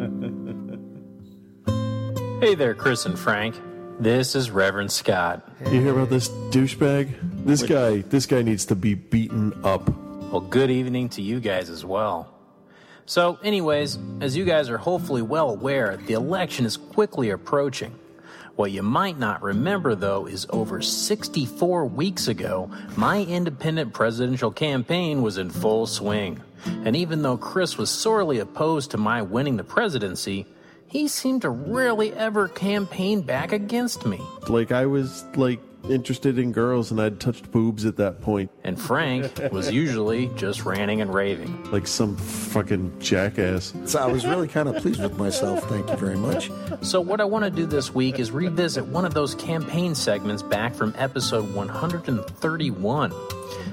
Hey there, Chris and Frank. This is Reverend Scott.
You hear about this douchebag? This guy, this guy needs to be beaten up.
Well, good evening to you guys as well. So, anyways, as you guys are hopefully well aware, the election is quickly approaching. What you might not remember, though, is over 64 weeks ago, my independent presidential campaign was in full swing. And even though Chris was sorely opposed to my winning the presidency, he seemed to rarely ever campaign back against me.
Like I was like interested in girls and I'd touched boobs at that point.
And Frank was usually just ranting and raving.
like some fucking jackass.
So I was really kind of pleased with myself. Thank you very much.
So, what I want to do this week is revisit one of those campaign segments back from episode 131.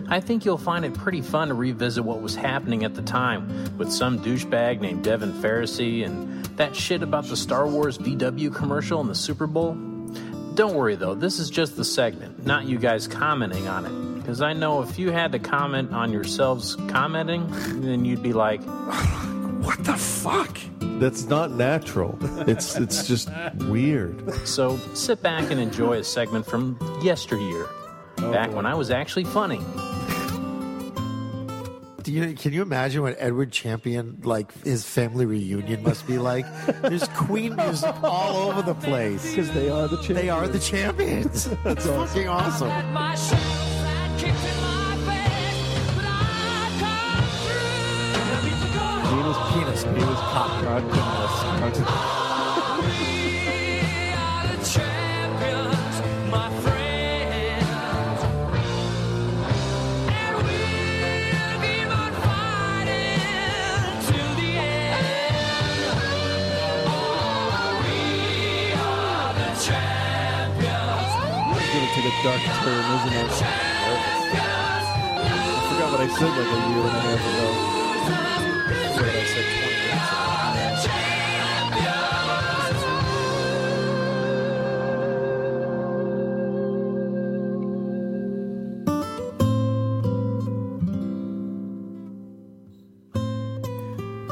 I think you'll find it pretty fun to revisit what was happening at the time with some douchebag named Devin Pharisee and that shit about the Star Wars VW commercial and the Super Bowl. Don't worry though, this is just the segment, not you guys commenting on it. Because I know if you had to comment on yourselves commenting, then you'd be like, What the fuck?
That's not natural. It's it's just weird.
So sit back and enjoy a segment from
Oh,
yesteryear, back when I was actually funny.
Do you, can you imagine what Edward Champion like his family reunion must be like? There's Queen music all over the place because
they are the champions.
They are the champions. That's fucking awesome. Penis, penis, penis, cock. God, goodness.
It's going to take a dark turn, isn't it? I forgot what I said like a year and a half ago.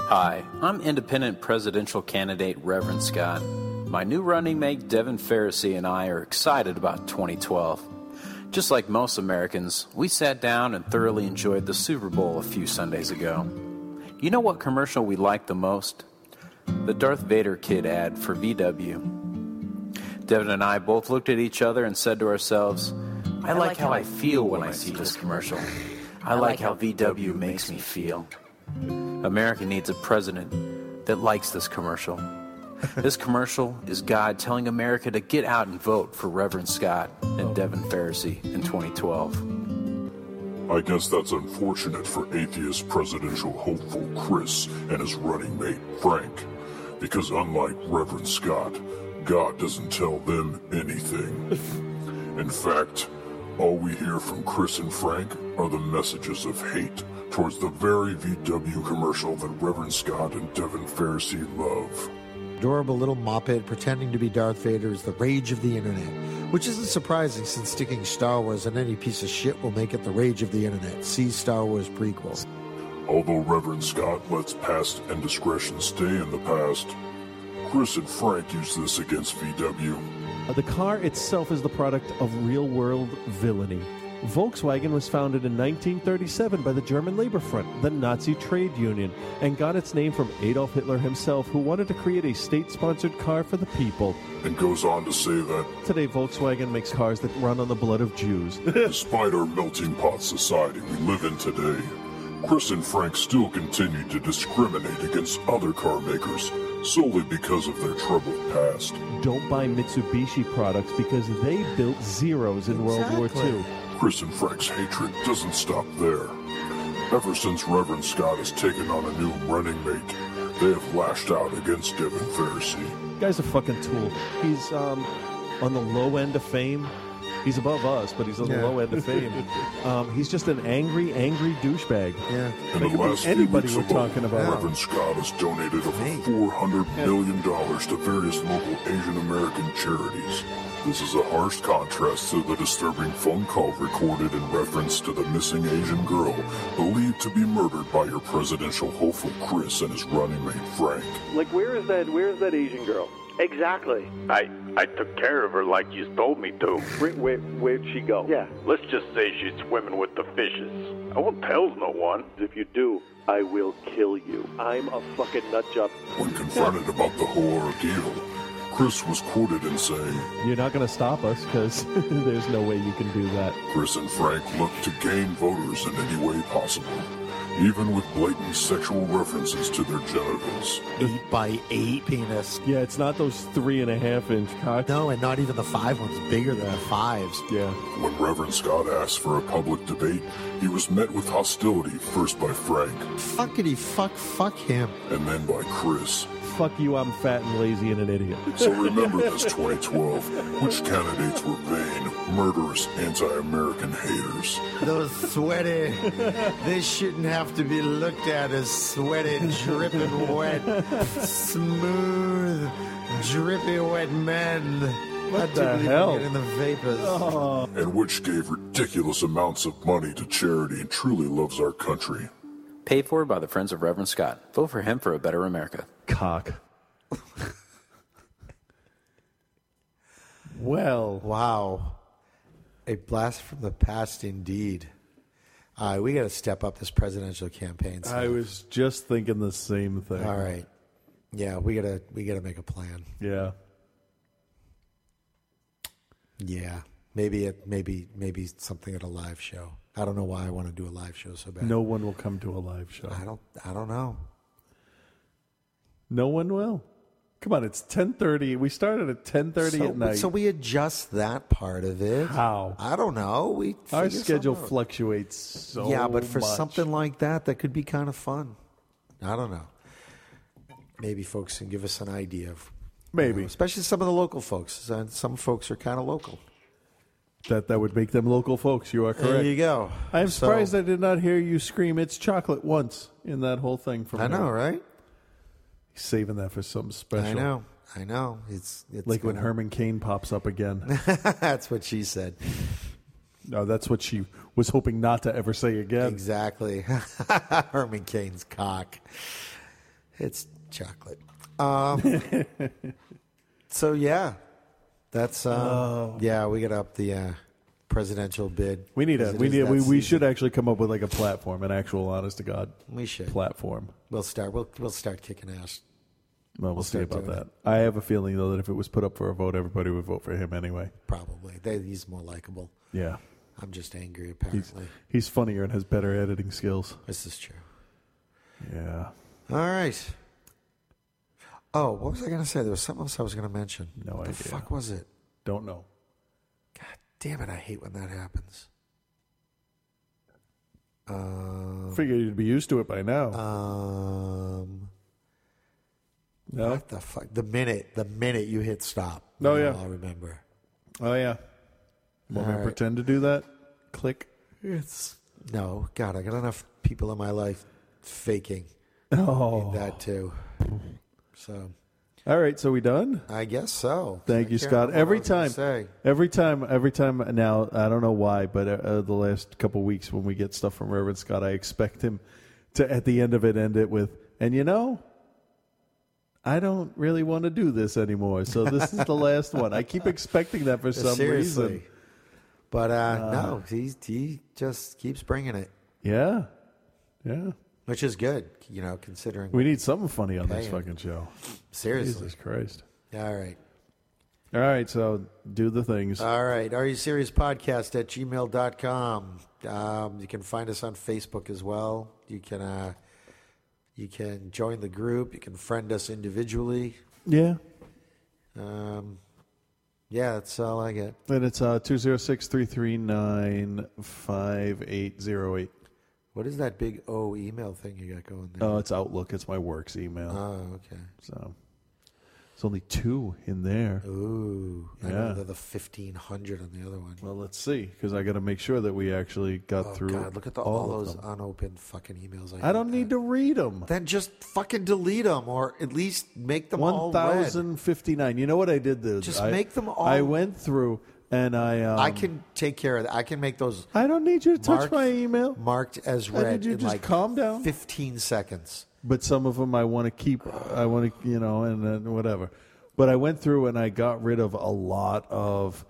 Hi, I'm independent presidential candidate Reverend Scott. My new running mate Devin Pharisee and I are excited about 2012. Just like most Americans, we sat down and thoroughly enjoyed the Super Bowl a few Sundays ago. You know what commercial we liked the most? The Darth Vader Kid ad for VW. Devin and I both looked at each other and said to ourselves, I like how I feel when I see this commercial. I like how VW makes me feel. America needs a president that likes this commercial. This commercial is God telling America to get out and vote for Reverend Scott and Devin Pharisee in 2012.
I guess that's unfortunate for atheist presidential hopeful Chris and his running mate Frank, because unlike Reverend Scott, God doesn't tell them anything. In fact, all we hear from Chris and Frank are the messages of hate towards the very VW commercial that Reverend Scott and Devin Pharisee love.
Adorable little moppet pretending to be Darth Vader is the rage of the internet, which isn't surprising since sticking Star Wars on any piece of shit will make it the rage of the internet. See Star Wars prequels.
Although Reverend Scott lets past and discretion stay in the past, Chris and Frank use this against VW.
Uh, The car itself is the product of real world villainy. Volkswagen was founded in 1937 by the German Labor Front, the Nazi trade union, and got its name from Adolf Hitler himself, who wanted to create a state sponsored car for the people.
and goes on to say that
Today, Volkswagen makes cars that run on the blood of Jews.
despite our melting pot society we live in today, Chris and Frank still continue to discriminate against other car makers solely because of their troubled past.
Don't buy Mitsubishi products because they built zeros in World War II.
Chris and Frank's hatred doesn't stop there. Ever since Reverend Scott has taken on a new running mate, they have lashed out against Devin Pharisee.
Guy's a fucking tool. He's um, on the low end of fame. He's above us, but he's on
Yeah.
the low end of fame. um, he's just an angry, angry douchebag. Yeah.
In the last few
anybody
weeks
we're
alone,
talking about.
Reverend Scott has donated over four hundred million dollars to various local Asian American charities. This is a harsh contrast to the disturbing phone call recorded in reference to the missing Asian girl believed to be murdered by your presidential hopeful Chris and his running mate Frank.
Like, where is that? Where is that Asian girl? Exactly.
I I took care of her like you told me to.
Where, where, where'd she go? Yeah.
Let's just say she's swimming with the fishes. I won't tell no one.
If you do, I will kill you. I'm a fucking nut job.
Confronted about the whole ordeal, Chris was quoted in saying,
You're not going to stop us because there's no way you can do that.
Chris and Frank look to gain voters in any way possible, even with blatant sexual references to their genitals.
Eight by eight penis.
Yeah, it's not those three and a half inch cocks.
No, and not even the five ones. Bigger than the fives.
Yeah.
When Reverend Scott asked for a public debate, he was met with hostility first by Frank
Fuckity fuck fuck him.
and then by Chris.
Fuck you, I'm fat and lazy and an idiot.
So remember this 2012, which candidates were vain, murderous, anti-American haters.
Those sweaty. they shouldn't have to be looked at as sweaty, dripping wet, smooth, drippy wet men. What
the hell? Oh.
In the vapors.
And which gave ridiculous amounts of money to charity and truly loves our country.
Paid for by the Friends of Reverend Scott. Vote for him for a better America.
Cock.
Well, wow. A blast from the past indeed. Uh, we got to step up this presidential campaign. stuff.
I was just thinking the same thing.
All right. Yeah, we gotta we gotta make a plan.
Yeah.
Yeah, maybe it maybe maybe something at a live show. I don't know why I want to do a live show so bad.
No one will come to a live show.
I don't. I don't know.
No one will. Come on, it's ten thirty. We started at ten thirty
so,
at night.
So we adjust that part of it.
How?
I don't know. We
Our
figure something
schedule
out.
fluctuates so
yeah, but for
much.
something like that, that could be kind of fun. I don't know. Maybe folks can give us an idea of
Maybe.
especially some of the local folks. Uh, Some folks are kind of local.
that that would make them local folks. You are correct.
There you go.
I'm
So-
surprised I did not hear you scream "It's chocolate" once in that whole thing. From
I know,
here.
right?
He's saving that for something special.
I know. I know. It's, it's
like when
gonna-
Herman Cain pops up again.
that's what she said.
No, that's what she was hoping not to ever say again.
Exactly. Herman Cain's cock. It's chocolate. Um, so yeah, that's um,
Oh.
yeah. We got up the uh, presidential bid.
We need a
As it
we
is
need
that
we, we
season.
should actually come up with like a platform, an actual honest to god
We should.
platform.
We'll start. We'll we'll start kicking ass.
Well, we'll,
We'll
see
start
about
doing
that. I have a feeling though that if it was put up for a vote, everybody would vote for him anyway.
Probably. They, he's more likable.
Yeah.
I'm just angry.
He's
Apparently,
he's funnier and has better editing skills.
this is true.
Yeah.
All right. Oh, what was I going to say? There was something else I was going to mention. No what
idea.
The fuck was it?
Don't know.
Damn it! I hate when that happens. Um,
Figure you'd be used to it by now.
Uh, Um,
No?
What the fuck? The minute, the minute you hit stop. Now
Oh, yeah.
I'll remember.
oh yeah. Want me
All
to
right.
pretend to do that? Click.
It's no God. I got enough people in my life faking.
Oh.
Need that too. So
All right, so we done?
I guess so.
Thank
I
you,
can't
Scott.
remember what I
Every
was gonna
time,
say.
every time, every time. Now I don't know why, but uh, uh, the last couple weeks when we get stuff from Reverend Scott, I expect him to at the end of it end it with, and you know, I don't really want to do this anymore. So this is the last one. I keep expecting that for some
Seriously.
reason.
But uh, no, he he just keeps bringing it,
Yeah, yeah.
which is good. You know, considering
We need something funny on this
Paying.
fucking show.
Seriously.
Jesus Christ.
All right.
All right, so do the things.
All right. Are you serious podcast at gmail.com? Um, you can find us on Facebook as well. You can uh, you can join the group. You can friend us individually.
yeah.
Um, yeah, that's all I get.
And it's uh, 206 339 5808.
What is that big O email thing you got going there?
Oh, it's Outlook. It's my work's email.
Oh, okay.
So it's only two in there.
Ooh. I
Yeah.
know they're the 1500 on the other one.
Well, let's see, because I got to make sure that we actually got
Oh,
through.
God, look at the, all,
all, of
those
them.
unopened fucking emails. I,
I don't need to read them.
Then just fucking delete them or at least make them all red.
1059. You know what I did? Though?
Just
I-
make them all-
I went through and I. Um,
I can take care of that. I can make those
I don't need you to touch
marked-
my email.
marked as
I need
red
you to
in
just
like
calm down.
15 seconds.
but some of them I want to keep. I want to, you know, and, and whatever. But I went through and I got rid of a lot of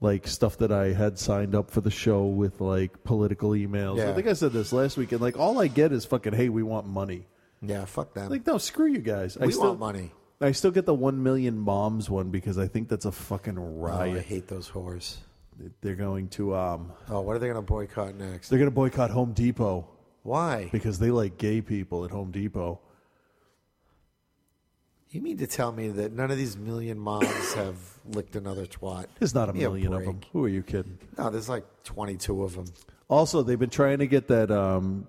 like stuff that I had signed up for the show with like political emails. I
Yeah.
think I said this last week, and like all I get is fucking, hey, we want money.
Yeah, fuck them.
Like, no, screw you guys. I
we
still,
want money.
I still get the one million moms one because I think that's a fucking
Oh, I
riot.
hate those whores.
They're going to um,
Oh, what are they going to boycott next?
they're going to boycott Home Depot
Why?
because they like gay people at Home Depot.
You mean to tell me that none of these million moms have licked another twat?
There's not a
Give me
million of
break.
them. Who are you kidding?
No, there's like 22 of them.
Also, they've been trying to get that um,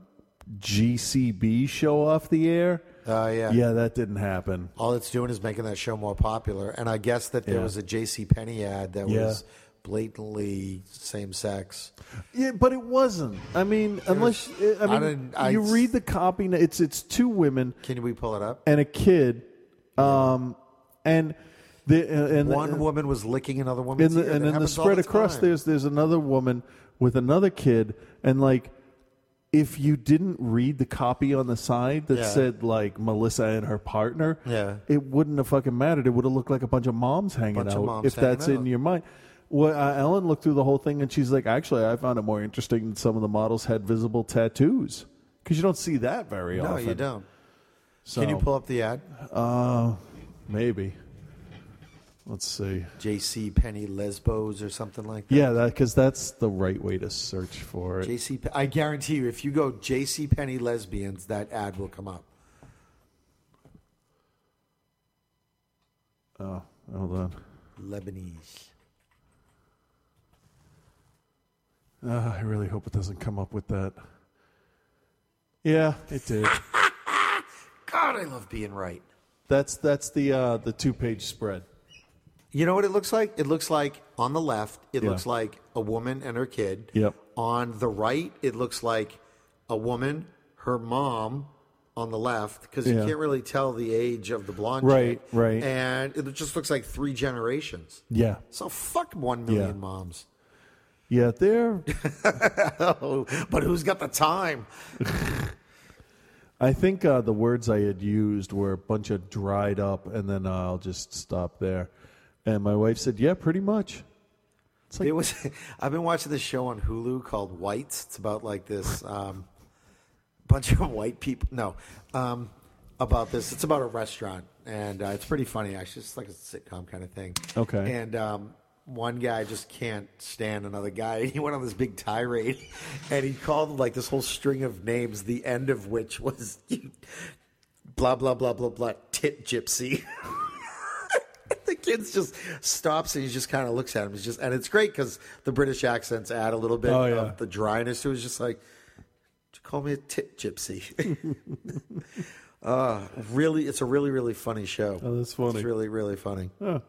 GCB show off the air.
Oh, yeah.
yeah, that didn't happen.
All it's doing is making that show more popular. And I guess that there
Yeah.
was a J.C. Penney ad that
Yeah.
was blatantly same sex.
Yeah, but it wasn't. I mean, unless I mean,
didn't- I-
you read the copy. It's it's two women
Can we pull it up?
and a kid, um, and the uh, and
One
and,
woman was licking another woman's
in the,
ear.
and
That
in the
happens all
spread
the
across
time.
there's there's another woman with another kid and like if you didn't read the copy on the side that
Yeah.
said like Melissa and her partner,
Yeah.
it wouldn't have fucking mattered. It would have looked like a bunch of moms hanging
Bunch of
out
moms
if
hanging
that's
out.
in your mind. Well, uh, Ellen looked through the whole thing and she's like, actually, I found it more interesting that some of the models had visible tattoos because you don't see that very
no,
often.
you don't.
So-
Can you pull up the ad?
Uh, maybe. Let's see.
J.C. Penny Lesbos or something like that.
Yeah, because that's the right way to search for it.
J.C. Pe- I guarantee you, if you go J.C. Penny Lesbians, that ad will come up.
Oh, hold on.
Lebanese.
Uh, I really hope it doesn't come up with that. Yeah, it did.
God, I love being right.
That's that's the uh, the two page spread.
You know what it looks like? It looks like on the left, it
Yeah.
looks like a woman and her kid.
Yep.
On the right, it looks like a woman, her mom on the left, because you
Yeah.
can't really tell the age of the blonde.
Right,
chick.
right.
And it just looks like three generations.
Yeah.
So fuck one million
Yeah.
moms. Oh,
Yeah, there.
but who's got the time?
I think uh, the words I had used were a bunch of dried up, and then uh, I'll just stop there. And my wife said, "Yeah, pretty much."
it was. I've been watching this show on Hulu called Whites. It's about like this um, bunch of white people. No, um, about this. It's about a restaurant, and uh, it's pretty funny actually. It's like a sitcom kind of thing.
Okay.
And um, one guy just can't stand another guy, and he went on this big tirade, and he called like this whole string of names, the end of which was blah blah blah blah blah tit gypsy. the kid's just stops and he just kind of looks at him. He's just and it's great because the British accents add a little bit
Oh, yeah.
of the dryness. It was just like, "Did you call me a tit gypsy. uh, really, it's a really really funny show.
Oh, that's funny.
It's really really funny.
Oh.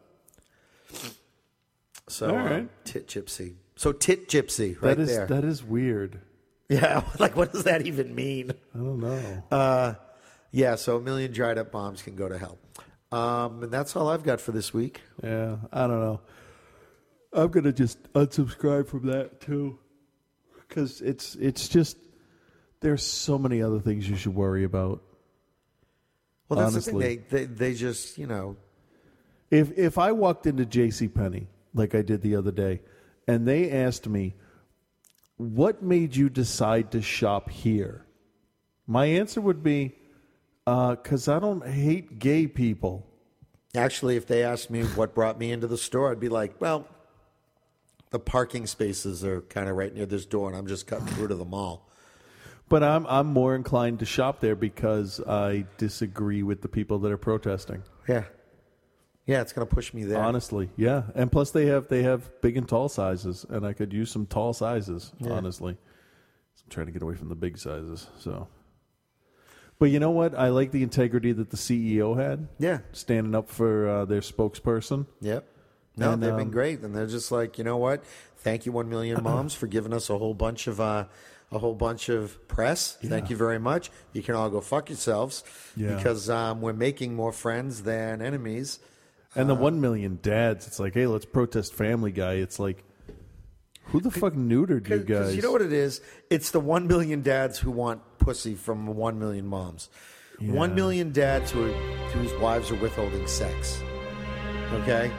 So
All
uh,
right.
tit gypsy. So tit gypsy right
that is
there.
that is weird.
yeah, like what does that even mean?
I don't know.
Uh, yeah, so a million dried up bombs can go to hell. Um, and that's all I've got for this week.
Yeah, I don't know. I'm gonna just unsubscribe from that too, because it's it's just there's so many other things you should worry about.
Well, that's
honestly.
the thing. They, they they just you know
If if I walked into J.C. Penney like I did the other day, and they asked me, "What made you decide to shop here?" My answer would be, "Because I don't hate gay people."
actually, if they asked me what brought me into the store, I'd be like, well, the parking spaces are kind of right near this door, and I'm just cutting through to the mall.
But I'm I'm more inclined to shop there because I disagree with the people that are protesting.
Yeah, yeah, it's gonna push me there.
Honestly, yeah. And plus they have they have big and tall sizes, and I could use some tall sizes.
Yeah.
Honestly, I'm trying to get away from the big sizes. So, but you know what? I like the integrity that the CEO had.
Yeah.
standing up for uh, their spokesperson.
Yep. No,
And,
they've
um,
been great, and they're just like, you know what? Thank you, one million moms, for giving us a whole bunch of uh, a whole bunch of press. Thank you very much. You can all go fuck yourselves
Yeah.
because um, we're making more friends than enemies.
And
Uh-huh.
the one million dads, it's like, hey, let's protest Family Guy. It's like, who the fuck neutered you
Because
guys?
E you know what it is? It's the one million dads who want pussy from one million moms. One million dads who are, whose wives are withholding sex. Okay.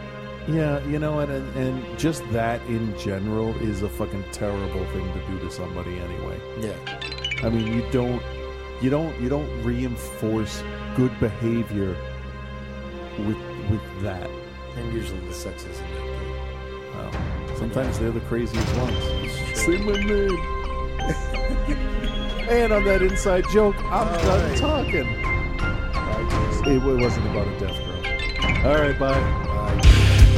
Yeah, you know what? And, and just that in general is a fucking terrible thing to do to somebody anyway.
Yeah.
I mean, you don't, you don't, you don't reinforce good behavior with with that.
And usually the sex isn't that
good. Oh, sometimes they're the craziest ones. Say my name. and on that inside joke, I'm done talking. It wa- wasn't about a death girl. All right, bye.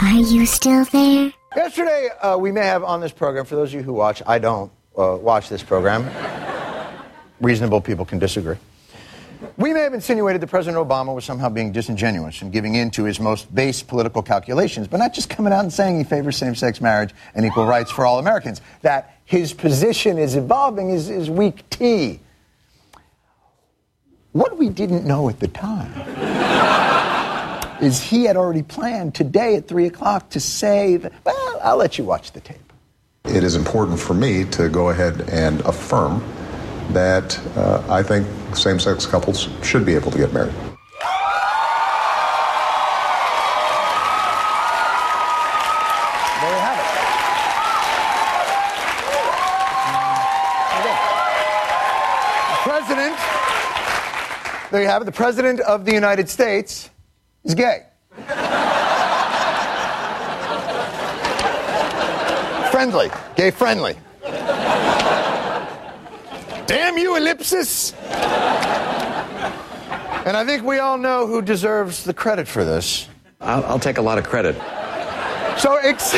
Are you still there?
Yesterday, uh, we may have on this program, for those of you who watch, I don't uh, watch this program. Reasonable people can disagree. We may have insinuated that President Obama was somehow being disingenuous and giving in to his most base political calculations, but not just coming out and saying he favors same sex marriage and equal rights for all Americans. That his position is evolving is, is weak tea. What we didn't know at the time is he had already planned today at 3 o'clock to say, that, well, I'll let you watch the tape.
It is important for me to go ahead and affirm that uh, I think same sex couples should be able to get married.
There you have it. Okay. The president, there you have it. The president of the United States is gay. friendly, gay friendly. Damn you, ellipsis! and I think we all know who deserves the credit for this.
I'll, I'll take a lot of credit.
So ex-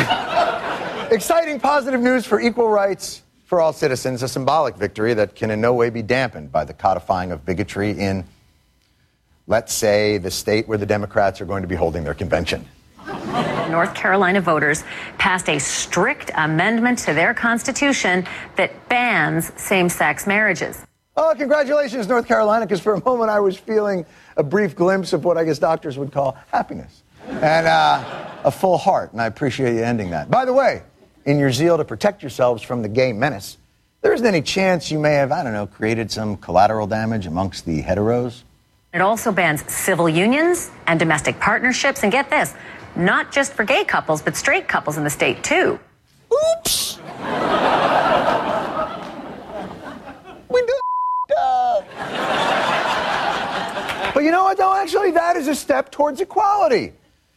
exciting positive news for equal rights for all citizens, a symbolic victory that can in no way be dampened by the codifying of bigotry in, let's say, the state where the Democrats are going to be holding their convention.
North Carolina voters passed a strict amendment to their constitution that bans same sex marriages.
Oh, congratulations, North Carolina, because for a moment I was feeling a brief glimpse of what I guess doctors would call happiness and uh, a full heart, and I appreciate you ending that. By the way, in your zeal to protect yourselves from the gay menace, there isn't any chance you may have, I don't know, created some collateral damage amongst the heteros?
It also bans civil unions and domestic partnerships. And get this, not just for gay couples, but straight couples in the state, too.
Oops! we do up. But you know what, though? Actually, that is a step towards equality,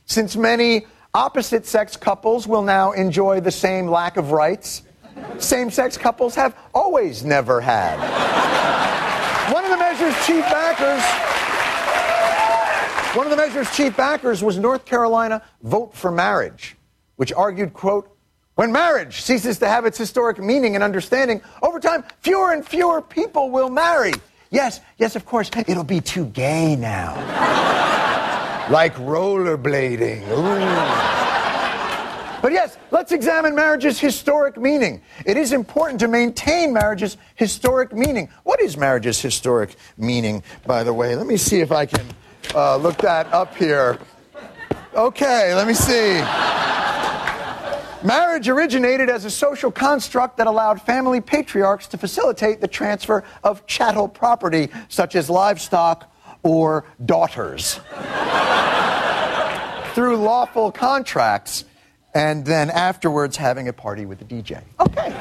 since many opposite sex couples will now enjoy the same lack of rights same sex couples have always never had. One of the measure's chief backers. One of the measure's chief backers was North Carolina Vote for Marriage, which argued, quote, when marriage ceases to have its historic meaning and understanding, over time, fewer and fewer people will marry. Yes, yes, of course, it'll be too gay now. like rollerblading. Ooh. But yes, let's examine marriage's historic meaning. It is important to maintain marriage's historic meaning. What is marriage's historic meaning, by the way? Let me see if I can uh, look that up here. Okay, let me see. Marriage originated as a social construct that allowed family patriarchs to facilitate the transfer of chattel property, such as livestock or daughters, through lawful contracts, and then afterwards having a party with the DJ. Okay.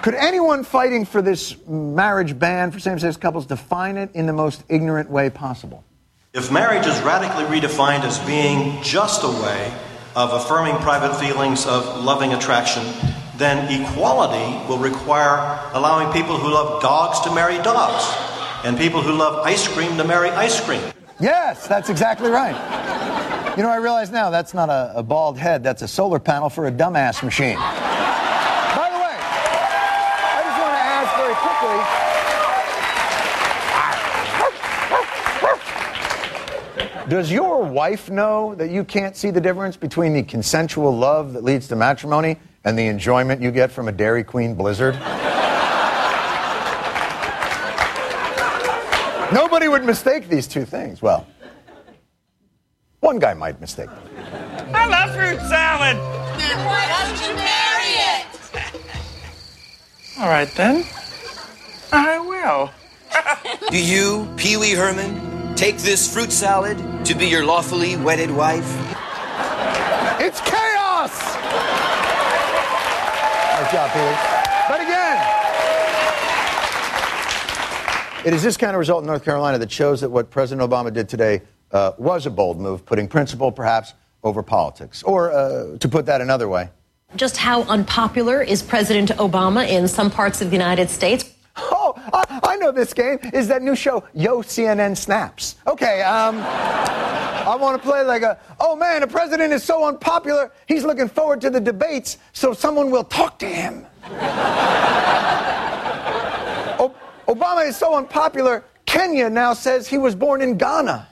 Could anyone fighting for this marriage ban for same sex couples define it in the most ignorant way possible?
If marriage is radically redefined as being just a way of affirming private feelings of loving attraction, then equality will require allowing people who love dogs to marry dogs and people who love ice cream to marry ice cream.
Yes, that's exactly right. You know, I realize now that's not a, a bald head, that's a solar panel for a dumbass machine. By the way, I just want to ask very quickly. Does your wife know that you can't see the difference between the consensual love that leads to matrimony and the enjoyment you get from a Dairy Queen blizzard? Nobody would mistake these two things. Well, one guy might mistake them.
I love fruit salad. Then why don't you marry it?
All right, then. I will.
Do you, Pee Wee Herman, take this fruit salad to be your lawfully wedded wife?
It's chaos! Nice job, Peter. But again, it is this kind of result in North Carolina that shows that what President Obama did today uh, was a bold move, putting principle perhaps over politics. Or uh, to put that another way,
Just how unpopular is President Obama in some parts of the United States?
Oh, I, I know this game is that new show, Yo CNN Snaps. Okay, um, I want to play like a, oh man, the president is so unpopular, he's looking forward to the debates so someone will talk to him. O- Obama is so unpopular, Kenya now says he was born in Ghana.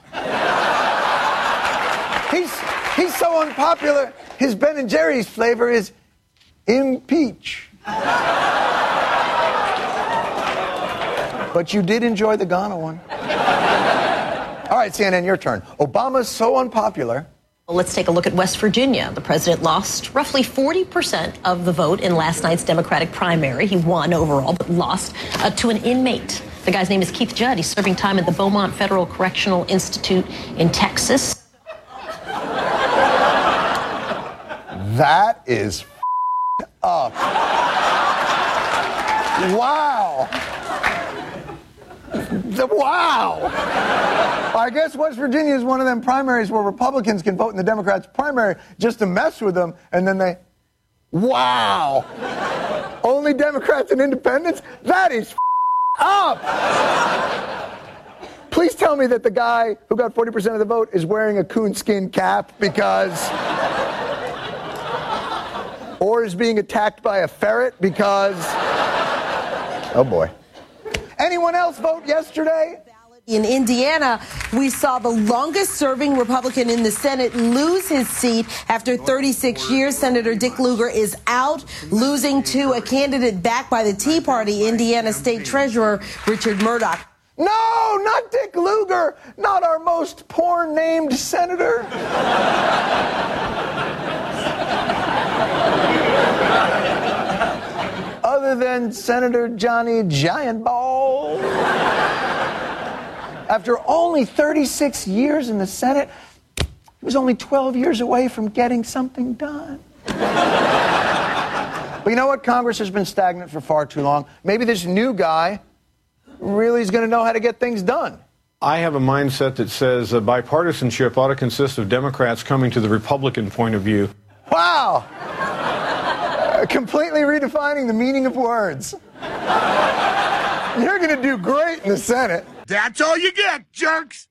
He's, he's so unpopular, his Ben and Jerry's flavor is impeach. but you did enjoy the Ghana one. All right, CNN, your turn. Obama's so unpopular.
Well, Let's take a look at West Virginia. The president lost roughly 40% of the vote in last night's Democratic primary. He won overall, but lost uh, to an inmate. The guy's name is Keith Judd. He's serving time at the Beaumont Federal Correctional Institute in Texas.
That is f- up. wow. The- wow. I guess West Virginia is one of them primaries where Republicans can vote in the Democrats' primary just to mess with them, and then they, wow. Only Democrats and independents? That is f- up. Please tell me that the guy who got 40% of the vote is wearing a coonskin cap because or is being attacked by a ferret because. oh boy. Anyone else vote yesterday?
In Indiana, we saw the longest serving Republican in the Senate lose his seat after 36 years. Senator Dick Lugar is out, losing to a candidate backed by the Tea Party, Indiana State Treasurer Richard Murdoch.
No, not Dick Lugar, not our most poor named senator. Other than Senator Johnny Giant Ball. After only 36 years in the Senate, he was only 12 years away from getting something done. But you know what? Congress has been stagnant for far too long. Maybe this new guy really is going to know how to get things done.
I have a mindset that says uh, bipartisanship ought to consist of Democrats coming to the Republican point of view.
Wow! Uh, completely redefining the meaning of words. You're going to do great in the Senate.
That's all you get, jerks.